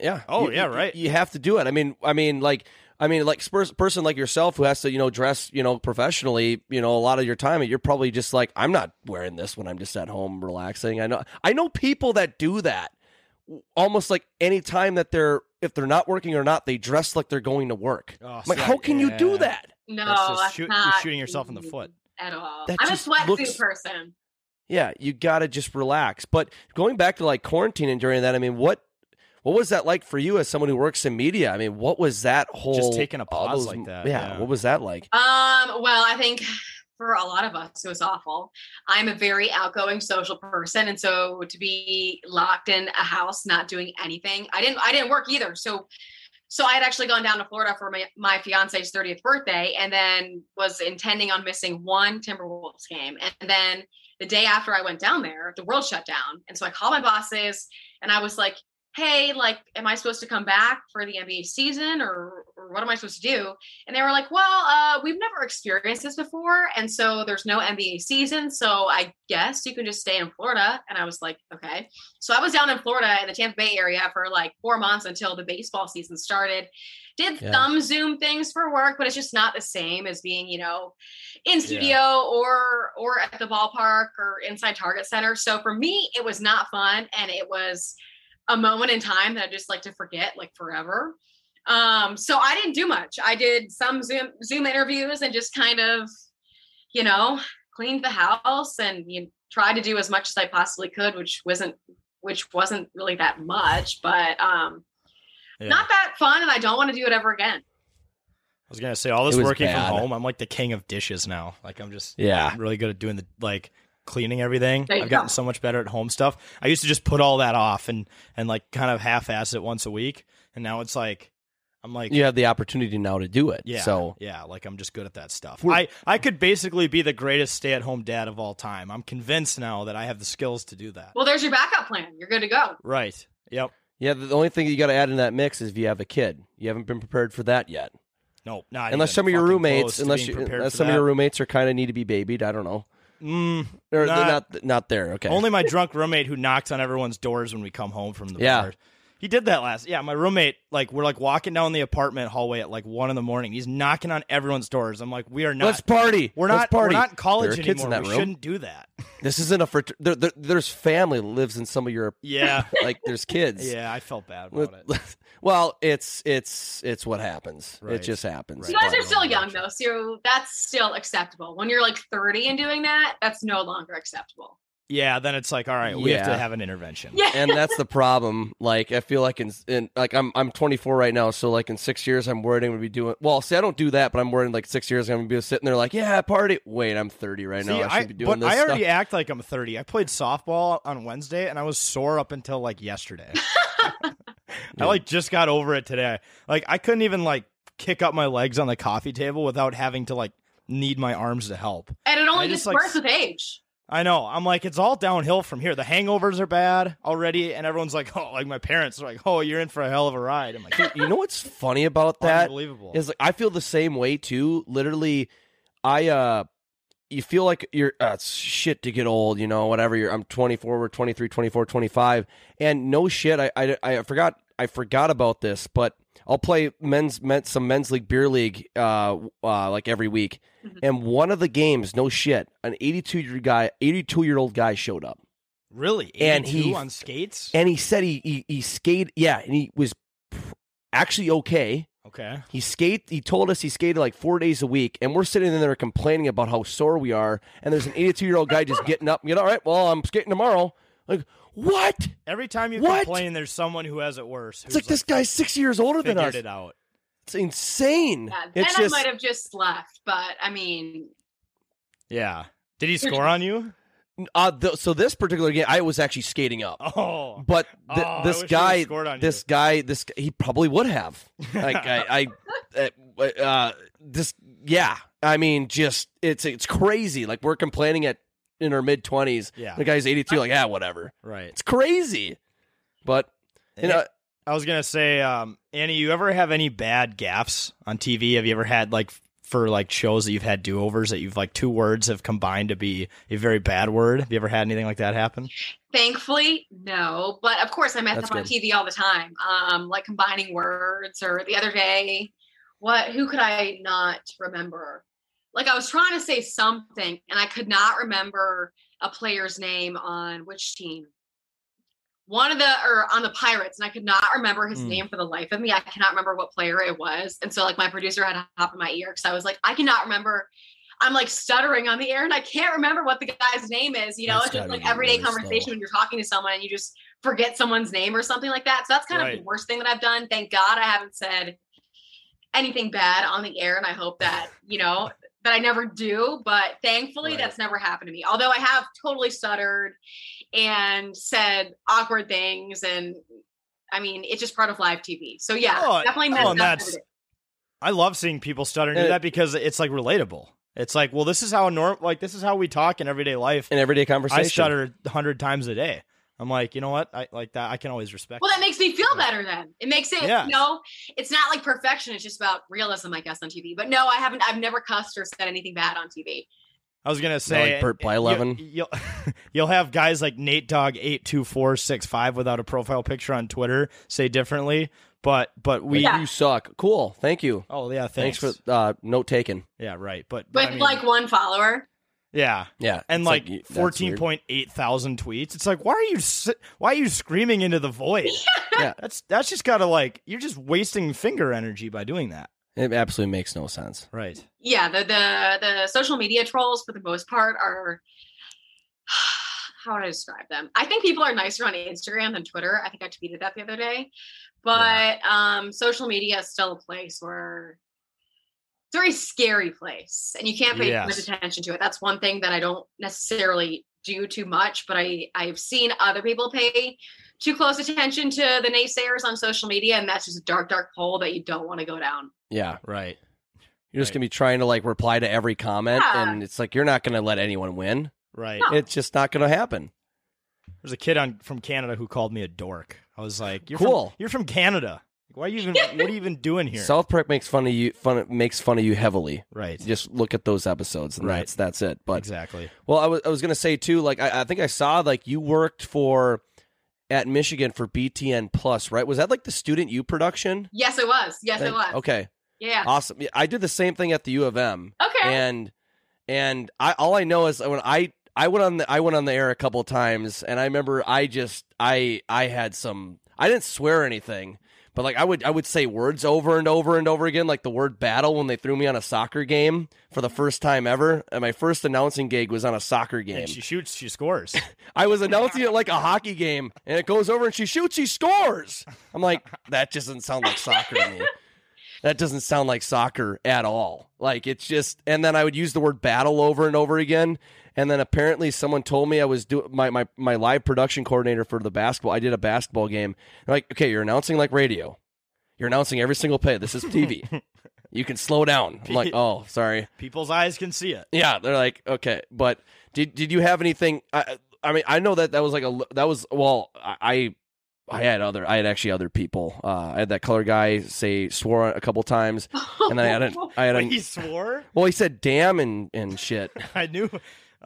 [SPEAKER 6] Yeah.
[SPEAKER 1] Oh,
[SPEAKER 6] You-
[SPEAKER 1] yeah,
[SPEAKER 6] you-
[SPEAKER 1] right.
[SPEAKER 6] You have to do it. I mean, I mean, like, I mean, like, spurs, person like yourself who has to, you know, dress, you know, professionally, you know, a lot of your time, and you're probably just like, I'm not wearing this when I'm just at home relaxing. I know, I know people that do that w- almost like any time that they're if they're not working or not, they dress like they're going to work.
[SPEAKER 1] Oh,
[SPEAKER 6] I'm like,
[SPEAKER 1] see,
[SPEAKER 6] how
[SPEAKER 1] I-
[SPEAKER 6] can you do
[SPEAKER 1] yeah.
[SPEAKER 6] that?
[SPEAKER 7] no,
[SPEAKER 1] That's just
[SPEAKER 7] that's
[SPEAKER 1] shoot- you're
[SPEAKER 7] not
[SPEAKER 1] shooting yourself in the foot.
[SPEAKER 7] at all.
[SPEAKER 6] That
[SPEAKER 7] I'm a
[SPEAKER 6] just
[SPEAKER 7] sweatsuit
[SPEAKER 6] looks-
[SPEAKER 7] person.
[SPEAKER 6] Yeah, you gotta just relax. But going back to like quarantine and during that, I mean, what what was that like for you as someone who works in media? I mean, what was that whole
[SPEAKER 1] taking a
[SPEAKER 6] all
[SPEAKER 1] pause like that,
[SPEAKER 6] Yeah,
[SPEAKER 1] yeah.
[SPEAKER 6] what was that like?
[SPEAKER 7] Um, well, I think for a lot of us, it was awful. I'm a very outgoing social person, and so to be locked in a house, not doing anything, I didn't. I didn't work either, so. So I had actually gone down to Florida for my, my fiance's 30th birthday and then was intending on missing one Timberwolves game. And then the day after I went down there, the world shut down. And so I called my bosses and I was like, hey, like, am I supposed to come back for the NBA season or, or what am I supposed to do? And they were like, well, uh, we've never experienced this before. And so there's no NBA season. So I guess you can just stay in Florida. And I was like, okay. So I was down in Florida in the Tampa Bay area for like four months until the baseball season started. Did
[SPEAKER 6] Yeah.
[SPEAKER 7] some Zoom things for work, but it's just not the same as being, you know, in studio or or at the ballpark or inside Target Center. So for me, it was not fun and it was a moment in time that I just like to forget like forever. Um, so I didn't do much. I did some Zoom Zoom interviews and just kind of, you know, cleaned the house and you know, tried to do as much as I possibly could, which wasn't which wasn't really that much, but um
[SPEAKER 1] Yeah.
[SPEAKER 7] not that fun and I don't want to do it ever again.
[SPEAKER 1] i was gonna say all this
[SPEAKER 6] It was
[SPEAKER 1] working
[SPEAKER 6] bad.
[SPEAKER 1] from home i'm like the king of dishes now like i'm just
[SPEAKER 6] Yeah.
[SPEAKER 1] I'm really good at doing the like cleaning everything.
[SPEAKER 7] There you
[SPEAKER 1] I've gotten
[SPEAKER 7] go.
[SPEAKER 1] so much better at home stuff. I used to just put all that off and and like kind of half ass it once a week, and now it's like I'm like
[SPEAKER 6] You have the opportunity now to do it.
[SPEAKER 1] yeah,
[SPEAKER 6] So
[SPEAKER 1] yeah, like I'm just good at that stuff.
[SPEAKER 6] We're-
[SPEAKER 1] I I could basically be the greatest stay at home dad of all time. I'm convinced now that I have the skills to do that.
[SPEAKER 7] Well, there's your backup plan. You're good to go.
[SPEAKER 1] right. Yep.
[SPEAKER 6] yeah, the the only thing you gotta add in that mix is if you have a kid. You haven't been prepared for that yet.
[SPEAKER 1] No, not
[SPEAKER 6] unless
[SPEAKER 1] even
[SPEAKER 6] some of your
[SPEAKER 1] fucking
[SPEAKER 6] roommates
[SPEAKER 1] close to
[SPEAKER 6] unless
[SPEAKER 1] being
[SPEAKER 6] you,
[SPEAKER 1] prepared
[SPEAKER 6] unless
[SPEAKER 1] for
[SPEAKER 6] some of
[SPEAKER 1] that.
[SPEAKER 6] your roommates are kinda need to be babied. I don't know.
[SPEAKER 1] Mm,
[SPEAKER 6] Or they're
[SPEAKER 1] Nah.
[SPEAKER 6] not not there. Okay.
[SPEAKER 1] Only my drunk roommate who knocks on everyone's doors when we come home from the
[SPEAKER 6] Yeah.
[SPEAKER 1] bar. He did that last. Yeah, my roommate, like we're like walking down the apartment hallway at like one in the morning. He's knocking on everyone's doors. I'm like, we are not.
[SPEAKER 6] Let's party.
[SPEAKER 1] We're
[SPEAKER 6] Let's
[SPEAKER 1] not.
[SPEAKER 6] party.
[SPEAKER 1] We're not in college
[SPEAKER 6] There are kids
[SPEAKER 1] anymore.
[SPEAKER 6] in that
[SPEAKER 1] we
[SPEAKER 6] room.
[SPEAKER 1] shouldn't do that.
[SPEAKER 6] This isn't a frat- there, there, there's family lives in some of your
[SPEAKER 1] Yeah.
[SPEAKER 6] like there's kids.
[SPEAKER 1] yeah, I felt bad
[SPEAKER 6] Let-
[SPEAKER 1] about it.
[SPEAKER 6] let- Well, it's it's it's what happens. It
[SPEAKER 1] Right.
[SPEAKER 6] just happens.
[SPEAKER 7] You guys are still young though, so that's still acceptable. When you're like 30 and doing that, that's no longer acceptable.
[SPEAKER 1] Yeah, then it's like, all right, we have to
[SPEAKER 6] Yeah.
[SPEAKER 1] have an intervention.
[SPEAKER 7] Yeah.
[SPEAKER 6] and that's the problem. Like I feel like in, in like I'm I'm 24 right now, so like in six years I'm worried I'm gonna be doing well. See, I don't do that, but I'm worried in, like six years I'm gonna be sitting there like, yeah, party. Wait, I'm 30 right now.
[SPEAKER 1] See,
[SPEAKER 6] I should be doing
[SPEAKER 1] but
[SPEAKER 6] this.
[SPEAKER 1] I already
[SPEAKER 6] stuff.
[SPEAKER 1] act like I'm 30. I played softball on Wednesday and I was sore up until like yesterday. I like just got over it today. Like I couldn't even like kick up my legs on the coffee table without having to like need my arms to help.
[SPEAKER 7] And it only
[SPEAKER 1] I
[SPEAKER 7] gets
[SPEAKER 1] just, like,
[SPEAKER 7] worse with age.
[SPEAKER 1] I know. I'm like it's all downhill from here. The hangovers are bad already and everyone's like, "Oh, like my parents are like, "Oh, you're in for a hell of a ride." I'm like,
[SPEAKER 6] Dude, you know what's funny about that?
[SPEAKER 1] Unbelievable.
[SPEAKER 6] Is like I feel the same way too. Literally, I uh you feel like you're uh, it's shit to get old, you know, whatever. You're I'm 24, we're 23, 24, 25. And no shit, I I, I forgot I forgot about this, but I'll play men's men, some men's league beer league uh, uh like every week. And one of the games, no shit, an 82 year guy, 82 year old guy showed up.
[SPEAKER 1] "Really?
[SPEAKER 6] And
[SPEAKER 1] 82
[SPEAKER 6] he-
[SPEAKER 1] on skates?"
[SPEAKER 6] And he said he he, he skated, yeah, and he was actually okay.
[SPEAKER 1] okay.
[SPEAKER 6] He skate. He told us he skated like four days a week, and we're sitting in there complaining about how sore we are. And there's an 82 year old guy just getting up. and You know, all right. Well, I'm skating tomorrow. Like what?
[SPEAKER 1] Every time you
[SPEAKER 6] What?
[SPEAKER 1] complain there's someone who has it worse.
[SPEAKER 6] It's like,
[SPEAKER 1] who's,
[SPEAKER 6] this guy's six years older than
[SPEAKER 1] figured
[SPEAKER 6] us.
[SPEAKER 1] it out.
[SPEAKER 6] It's insane.
[SPEAKER 7] Yeah. Then
[SPEAKER 6] It's
[SPEAKER 7] I
[SPEAKER 6] just
[SPEAKER 7] might have just left, but I mean,
[SPEAKER 1] Yeah. Did he score on you?
[SPEAKER 6] uh, th- so this particular game, I was actually skating up.
[SPEAKER 1] Oh.
[SPEAKER 6] But th-
[SPEAKER 1] Oh, I wish
[SPEAKER 6] this
[SPEAKER 1] he would've
[SPEAKER 6] guy,
[SPEAKER 1] scored on
[SPEAKER 6] this
[SPEAKER 1] you.
[SPEAKER 6] guy, this he probably would have. Like I, I uh, uh, this, yeah. I mean, just it's it's crazy. Like we're complaining at in our mid twenties.
[SPEAKER 1] Yeah.
[SPEAKER 6] the guy's eighty two. Like ah, whatever.
[SPEAKER 1] Right.
[SPEAKER 6] It's crazy. But you know,
[SPEAKER 1] I was gonna say, um, Annie, you ever have any bad gaffes on TV? Have you ever had like for like shows that you've had do overs that you've like two words have combined to be a very bad word? Have you ever had anything like that happen?
[SPEAKER 7] thankfully, no. But of course, I mess
[SPEAKER 6] That's
[SPEAKER 7] up on
[SPEAKER 6] good.
[SPEAKER 7] TV all the time, um, like combining words. Or the other day, what? Who could I not remember? Like I was trying to say something, and I could not remember a player's name on which team. One of the or on the Pirates, and I could not remember his
[SPEAKER 6] Hmm.
[SPEAKER 1] Mm.
[SPEAKER 7] name for the life of me. I cannot remember what player it was, and so like my producer had to hop in my ear because I was like, I cannot remember. I'm like stuttering on the air, and I can't remember what the guy's name is. You know,
[SPEAKER 6] That's
[SPEAKER 7] it's just
[SPEAKER 6] gotta
[SPEAKER 7] like
[SPEAKER 6] be
[SPEAKER 7] everyday
[SPEAKER 6] worse, though.
[SPEAKER 7] conversation when you're talking to someone and you just forget someone's name or something like that. So that's kind of
[SPEAKER 1] Right.
[SPEAKER 7] the worst thing that I've done. Thank God I haven't said anything bad on the air, and I hope that you know that I never do. But thankfully,
[SPEAKER 1] Right.
[SPEAKER 7] that's never happened to me. Although I have totally stuttered and said awkward things, and I mean, it's just part of live TV. So yeah,
[SPEAKER 1] Oh,
[SPEAKER 7] definitely
[SPEAKER 1] oh, and
[SPEAKER 7] messed up.
[SPEAKER 1] that's-
[SPEAKER 7] everything.
[SPEAKER 1] I love seeing people stutter and do
[SPEAKER 6] Uh,
[SPEAKER 1] that because it's like relatable. It's like, well, this is how norm like this is how we talk in everyday life.
[SPEAKER 6] in everyday
[SPEAKER 1] I
[SPEAKER 6] conversation,
[SPEAKER 1] stutter a hundred times a day. I'm like, you know what? I like that. I can always respect.
[SPEAKER 7] Well,
[SPEAKER 1] it.
[SPEAKER 7] that makes me feel better then. It makes it,
[SPEAKER 1] Yeah.
[SPEAKER 7] you know, it's not like perfection. It's just about realism, I guess, on TV. But no, I haven't, I've never cussed or said anything bad on TV.
[SPEAKER 1] I was gonna say
[SPEAKER 6] like Bert
[SPEAKER 1] you-
[SPEAKER 6] Blyleven.
[SPEAKER 1] You'll, you'll have guys like Nate Dog eight two four six five without a profile picture on Twitter say differently, but but we.
[SPEAKER 6] Like,
[SPEAKER 7] Yeah.
[SPEAKER 6] you suck. Cool. Thank you.
[SPEAKER 1] Oh yeah, thanks.
[SPEAKER 6] Thanks, for uh, note taken.
[SPEAKER 1] yeah right, but, but
[SPEAKER 7] With
[SPEAKER 1] I mean,
[SPEAKER 7] like one follower.
[SPEAKER 1] yeah,
[SPEAKER 6] Yeah,
[SPEAKER 1] and
[SPEAKER 6] it's
[SPEAKER 1] like
[SPEAKER 6] y- that's weird.
[SPEAKER 1] fourteen point eight thousand tweets. It's like why are you si- why are you screaming into the void?
[SPEAKER 6] Yeah.
[SPEAKER 1] that's that's just gotta like you're just wasting finger energy by doing that.
[SPEAKER 6] It absolutely makes no sense.
[SPEAKER 1] Right.
[SPEAKER 7] Yeah, the the the social media trolls for the most part are how would I describe them? I think people are nicer on Instagram than Twitter. I think I tweeted that the other day. But um social media is still a place where it's a very scary place and you can't pay too
[SPEAKER 1] Yes.
[SPEAKER 7] much attention to it. That's one thing that I don't necessarily do too much, but I I've seen other people pay too close attention to the naysayers on social media and that's just a dark dark hole that you don't want to go down.
[SPEAKER 6] Yeah,
[SPEAKER 1] Right.
[SPEAKER 6] you're just
[SPEAKER 1] Right.
[SPEAKER 6] gonna be trying to like reply to every comment,
[SPEAKER 7] Yeah.
[SPEAKER 6] and it's like you're not gonna let anyone win.
[SPEAKER 1] Right.
[SPEAKER 7] No.
[SPEAKER 6] It's just not gonna happen.
[SPEAKER 1] There's a kid on from Canada who called me a dork. I was like, you're
[SPEAKER 6] Cool.
[SPEAKER 1] From, you're from Canada. Why are you even? what are you even doing here?
[SPEAKER 6] South Park makes fun of you. Fun makes fun of you heavily.
[SPEAKER 1] Right.
[SPEAKER 6] Just look at those episodes, and
[SPEAKER 1] Right.
[SPEAKER 6] that's that's it. But
[SPEAKER 1] exactly.
[SPEAKER 6] Well, I was I was gonna say too. Like I, I think I saw like you worked for at Michigan for BTN Plus, right? Was that like the student U production?
[SPEAKER 7] Yes, it was. Yes, it
[SPEAKER 6] Thank-
[SPEAKER 7] was.
[SPEAKER 6] Okay.
[SPEAKER 7] Yeah.
[SPEAKER 6] Awesome. Yeah, I did the same thing at the U of M.
[SPEAKER 7] Okay.
[SPEAKER 6] And and I all I know is when I I went on the I went on the air a couple times and I remember I just I I had some I didn't swear or anything. But like I would I would say words over and over and over again like the word battle when they threw me on a soccer game for the first time ever and my first announcing gig was on a soccer game.
[SPEAKER 1] And she shoots, she scores.
[SPEAKER 6] I was announcing it like a hockey game, and it goes over and she shoots, she scores. I'm like, that doesn't sound like soccer to me. That doesn't sound like soccer at all. Like it's just, and then I would use the word battle over and over again. And then apparently someone told me I was doing my, my my live production coordinator for the basketball. I did a basketball game. They're like, okay, you're announcing like radio. You're announcing every single play. This is TV. you can slow down. I'm like, oh, sorry.
[SPEAKER 1] People's eyes can see it.
[SPEAKER 6] Yeah, they're like, okay, but did did you have anything? I, I mean, I know that that was like a l- that was well, I I had other I had actually other people. Uh, I had that color guy say swore a couple times, and then I had an, I had
[SPEAKER 1] Wait,
[SPEAKER 6] an,
[SPEAKER 1] he swore.
[SPEAKER 6] well, he said damn and and shit.
[SPEAKER 1] I knew.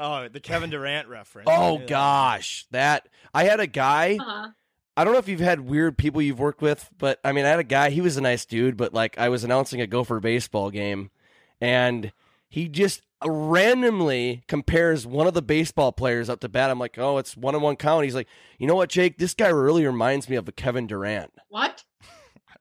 [SPEAKER 1] Oh, the Kevin Durant reference.
[SPEAKER 6] Oh
[SPEAKER 1] Yeah.
[SPEAKER 6] gosh, that I had a guy.
[SPEAKER 7] Uh-huh.
[SPEAKER 6] I don't know if you've had weird people you've worked with, but I mean, I had a guy. He was a nice dude, but like I was announcing a Gopher baseball game, and he just randomly compares one of the baseball players up to bat. I'm like, oh, it's one on one count. He's like, you know what, Jake? This guy really reminds me of a Kevin Durant.
[SPEAKER 7] What?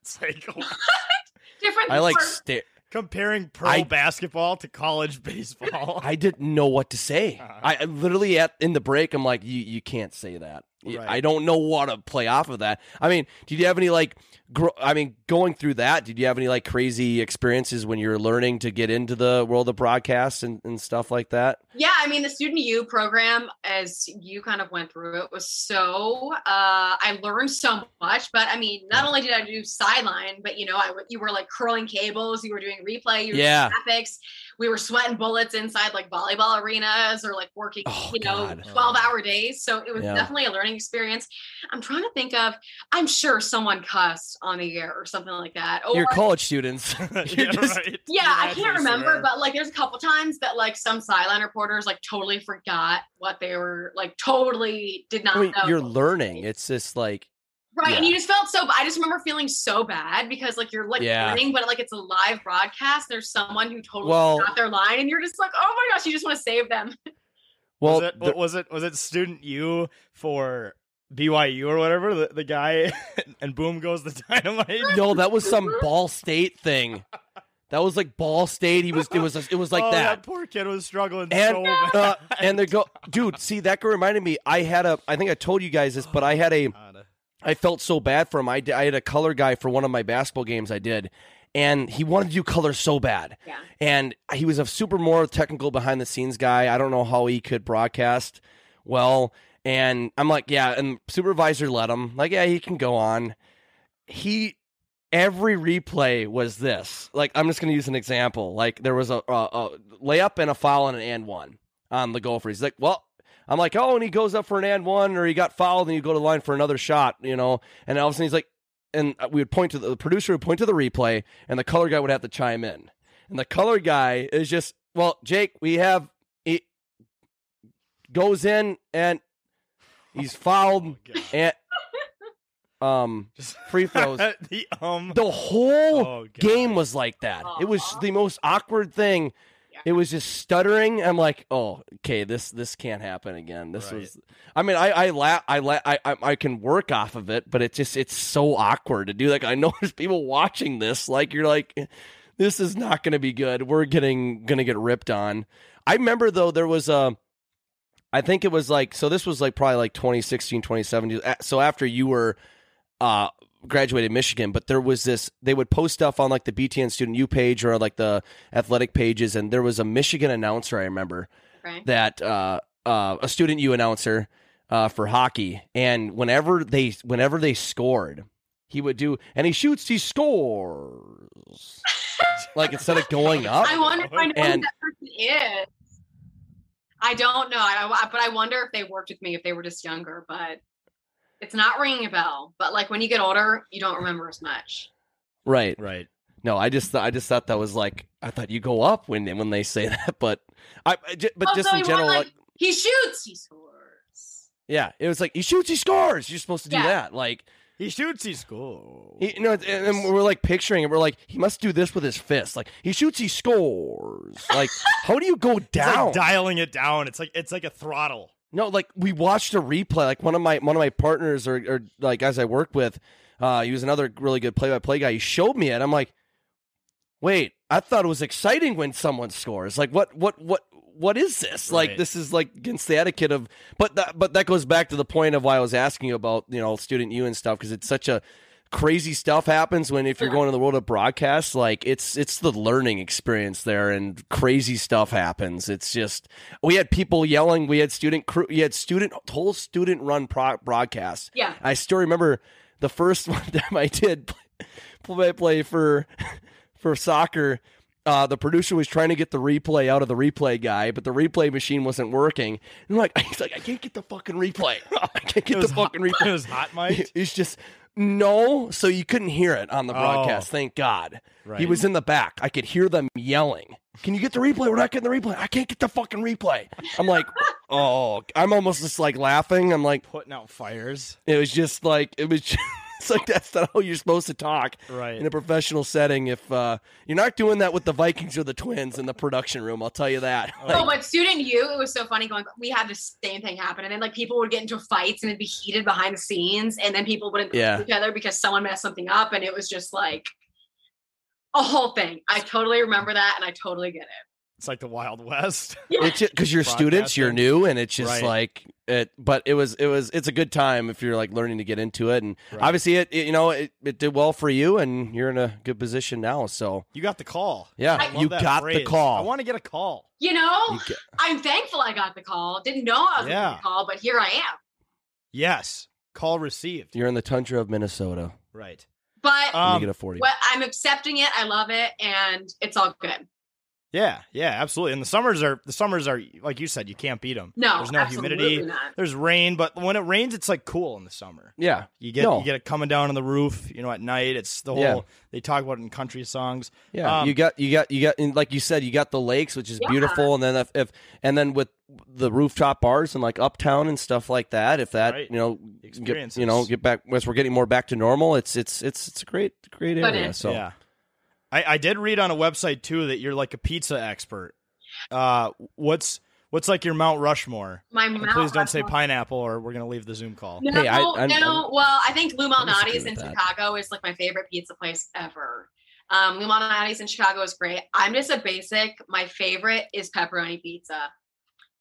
[SPEAKER 1] It's like
[SPEAKER 7] Different.
[SPEAKER 6] I like
[SPEAKER 7] sport.
[SPEAKER 6] stare.
[SPEAKER 1] comparing pro
[SPEAKER 6] I-
[SPEAKER 1] basketball to college baseball.
[SPEAKER 6] I didn't know what to say. I I literally at in the break, I'm like, you you can't say that. Y-
[SPEAKER 1] Right.
[SPEAKER 6] I don't know what to play off of that. I mean, did you have any like, gr- I mean, going through that, did you have any like crazy experiences when you were learning to get into the world of broadcast and, and stuff like that?
[SPEAKER 7] Yeah, I mean the student E U program, as you kind of went through it, was so uh, I learned so much. But I mean, not only did I do sideline, but you know, I w- you were like curling cables, you were doing replay, you were
[SPEAKER 6] Yeah.
[SPEAKER 7] doing graphics. We were sweating bullets inside like volleyball arenas or like working,
[SPEAKER 6] Oh,
[SPEAKER 7] you know,
[SPEAKER 6] God.
[SPEAKER 7] twelve hour days. So it was
[SPEAKER 6] Yeah.
[SPEAKER 7] definitely a learning experience. I'm trying to think of. I'm sure someone cussed on the air or something like that. Or
[SPEAKER 6] Your college students. You're just-
[SPEAKER 1] right. You
[SPEAKER 7] yeah, I
[SPEAKER 1] actually
[SPEAKER 7] can't remember,
[SPEAKER 1] swear.
[SPEAKER 7] but like there's a couple times that like some sideline reporters like totally forgot what they were like totally did not
[SPEAKER 6] I mean,
[SPEAKER 7] know.
[SPEAKER 6] you're learning. It's just like,
[SPEAKER 7] right. And
[SPEAKER 6] yeah.
[SPEAKER 7] you just felt so I just remember feeling so bad because like you're like
[SPEAKER 6] Yeah.
[SPEAKER 7] learning, but like it's a live broadcast. There's someone who totally
[SPEAKER 6] Well-
[SPEAKER 7] forgot their line and you're just like, oh my gosh, you just want to save them.
[SPEAKER 6] well,
[SPEAKER 1] was it,
[SPEAKER 6] there-
[SPEAKER 1] was it was it student U for BYU or whatever? The, the guy and boom goes the dynamite.
[SPEAKER 6] no, that was some Ball State thing. That was like Ball State. He was it was it was like
[SPEAKER 1] Oh,
[SPEAKER 6] that.
[SPEAKER 1] poor kid was struggling so
[SPEAKER 6] and
[SPEAKER 1] bad.
[SPEAKER 6] uh, and they go, dude. See, that guy reminded me. I had a. I think I told you guys this, but I had a. I felt so bad for him. I, d- I had a color guy for one of my basketball games I did, and he wanted to do color so bad.
[SPEAKER 7] Yeah.
[SPEAKER 6] And he was a super more technical behind the scenes guy. I don't know how he could broadcast well. And I'm like, yeah. And supervisor let him. Like, yeah, he can go on. He every replay was this. Like, I'm just going to use an example. Like, there was a, a, a layup and a foul and an and one on the goal for. He's like, well, I'm like, oh, and he goes up for an and one, or he got fouled, and you go to the line for another shot, you know. And all of a sudden, he's like, and we would point to the, the producer would point to the replay, and the color guy would have to chime in. And the color guy is just, well, Jake, we have he goes in and he's
[SPEAKER 1] Oh,
[SPEAKER 6] fouled and um free throws.
[SPEAKER 1] the um.
[SPEAKER 6] The whole
[SPEAKER 1] Oh, God.
[SPEAKER 6] game was like that. It was the most awkward thing. It was just stuttering. I'm like, oh, okay, this this can't happen again. This
[SPEAKER 1] Right.
[SPEAKER 6] was. I mean, I I la- I, la- I I I can work off of it, but it just it's so awkward to do. Like I know there's people watching this. Like you're like, this is not going to be good. We're getting gonna get ripped on. I remember though there was a. I think it was like so this was like probably like 2016 2017 A- uh, so after you were uh graduated Michigan but there was this they would post stuff on like the BTN student U page or like the athletic pages and there was a Michigan announcer I remember
[SPEAKER 7] Okay.
[SPEAKER 6] that uh, uh, a student U announcer uh, for hockey, and whenever they whenever they scored, he would do, and he shoots, he scores. like instead of going up,
[SPEAKER 7] I wonder if I know who
[SPEAKER 6] And-
[SPEAKER 7] that person is. I don't know, I, I- but I wonder if they worked with me if they were just younger. But it's not ringing a bell. But like when you get older, you don't remember as much.
[SPEAKER 6] Right.
[SPEAKER 1] Right.
[SPEAKER 6] No, I just I just thought that was like I thought you go up when when they say that, but I, I ju- but
[SPEAKER 7] Oh,
[SPEAKER 6] just
[SPEAKER 7] so he
[SPEAKER 6] in
[SPEAKER 7] won,
[SPEAKER 6] general,
[SPEAKER 7] like,
[SPEAKER 6] like,
[SPEAKER 7] he shoots, he scores.
[SPEAKER 6] yeah, it was like he shoots, he scores. You're supposed to do
[SPEAKER 7] Yeah.
[SPEAKER 6] that, like
[SPEAKER 1] He shoots, he scores.
[SPEAKER 6] he, you know, and, and we're like picturing it. We're like he must do this with his fist, like he shoots, he scores. Like how do you go
[SPEAKER 1] It's
[SPEAKER 6] down?
[SPEAKER 1] like dialing it down. It's like it's like a throttle.
[SPEAKER 6] No, like we watched a replay. Like one of my one of my partners or, or like guys I work with, uh, he was another really good play by play guy. He showed me it. I'm like, wait, I thought it was exciting when someone scores. Like what what what what is this? Like
[SPEAKER 1] Right.
[SPEAKER 6] this is like against the etiquette of. But that but that goes back to the point of why I was asking you about you know student you and stuff because it's such a crazy stuff happens when if you're going to the world of broadcast like it's it's the learning experience there and crazy stuff happens it's just we had people yelling we had student crew we had student whole student run pro- broadcast
[SPEAKER 7] Yeah.
[SPEAKER 6] i still remember the first one time i did play by play for for soccer uh, the producer was trying to get the replay out of the replay guy, but the replay machine wasn't working. And I'm like, he's like, I can't get the fucking replay. I can't get
[SPEAKER 1] It
[SPEAKER 6] the
[SPEAKER 1] was hot-
[SPEAKER 6] fucking replay.
[SPEAKER 1] It was hot, Mike.
[SPEAKER 6] It's just no, so you couldn't hear it on the broadcast. Thank God. He
[SPEAKER 1] Oh. Right.
[SPEAKER 6] was in the back. I could hear them yelling. Can you get the replay? We're not getting the replay. I can't get the fucking replay. I'm like, oh, I'm almost just like laughing. I'm like,
[SPEAKER 1] Putting out fires.
[SPEAKER 6] it was just like it was. Just, it's like that's not how you're supposed to talk
[SPEAKER 1] Right.
[SPEAKER 6] in a professional setting. If uh, you're not doing that with the Vikings or the Twins in the production room, I'll tell you that.
[SPEAKER 7] Oh, but student you, it was so funny going. We had the same thing happen, and then like people would get into fights, and it'd be heated behind the scenes, and then people wouldn't talk
[SPEAKER 6] Yeah.
[SPEAKER 7] to each other because someone messed something up, and it was just like a whole thing. I totally remember that, and I totally get it.
[SPEAKER 1] It's like the Wild West.
[SPEAKER 6] it's because you're students, you're
[SPEAKER 1] Broadcasting.
[SPEAKER 6] new, and it's just
[SPEAKER 1] Right.
[SPEAKER 6] like it. But it was, it was, it's a good time if you're like learning to get into it, and
[SPEAKER 1] Right.
[SPEAKER 6] obviously, it, it- you know, it, it did well for you, and you're in a good position now. So
[SPEAKER 1] You got the call.
[SPEAKER 6] yeah,
[SPEAKER 7] I
[SPEAKER 1] Love
[SPEAKER 6] you
[SPEAKER 1] that
[SPEAKER 6] got the
[SPEAKER 1] phrase. I
[SPEAKER 6] call.
[SPEAKER 1] want to get a call.
[SPEAKER 7] You know,
[SPEAKER 6] You get-
[SPEAKER 7] I'm thankful I got the call. Didn't know I was gonna
[SPEAKER 1] Yeah.
[SPEAKER 7] get the call, but here I am.
[SPEAKER 1] Yes. Call received.
[SPEAKER 6] you're in the tundra of Minnesota.
[SPEAKER 1] Right.
[SPEAKER 7] But
[SPEAKER 6] and
[SPEAKER 1] Um,
[SPEAKER 6] you get a forty.
[SPEAKER 7] what, I'm accepting it. I love it, and it's all good.
[SPEAKER 1] Yeah, yeah, absolutely. And the summers are the summers are like you said, you can't beat them.
[SPEAKER 7] No,
[SPEAKER 1] there's no
[SPEAKER 7] absolutely
[SPEAKER 1] humidity.
[SPEAKER 7] not.
[SPEAKER 1] There's rain, but when it rains, it's like cool in the summer.
[SPEAKER 6] Yeah,
[SPEAKER 1] You get
[SPEAKER 6] No.
[SPEAKER 1] you get it coming down on the roof. You know, at night, it's the whole.
[SPEAKER 6] Yeah.
[SPEAKER 1] They talk about it in country songs.
[SPEAKER 6] Yeah,
[SPEAKER 1] Um,
[SPEAKER 6] you got you got you got and like you said, you got the lakes, which is
[SPEAKER 7] Yeah.
[SPEAKER 6] beautiful, and then if, if and then with the rooftop bars and like uptown and stuff like that, if that
[SPEAKER 1] Right.
[SPEAKER 6] you know get,
[SPEAKER 1] Experiences.
[SPEAKER 6] you know get back as we're getting more back to normal, it's it's it's it's a great great
[SPEAKER 7] But
[SPEAKER 6] area.
[SPEAKER 7] it-
[SPEAKER 6] So
[SPEAKER 1] yeah, I, I did read on a website too that you're like a pizza expert. Uh, what's what's like your Mount Rushmore?
[SPEAKER 7] My
[SPEAKER 1] And
[SPEAKER 7] mouth.
[SPEAKER 1] please don't say
[SPEAKER 7] Rushmore-
[SPEAKER 1] pineapple, or we're gonna leave the Zoom call.
[SPEAKER 7] No,
[SPEAKER 6] Hey, I-
[SPEAKER 7] no.
[SPEAKER 6] I'm- I'm-
[SPEAKER 7] well, I think Lou
[SPEAKER 6] disagree
[SPEAKER 7] Malnati's
[SPEAKER 6] with
[SPEAKER 7] in
[SPEAKER 6] that.
[SPEAKER 7] Chicago is like my favorite pizza place ever. Um, Lou Malnati's in Chicago is great. I'm just a basic. My favorite is pepperoni pizza.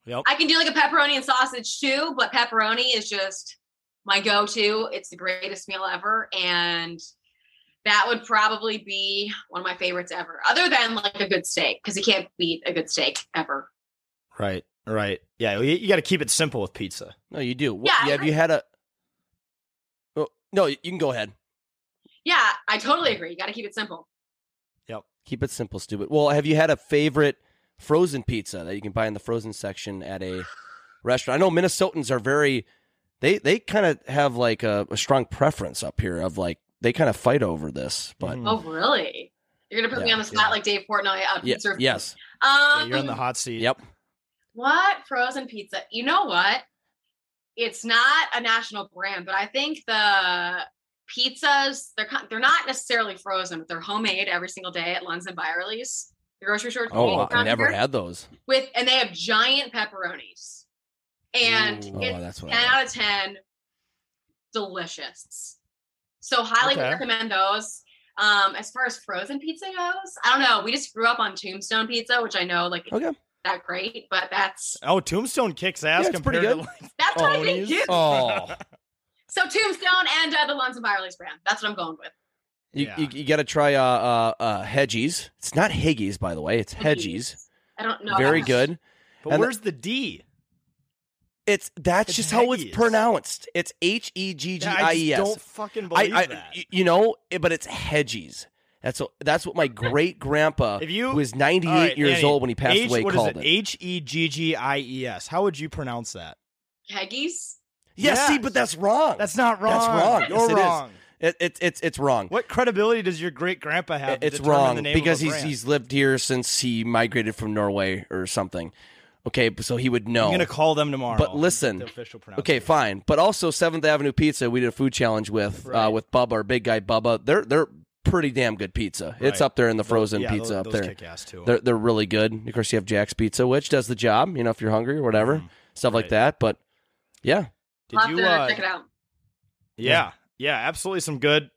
[SPEAKER 1] Yep.
[SPEAKER 7] I can do like a pepperoni and sausage too, but pepperoni is just my go-to. It's the greatest meal ever, and that would probably be one of my favorites ever, other than like a good steak, because you can't beat a good steak ever.
[SPEAKER 1] Right. Right. Yeah. You, you got to keep it simple with pizza.
[SPEAKER 6] no, you do. What-
[SPEAKER 7] Yeah, I
[SPEAKER 6] have you had a? Oh, no, you can go ahead.
[SPEAKER 7] Yeah, I totally agree. You got to keep it simple.
[SPEAKER 6] Keep it simple, stupid. Well, have you had a favorite frozen pizza that you can buy in the frozen section at a restaurant? I know Minnesotans are very they they kind of have like a, a strong preference up here of like they kind of fight over this, but
[SPEAKER 1] Mhm.
[SPEAKER 7] Oh, really? You're gonna put me
[SPEAKER 6] Mm. Yeah,
[SPEAKER 7] on the spot
[SPEAKER 1] yeah.
[SPEAKER 7] like Dave Portnoy up
[SPEAKER 6] yeah,
[SPEAKER 7] pizza.
[SPEAKER 6] yes,
[SPEAKER 1] Yeah,
[SPEAKER 7] Um,
[SPEAKER 1] you're in the hot seat.
[SPEAKER 6] yep,
[SPEAKER 7] what frozen pizza? You know what? It's not a national brand, but I think the pizzas they're ki- they're not necessarily frozen, but they're homemade every single day at Lunds and Byerly's, the grocery store.
[SPEAKER 6] Oh,
[SPEAKER 7] chain
[SPEAKER 6] wow, I
[SPEAKER 7] around
[SPEAKER 6] never
[SPEAKER 7] here,
[SPEAKER 6] had those.
[SPEAKER 7] with, and they have giant pepperonis, and
[SPEAKER 1] Ooh.
[SPEAKER 6] Oh,
[SPEAKER 7] it's
[SPEAKER 6] that's what.
[SPEAKER 7] 10
[SPEAKER 6] I like.
[SPEAKER 7] out of 10 delicious so highly would
[SPEAKER 1] Okay.
[SPEAKER 7] recommend those um as far as frozen pizza goes i don't know we just grew up on tombstone pizza which i know like isn't
[SPEAKER 6] Okay.
[SPEAKER 7] that great but that's
[SPEAKER 1] Oh, Tombstone kicks ass
[SPEAKER 6] Yeah, it's pretty
[SPEAKER 1] compared to like
[SPEAKER 7] that's what i think
[SPEAKER 1] Tony's.
[SPEAKER 7] too.
[SPEAKER 6] Oh,
[SPEAKER 7] so tombstone and uh, the lunds and Byerly's brand that's what i'm going with
[SPEAKER 6] you,
[SPEAKER 1] Yeah.
[SPEAKER 6] you, you got to try uh, uh uh Hedgies. It's not Higgies, by the way. It's Hedgies.
[SPEAKER 7] i don't know
[SPEAKER 6] Very good.
[SPEAKER 1] But
[SPEAKER 6] And the-
[SPEAKER 1] where's the D?
[SPEAKER 6] It's that's
[SPEAKER 1] It's
[SPEAKER 6] just how it's
[SPEAKER 1] Heggies.
[SPEAKER 6] pronounced. It's H E G G
[SPEAKER 1] Yeah,
[SPEAKER 6] I
[SPEAKER 1] just
[SPEAKER 6] E S.
[SPEAKER 1] don't fucking believe
[SPEAKER 6] I,
[SPEAKER 1] that.
[SPEAKER 6] y- you know, eh, but it's Hedgies. That's what that's what my great grandpa,
[SPEAKER 1] If you-
[SPEAKER 6] who was ninety eight
[SPEAKER 1] All right,
[SPEAKER 6] years
[SPEAKER 1] Annie,
[SPEAKER 6] old when he passed
[SPEAKER 1] H,
[SPEAKER 6] away,
[SPEAKER 1] what is
[SPEAKER 6] called
[SPEAKER 1] it? H E G G I E S. How would you pronounce that?
[SPEAKER 7] Heggies?
[SPEAKER 6] Yes, see,
[SPEAKER 1] Yes.
[SPEAKER 6] but that's wrong.
[SPEAKER 1] That's not wrong.
[SPEAKER 6] That's wrong.
[SPEAKER 1] You're
[SPEAKER 6] Yes, it is.
[SPEAKER 1] wrong.
[SPEAKER 6] It, it, it's it's wrong.
[SPEAKER 1] What credibility does your great grandpa have? to
[SPEAKER 6] It's
[SPEAKER 1] determine
[SPEAKER 6] wrong
[SPEAKER 1] the name of
[SPEAKER 6] because
[SPEAKER 1] a
[SPEAKER 6] he's
[SPEAKER 1] brand?
[SPEAKER 6] he's lived here since he migrated from Norway or something. Okay, so he would know.
[SPEAKER 1] I'm gonna call them tomorrow.
[SPEAKER 6] But listen,
[SPEAKER 1] the official
[SPEAKER 6] okay, fine. But also Seventh Avenue Pizza, we did a food challenge with
[SPEAKER 1] Right.
[SPEAKER 6] uh, with Bubba, our big guy Bubba. They're they're pretty damn good pizza. It's
[SPEAKER 1] Right.
[SPEAKER 6] up there in the
[SPEAKER 1] Tho-
[SPEAKER 6] frozen
[SPEAKER 1] yeah, tho-
[SPEAKER 6] pizza up
[SPEAKER 1] those
[SPEAKER 6] there.
[SPEAKER 1] kick ass, too.
[SPEAKER 6] They're they're really good. Of course, you have Jack's Pizza, which does the job. You know, if you're hungry or whatever,
[SPEAKER 1] Mm-hmm.
[SPEAKER 6] stuff like that. But yeah,
[SPEAKER 1] Did
[SPEAKER 7] I'll have
[SPEAKER 1] you,
[SPEAKER 7] to
[SPEAKER 1] uh,
[SPEAKER 7] check it out.
[SPEAKER 1] Yeah, yeah, absolutely. Some good.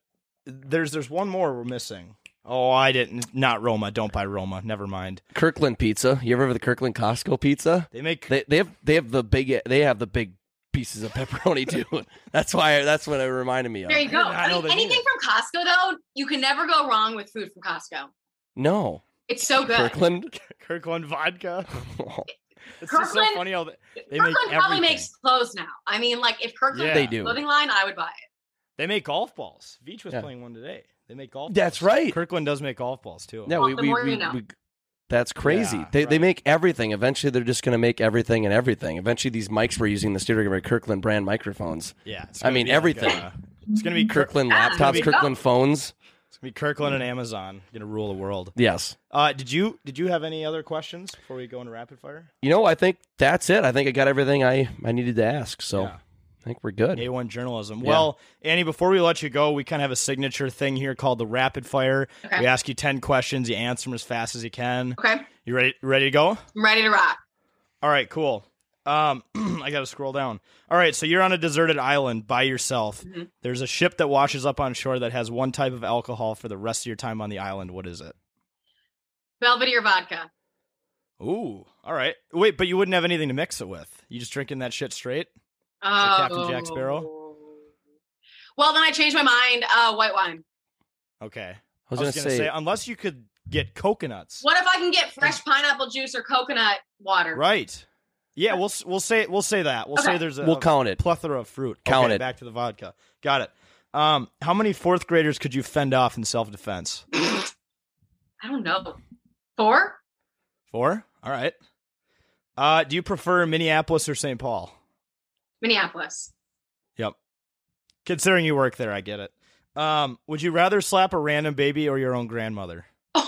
[SPEAKER 1] There's there's one more we're missing. Oh, I didn't. Not Roma. Don't buy Roma. Never mind.
[SPEAKER 6] Kirkland Pizza. You ever have the Kirkland Costco Pizza?
[SPEAKER 1] They make
[SPEAKER 6] They they have they have the big they have the big pieces of pepperoni too. that's why that's what it reminded me of.
[SPEAKER 7] There you go.
[SPEAKER 1] not
[SPEAKER 7] I,
[SPEAKER 1] know
[SPEAKER 7] mean,
[SPEAKER 1] they made
[SPEAKER 7] anything from Costco though, you can never go wrong with food from Costco.
[SPEAKER 6] No,
[SPEAKER 7] It's so good.
[SPEAKER 6] Kirkland.
[SPEAKER 1] Kirkland vodka. It's just so
[SPEAKER 7] Kirkland-
[SPEAKER 1] funny how they, they
[SPEAKER 7] Kirkland
[SPEAKER 1] make
[SPEAKER 7] probably
[SPEAKER 1] everything.
[SPEAKER 7] makes clothes now. I mean, like if Kirkland
[SPEAKER 1] Yeah.
[SPEAKER 6] They
[SPEAKER 7] had a
[SPEAKER 6] do.
[SPEAKER 7] clothing line, I would buy it.
[SPEAKER 1] They make golf balls. Veach was
[SPEAKER 6] Yeah.
[SPEAKER 1] playing one today. They make golf.
[SPEAKER 6] That's
[SPEAKER 1] balls.
[SPEAKER 6] right.
[SPEAKER 1] Kirkland does make golf balls too.
[SPEAKER 6] Yeah,
[SPEAKER 7] Well,
[SPEAKER 6] we,
[SPEAKER 7] the
[SPEAKER 6] we,
[SPEAKER 7] more
[SPEAKER 6] we,
[SPEAKER 7] you know.
[SPEAKER 6] we- that's crazy.
[SPEAKER 1] Yeah,
[SPEAKER 6] they, they
[SPEAKER 1] right.
[SPEAKER 6] make everything. Eventually, they're just going to make everything and everything. Eventually, these mics we're using in the studio are gonna be Kirkland brand microphones.
[SPEAKER 1] yeah. it's
[SPEAKER 6] I
[SPEAKER 1] gonna
[SPEAKER 6] mean,
[SPEAKER 1] be like,
[SPEAKER 6] everything.
[SPEAKER 1] uh, it's gonna be Kirkland.
[SPEAKER 6] Kirkland
[SPEAKER 7] Yeah.
[SPEAKER 6] laptops,
[SPEAKER 7] Yeah.
[SPEAKER 6] Kirkland phones.
[SPEAKER 1] It's gonna be Kirkland and Amazon. Gonna rule the world.
[SPEAKER 6] Yes.
[SPEAKER 1] Uh, did you did you have any other questions before we go into rapid fire?
[SPEAKER 6] You know, I think that's it. I think I got everything I, I needed to ask. So
[SPEAKER 1] Yeah.
[SPEAKER 6] I think we're good.
[SPEAKER 1] A1 journalism. Well, Annie, before we let you go, we kind of have a signature thing here called the rapid fire.
[SPEAKER 7] Okay.
[SPEAKER 1] We ask you 10 questions, you answer them as fast as you can.
[SPEAKER 7] Okay.
[SPEAKER 1] You ready ready to go?
[SPEAKER 7] I'm ready to rock.
[SPEAKER 1] All right, cool. Um, I got to scroll down. All right, so you're on a deserted island by yourself. There's a ship that washes up on shore that has one type of alcohol for the rest of your time on the island. What is it?
[SPEAKER 7] Belvedere vodka.
[SPEAKER 1] Ooh, all right. Wait, but you wouldn't have anything to mix it with. You just drinking that shit straight?
[SPEAKER 7] Oh.
[SPEAKER 1] Captain Jack Sparrow?
[SPEAKER 7] Well, then I changed my mind. Uh, white wine.
[SPEAKER 1] Okay.
[SPEAKER 6] I was,
[SPEAKER 1] I
[SPEAKER 6] going
[SPEAKER 1] was
[SPEAKER 6] to
[SPEAKER 1] gonna
[SPEAKER 6] say,
[SPEAKER 1] say
[SPEAKER 6] uh,
[SPEAKER 1] unless you could get coconuts.
[SPEAKER 7] What if I can get fresh pineapple juice or coconut water?
[SPEAKER 1] Right. Yeah, we'll s- we'll say we'll say that. We'll
[SPEAKER 7] Okay.
[SPEAKER 1] say there's a
[SPEAKER 6] we'll count it.
[SPEAKER 1] plethora of fruit.
[SPEAKER 6] Count
[SPEAKER 1] Okay,
[SPEAKER 6] it.
[SPEAKER 1] Back to the vodka. Got it. Um, how many fourth graders could you fend off in self defense?
[SPEAKER 7] I don't know. Four?
[SPEAKER 1] Four. All right. Uh, do you prefer Minneapolis or St. Paul?
[SPEAKER 7] Minneapolis.
[SPEAKER 1] Yep. Considering you work there, I get it. Um, would you rather slap a random baby or your own grandmother?
[SPEAKER 7] uh,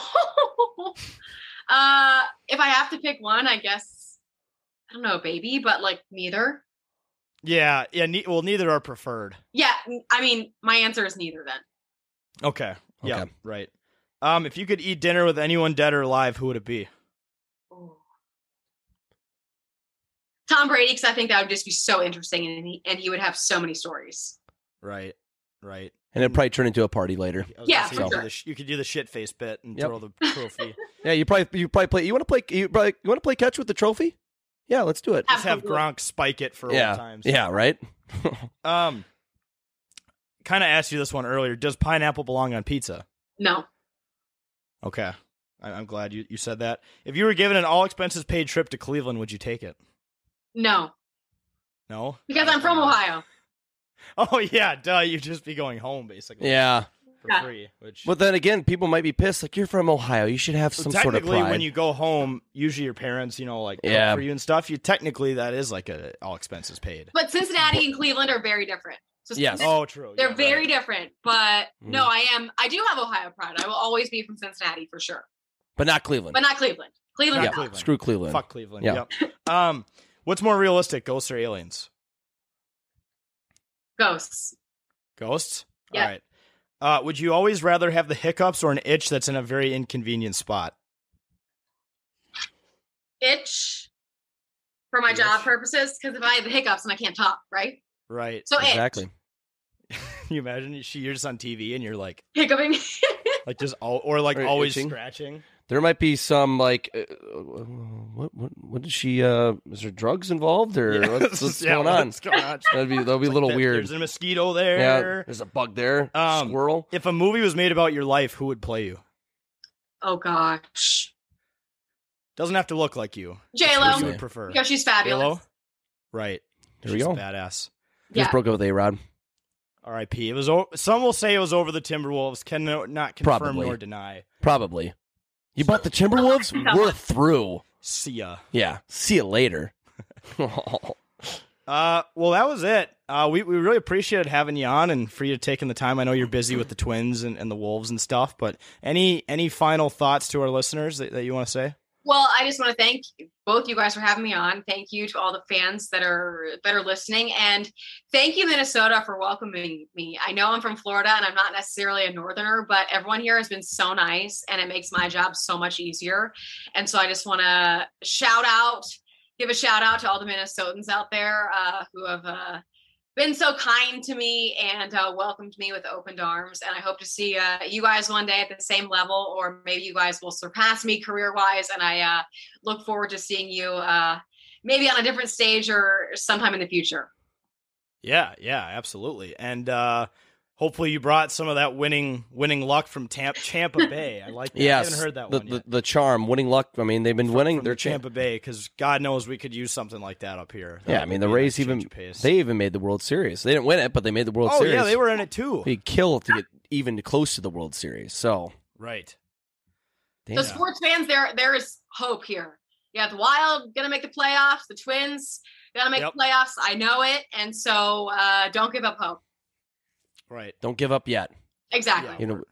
[SPEAKER 7] if I have to pick one, I guess I don't know, baby, but like neither.
[SPEAKER 1] Yeah, yeah. Ne- well, neither are preferred.
[SPEAKER 7] Yeah, n- I mean, my answer is neither. Then
[SPEAKER 1] Okay. Yeah.
[SPEAKER 6] Okay.
[SPEAKER 1] Right. Um, if you could eat dinner with anyone dead or alive, who would it be?
[SPEAKER 7] Ooh. Tom Brady, because I think that would just be so interesting, and he, and he would have so many stories.
[SPEAKER 1] Right. Right.
[SPEAKER 6] and it'd probably turn into a party later.
[SPEAKER 1] I was
[SPEAKER 7] Yeah,
[SPEAKER 1] gonna say you, could
[SPEAKER 7] for
[SPEAKER 1] do
[SPEAKER 7] sure.
[SPEAKER 1] the sh- you could do the shit face bit and
[SPEAKER 6] Yep.
[SPEAKER 1] throw the trophy.
[SPEAKER 6] Yeah, you probably you probably play. You want to play? You probably you want to play catch with the trophy? Yeah, let's do it.
[SPEAKER 1] Just have
[SPEAKER 7] Absolutely.
[SPEAKER 1] Gronk spike it for
[SPEAKER 6] yeah,
[SPEAKER 1] old times.
[SPEAKER 6] yeah, right.
[SPEAKER 1] Um, kind of asked you this one earlier. Does pineapple belong on pizza?
[SPEAKER 7] No,
[SPEAKER 1] Okay, I- I'm glad you you said that. If you were given an all expenses paid trip to Cleveland, would you take it?
[SPEAKER 7] no,
[SPEAKER 1] No,
[SPEAKER 7] because I'm from Ohio.
[SPEAKER 1] Oh yeah, duh. You'd just be going home basically.
[SPEAKER 6] Yeah,
[SPEAKER 1] for
[SPEAKER 7] Yeah.
[SPEAKER 1] free. Which
[SPEAKER 6] but then again, people might be pissed. Like you're from Ohio, you should have
[SPEAKER 1] So
[SPEAKER 6] some sort of
[SPEAKER 1] technically,
[SPEAKER 6] pride.
[SPEAKER 1] when you go home, usually your parents, you know, like cook
[SPEAKER 6] Yeah.
[SPEAKER 1] for you and stuff. You technically that is like a all expenses paid.
[SPEAKER 7] But Cincinnati and Cleveland are very different. So
[SPEAKER 6] Yes.
[SPEAKER 7] Cincinnati-
[SPEAKER 1] Oh, true.
[SPEAKER 7] they're
[SPEAKER 1] yeah,
[SPEAKER 7] very
[SPEAKER 1] right. Mm-hmm.
[SPEAKER 7] different. But no, I am. I do have Ohio pride. I will always be from Cincinnati for sure,
[SPEAKER 6] but not Cleveland.
[SPEAKER 7] but not Cleveland. Cleveland,
[SPEAKER 1] Not
[SPEAKER 6] yeah,
[SPEAKER 7] no.
[SPEAKER 1] Cleveland.
[SPEAKER 6] screw Cleveland.
[SPEAKER 1] Fuck Cleveland.
[SPEAKER 6] Yeah.
[SPEAKER 1] Yep. Um, what's more realistic, ghosts or aliens?
[SPEAKER 7] ghosts.
[SPEAKER 1] Ghosts.
[SPEAKER 7] Yeah.
[SPEAKER 1] All right. Uh, would you always rather have the hiccups or an itch that's in a very inconvenient spot?
[SPEAKER 7] itch for my
[SPEAKER 1] Itch.
[SPEAKER 7] job purposes because if I have hiccups and I can't talk, right?
[SPEAKER 1] Right.
[SPEAKER 7] So
[SPEAKER 6] Exactly.
[SPEAKER 1] Can you imagine she, you're just on TV and you're like,
[SPEAKER 7] itch, hiccuping.
[SPEAKER 1] like just all, or like
[SPEAKER 6] Or
[SPEAKER 1] always
[SPEAKER 6] itching.
[SPEAKER 1] scratching.
[SPEAKER 6] There might be some like, uh, what what what did she? Uh, is there drugs involved or what's, what's
[SPEAKER 1] Yeah,
[SPEAKER 6] going on?
[SPEAKER 1] what's going on?
[SPEAKER 6] That'd be that'd
[SPEAKER 1] It's
[SPEAKER 6] be a
[SPEAKER 1] like
[SPEAKER 6] little
[SPEAKER 1] that-
[SPEAKER 6] weird.
[SPEAKER 1] There's a mosquito
[SPEAKER 6] yeah,
[SPEAKER 1] there.
[SPEAKER 6] there's a bug there.
[SPEAKER 1] Um,
[SPEAKER 6] squirrel.
[SPEAKER 1] If a movie was made about your life, who would play you?
[SPEAKER 7] oh gosh,
[SPEAKER 1] Doesn't have to look like you.
[SPEAKER 7] J
[SPEAKER 1] Who you
[SPEAKER 7] Lo,
[SPEAKER 1] would prefer?
[SPEAKER 7] because she's fabulous.
[SPEAKER 1] J-Lo? Right.
[SPEAKER 6] There we
[SPEAKER 1] She's
[SPEAKER 6] go.
[SPEAKER 1] Badass.
[SPEAKER 7] Yeah,
[SPEAKER 6] Just broke up with A Rod.
[SPEAKER 1] R.I.P. It was. O- Some will say it was over the Timberwolves. Can no- not confirm
[SPEAKER 6] Probably.
[SPEAKER 1] nor deny.
[SPEAKER 6] Probably. You bought the Timberwolves. We're through.
[SPEAKER 1] See ya.
[SPEAKER 6] Yeah. See you later.
[SPEAKER 1] Uh, well, that was it. Uh, we, we really appreciated having you on and for you taking the time. I know you're busy with the twins and, and the wolves and stuff, but any any final thoughts to our listeners that, that you want to say?
[SPEAKER 7] Well, I just want to thank both you guys for having me on. Thank you to all the fans that are that are listening, and thank you Minnesota for welcoming me. I know I'm from Florida and I'm not necessarily a northerner, but everyone here has been so nice, and it makes my job so much easier. And so I just want to shout out, give a shout out to all the Minnesotans out there uh, who have uh, been so kind to me and uh, welcomed me with opened arms. And I hope to see uh, you guys one day at the same level, or maybe you guys will surpass me career wise. And I uh, look forward to seeing you uh, maybe on a different stage or sometime in the future.
[SPEAKER 1] Yeah, yeah, absolutely. And uh, hopefully you brought some of that winning winning luck from Tampa Tampa Bay. I like that.
[SPEAKER 6] Yes,
[SPEAKER 1] I haven't heard that
[SPEAKER 6] the,
[SPEAKER 1] one.
[SPEAKER 6] the, the charm, winning luck. I mean, they've been winning.
[SPEAKER 1] from
[SPEAKER 6] They're champ.
[SPEAKER 1] Tampa Bay because God knows we could use something like that up here.
[SPEAKER 6] Yeah, I mean the Rays even they even made the World Series. They didn't win it, but they made the World
[SPEAKER 1] oh
[SPEAKER 6] Series.
[SPEAKER 1] yeah, they were in it too.
[SPEAKER 6] They killed to get even close to the World Series. So
[SPEAKER 1] Right.
[SPEAKER 6] damn.
[SPEAKER 7] So sports fans, there there is hope here. Yeah, the Wild gonna make the playoffs. The Twins gonna make
[SPEAKER 6] Yep.
[SPEAKER 7] the playoffs. I know it, and so uh, don't give up hope.
[SPEAKER 1] Right.
[SPEAKER 6] don't give up yet.
[SPEAKER 7] Exactly.
[SPEAKER 6] You know,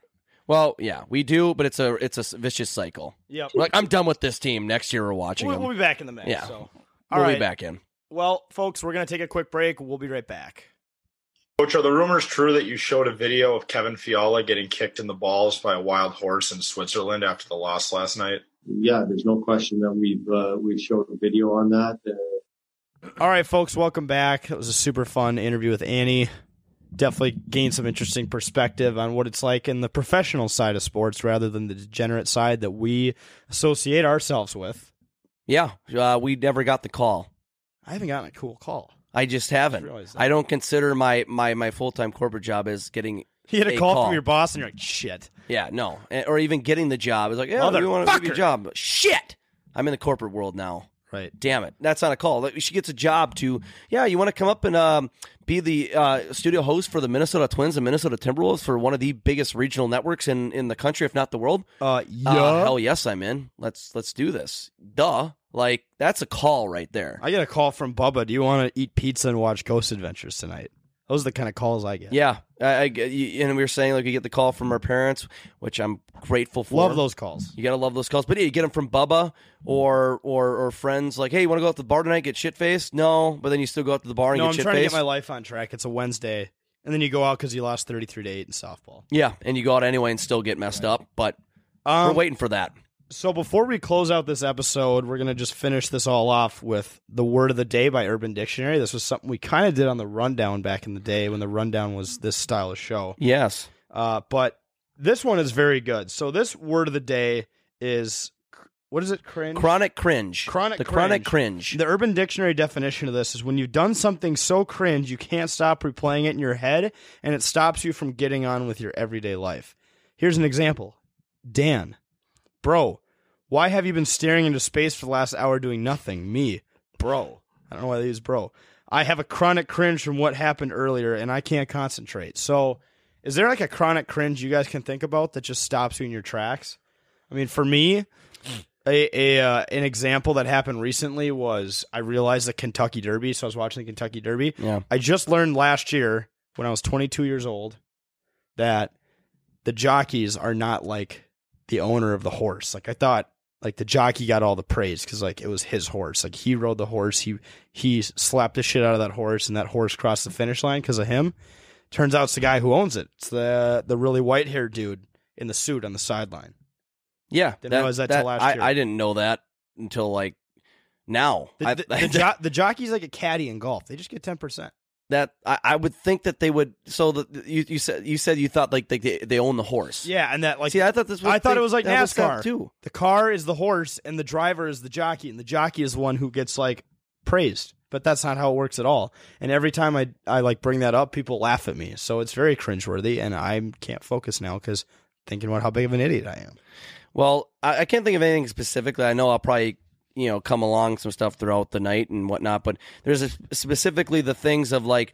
[SPEAKER 6] well, yeah, we do, but it's a it's a s- vicious cycle.
[SPEAKER 1] Yep.
[SPEAKER 6] We're like I'm done with this team. Next year we're watching
[SPEAKER 1] We'll,
[SPEAKER 6] them.
[SPEAKER 1] we'll be back in the mix.
[SPEAKER 6] Yeah,
[SPEAKER 1] So.
[SPEAKER 6] we'll
[SPEAKER 1] All
[SPEAKER 6] be
[SPEAKER 1] right.
[SPEAKER 6] back in.
[SPEAKER 1] Well, folks, we're gonna take a quick break. We'll be right back.
[SPEAKER 8] Coach, are the rumors true that you showed a video of Kevin Fiala getting kicked in the balls by a wild horse in Switzerland after the loss last night?
[SPEAKER 9] yeah, there's no question that we've uh, we've showed a video on that. Uh,
[SPEAKER 1] All right, folks, welcome back. It was a super fun interview with Annie. Definitely gained some interesting perspective on what it's like in the professional side of sports rather than the degenerate side that we associate ourselves with.
[SPEAKER 6] Yeah, uh, we never got the call.
[SPEAKER 1] I haven't gotten a cool call.
[SPEAKER 6] I just haven't. I don't consider my my my full time corporate job as getting.
[SPEAKER 1] You get a call, from your boss, and you're like, "Shit."
[SPEAKER 6] Yeah, no, Eh, or even getting the job. It's like, yeah, we want to give you a
[SPEAKER 1] Motherfucker.
[SPEAKER 6] job. But Shit, I'm in the corporate world now.
[SPEAKER 1] Right.
[SPEAKER 6] Damn it, that's not a call. Like, She gets a job to. Yeah, you want to come up and um, be the uh, studio host for the Minnesota Twins and Minnesota Timberwolves for one of the biggest regional networks in in the country, if not the world.
[SPEAKER 1] Uh,
[SPEAKER 6] Uh, hell yes, I'm in. Let's let's do this. Duh. Like that's a call right there.
[SPEAKER 1] I get a call from Bubba. Do you want to eat pizza and watch Ghost Adventures tonight? Those are the kind of calls I get.
[SPEAKER 6] Yeah, I, I get- you- and we were saying like we get the call from our parents, which I'm grateful for.
[SPEAKER 1] Love those calls.
[SPEAKER 6] You gotta love those calls, but yeah, you get them from Bubba or or or friends like, hey, you want to go out to the bar tonight? Get shit faced? No, but then you still go out to the bar and
[SPEAKER 1] no, I'm
[SPEAKER 6] get shit
[SPEAKER 1] trying to get
[SPEAKER 6] faced.
[SPEAKER 1] my life on track. It's a Wednesday, and then you go out because you lost 33 to eight in softball.
[SPEAKER 6] yeah, and you go out anyway and still get messed up. But
[SPEAKER 1] Um,
[SPEAKER 6] we're waiting for that.
[SPEAKER 1] So before we close out this episode, we're gonna just finish this all off with the word of the day by Urban Dictionary. This was something we kind of did on the rundown back in the day when the rundown was this style of show.
[SPEAKER 6] Yes.
[SPEAKER 1] Uh, but this one is very good. So this word of the day is what is it? Cringe.
[SPEAKER 6] Chronic cringe.
[SPEAKER 1] Chronic.
[SPEAKER 6] The chronic cringe.
[SPEAKER 1] The Urban Dictionary definition of this is when you've done something so cringe you can't stop replaying it in your head, and it stops you from getting on with your everyday life. Here's an example, Dan, bro, why have you been staring into space for the last hour doing nothing? Me, bro. I don't know why they use bro. I have a chronic cringe from what happened earlier, and I can't concentrate. So, is there like a chronic cringe you guys can think about that just stops you in your tracks? I mean, for me, a, a uh, an example that happened recently was I realized the Kentucky Derby, so I was watching the Kentucky Derby.
[SPEAKER 6] Yeah.
[SPEAKER 1] I just learned last year when I was 22 years old that the jockeys are not like the owner of the horse. Like I thought like the jockey got all the praise cuz like it was his horse. Like he rode the horse, he he slapped the shit out of that horse and that horse crossed the finish line cuz of him. Turns out it's the guy who owns it. It's the the really white-haired dude in the suit on the sideline.
[SPEAKER 6] Yeah,
[SPEAKER 1] Didn't realize that till last
[SPEAKER 6] I,
[SPEAKER 1] year.
[SPEAKER 6] I didn't know that until like now.
[SPEAKER 1] The,
[SPEAKER 6] I-
[SPEAKER 1] the, the, jo- the jockey's like a caddy in golf. They just get 10%.
[SPEAKER 6] that I, I would think that they would. So the, you you said you said you thought like they they, they own the horse.
[SPEAKER 1] Yeah, and that like
[SPEAKER 6] See, I thought this was
[SPEAKER 1] I thought
[SPEAKER 6] they-
[SPEAKER 1] it was like
[SPEAKER 6] that that
[SPEAKER 1] NASCAR
[SPEAKER 6] too.
[SPEAKER 1] The car is the horse, and the driver is the jockey, and the jockey is the one who gets like praised. But that's not how it works at all. And every time I I like bring that up, people laugh at me. So it's very cringeworthy, and I can't focus now because thinking about how big of an idiot I am.
[SPEAKER 6] Well, I, I can't think of anything specifically. I know I'll probably you know come along some stuff throughout the night and whatnot, but there's a, specifically the things of like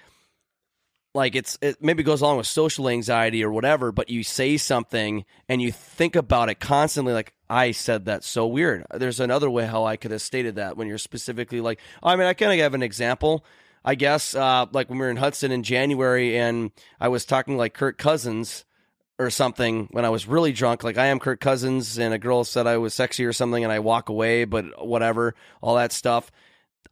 [SPEAKER 6] like it's it maybe goes along with social anxiety or whatever. But you say something and you think about it constantly, like. I said that's so weird. There's another way how I could have stated that when you're specifically like, I mean, I kind of have an example. I guess, uh, like when we were in Hudson in January and I was talking like Kirk Cousins or something when I was really drunk, like I am Kirk Cousins, and a girl said I was sexy or something, and I walk away, but whatever, all that stuff.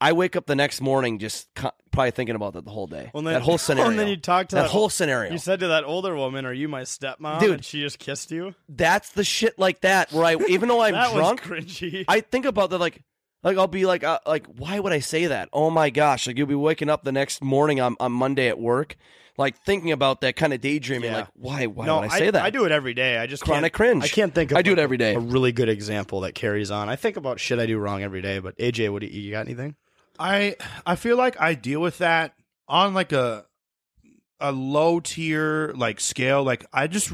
[SPEAKER 6] I wake up the next morning just co- probably thinking about that the whole day.
[SPEAKER 1] Well,
[SPEAKER 6] that whole scenario.
[SPEAKER 1] And then you talked to
[SPEAKER 6] that,
[SPEAKER 1] that,
[SPEAKER 6] whole scenario.
[SPEAKER 1] You said to that older woman, "Are you my stepmom?"
[SPEAKER 6] Dude.
[SPEAKER 1] and she just kissed you.
[SPEAKER 6] That's the shit like that where I, even though I'm
[SPEAKER 1] that
[SPEAKER 6] drunk,
[SPEAKER 1] was cringy.
[SPEAKER 6] I think about that like like I'll be like uh, like why would I say that? Oh my gosh! Like you'll be waking up the next morning on, on Monday at work, like thinking about that kind of daydreaming. Like why why
[SPEAKER 1] no,
[SPEAKER 6] would I say that?
[SPEAKER 1] I do it every day. I just
[SPEAKER 6] Chronic
[SPEAKER 1] can't,
[SPEAKER 6] cringe.
[SPEAKER 1] I can't think. of
[SPEAKER 6] I do it
[SPEAKER 1] like
[SPEAKER 6] every day.
[SPEAKER 1] A really good example that carries on. I think about shit I do wrong every day. But AJ, what do you, you got? Anything?
[SPEAKER 5] I I feel like I deal with that on like a a low tier like scale. Like I just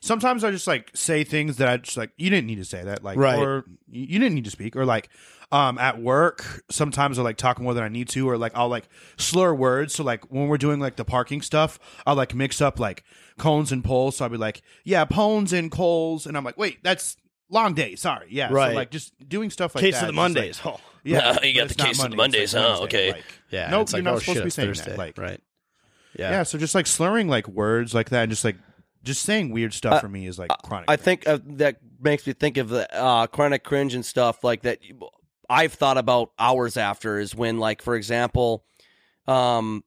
[SPEAKER 5] sometimes I just like say things that I just like you didn't need to say that like
[SPEAKER 1] Right.
[SPEAKER 5] or you you didn't need to speak or like um at work sometimes I like talk more than I need to or like I'll like slur words. So like when we're doing like the parking stuff, I'll like mix up like cones and poles. So I'll be like yeah pones and coals and I'm like wait that's long day sorry yeah
[SPEAKER 1] Right.
[SPEAKER 5] so like just doing stuff like
[SPEAKER 1] Case
[SPEAKER 5] that
[SPEAKER 1] of the
[SPEAKER 5] Just,
[SPEAKER 1] Mondays.
[SPEAKER 5] like,
[SPEAKER 1] Oh.
[SPEAKER 5] yeah
[SPEAKER 6] you got
[SPEAKER 5] but it's
[SPEAKER 6] the
[SPEAKER 5] not
[SPEAKER 6] case of the
[SPEAKER 5] Monday, it's,
[SPEAKER 6] Mondays,
[SPEAKER 5] like,
[SPEAKER 6] huh?
[SPEAKER 5] Wednesday,
[SPEAKER 6] Okay.
[SPEAKER 5] like-
[SPEAKER 1] Yeah, and
[SPEAKER 5] nope,
[SPEAKER 1] it's like,
[SPEAKER 5] you're not
[SPEAKER 1] oh,
[SPEAKER 5] supposed
[SPEAKER 1] shit,
[SPEAKER 5] to be
[SPEAKER 1] it's
[SPEAKER 5] saying
[SPEAKER 1] Thursday.
[SPEAKER 5] that. Like,
[SPEAKER 1] right?
[SPEAKER 5] yeah.
[SPEAKER 1] Yeah.
[SPEAKER 5] so just like slurring like words like that, and just like just saying weird stuff for me is like chronic.
[SPEAKER 6] Uh, I think uh, that makes me think of the uh, chronic cringe and stuff like that. I've thought about hours after is when, like, for example, um,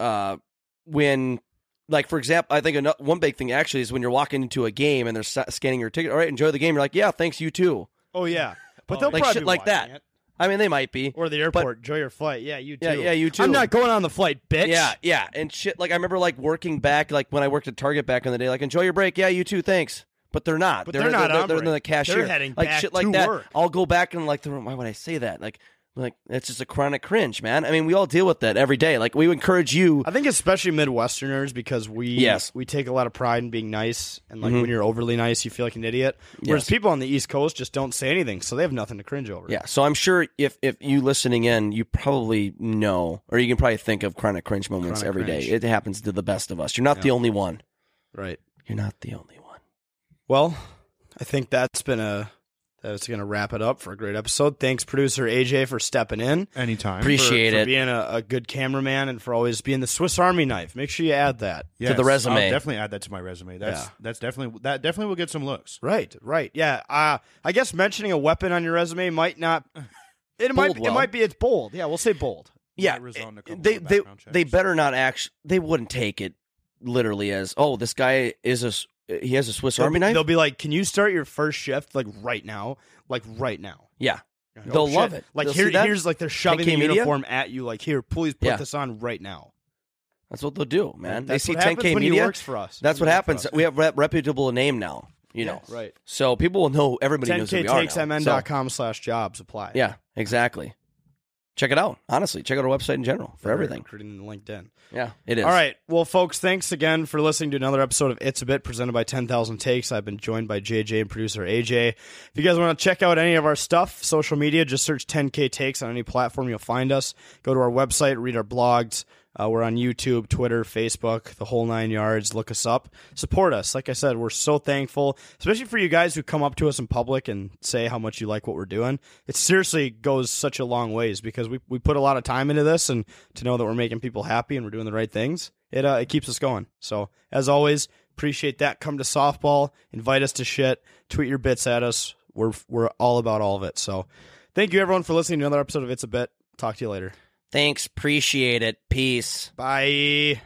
[SPEAKER 6] uh, when, like, for example, I think ano- one big thing actually is when you're walking into a game and they're sa- scanning your ticket. All right, enjoy the game. You're like, yeah, thanks, you too.
[SPEAKER 1] Oh yeah, but
[SPEAKER 6] Oh,
[SPEAKER 1] they'll
[SPEAKER 6] like
[SPEAKER 1] probably
[SPEAKER 6] shit
[SPEAKER 1] be
[SPEAKER 6] like that.
[SPEAKER 1] watching it.
[SPEAKER 6] I mean, they might be.
[SPEAKER 1] Or the airport. Enjoy your flight. Yeah, you too.
[SPEAKER 6] Yeah, yeah, you too.
[SPEAKER 1] I'm not going on the flight, bitch.
[SPEAKER 6] Yeah, yeah, and shit. Like I remember, like working back, like when I worked at Target back in the day. Like, enjoy your break. Yeah, you too. Thanks. But they're not.
[SPEAKER 1] But they're not
[SPEAKER 6] They're,
[SPEAKER 1] on
[SPEAKER 6] they're, in the
[SPEAKER 1] break. They're
[SPEAKER 6] cashier.
[SPEAKER 1] heading
[SPEAKER 6] like
[SPEAKER 1] back
[SPEAKER 6] shit like
[SPEAKER 1] to
[SPEAKER 6] that.
[SPEAKER 1] work.
[SPEAKER 6] I'll go back and like, the room, why would I say that? Like, like that's just a chronic cringe, man. I mean, we all deal with that every day. Like, we encourage you.
[SPEAKER 1] I think especially Midwesterners because we
[SPEAKER 6] Yes.
[SPEAKER 1] we take a lot of pride in being nice and like
[SPEAKER 6] Mhm.
[SPEAKER 1] when you're overly nice you feel like an idiot. Whereas
[SPEAKER 6] Yes.
[SPEAKER 1] people on the East Coast just don't say anything, so they have nothing to cringe over.
[SPEAKER 6] Yeah. So I'm sure if if you listening in, you probably know, or you can probably think of chronic cringe moments
[SPEAKER 1] Chronic
[SPEAKER 6] every day.
[SPEAKER 1] cringe.
[SPEAKER 6] It happens to the best of us. You're not the
[SPEAKER 1] Yeah.
[SPEAKER 6] only one.
[SPEAKER 1] Right.
[SPEAKER 6] You're not the only one.
[SPEAKER 1] Well, I think that's been a that's going to wrap it up for a great episode. Thanks producer AJ for stepping in.
[SPEAKER 5] anytime.
[SPEAKER 1] for-
[SPEAKER 6] Appreciate
[SPEAKER 1] for
[SPEAKER 6] it.
[SPEAKER 1] being a, a good cameraman and for always being the Swiss Army knife. Make sure you add that.
[SPEAKER 5] Yes,
[SPEAKER 6] the resume.
[SPEAKER 5] I'll definitely add that to my resume. That's
[SPEAKER 1] Yeah.
[SPEAKER 5] that's definitely that definitely will get some looks.
[SPEAKER 1] Right, right. Yeah. Uh, I guess mentioning a weapon on your resume might not it might
[SPEAKER 6] Bold well.
[SPEAKER 1] it might be it's bold. Yeah, we'll say bold.
[SPEAKER 6] Yeah, eh,
[SPEAKER 5] Might result in a couple
[SPEAKER 6] they
[SPEAKER 5] of
[SPEAKER 6] they
[SPEAKER 5] background
[SPEAKER 6] they
[SPEAKER 5] checks.
[SPEAKER 6] better not actually. They wouldn't take it literally as oh this guy is a s- he has a Swiss
[SPEAKER 1] They'll
[SPEAKER 6] Army
[SPEAKER 1] be-
[SPEAKER 6] knife.
[SPEAKER 1] They'll be like, "Can you start your first shift like right now? Like right now."
[SPEAKER 6] yeah,
[SPEAKER 1] You're like,
[SPEAKER 6] They'll
[SPEAKER 1] shit."
[SPEAKER 6] love it.
[SPEAKER 1] Like
[SPEAKER 6] They'll
[SPEAKER 1] here,
[SPEAKER 6] see that.
[SPEAKER 1] here's like they're shoving the
[SPEAKER 6] 10K Media?
[SPEAKER 1] uniform at you. Like here, please put
[SPEAKER 6] Yeah.
[SPEAKER 1] this on right now.
[SPEAKER 6] that's what they'll do, man.
[SPEAKER 1] That's
[SPEAKER 6] they see
[SPEAKER 1] what happens
[SPEAKER 6] 10K
[SPEAKER 1] when he
[SPEAKER 6] media.
[SPEAKER 1] works for us.
[SPEAKER 6] That's
[SPEAKER 1] When
[SPEAKER 6] what
[SPEAKER 1] he works for
[SPEAKER 6] happens.
[SPEAKER 1] us.
[SPEAKER 6] We have rep- reputable name now. You know,
[SPEAKER 1] Yeah, right.
[SPEAKER 6] So people will know. Everybody knows who we are. now. So,
[SPEAKER 1] 10ktakesmn.com slash jobs apply.
[SPEAKER 6] yeah, exactly. Check it out. Honestly, check out our website in general for
[SPEAKER 1] They're
[SPEAKER 6] everything.
[SPEAKER 1] Recruiting and LinkedIn.
[SPEAKER 6] Yeah, it is.
[SPEAKER 1] All right. Well, folks, thanks again for listening to another episode of It's a Bit presented by 10,000 Takes. I've been joined by JJ and producer AJ. If you guys want to check out any of our stuff, social media, just search 10K Takes on any platform. You'll find us. Go to our website, read our blogs. Uh, we're on YouTube, Twitter, Facebook, the whole nine yards. Look us up. Support us. Like I said, we're so thankful, especially for you guys who come up to us in public and say how much you like what we're doing. It seriously goes such a long ways because we, we put a lot of time into this and to know that we're making people happy and we're doing the right things, it, uh, it keeps us going. So, as always, appreciate that. Come to softball, invite us to shit, tweet your bits at us. We're, we're all about all of it. So, thank you everyone for listening to another episode of It's a Bit. Talk to you later.
[SPEAKER 6] Thanks. Appreciate it. Peace.
[SPEAKER 1] Bye.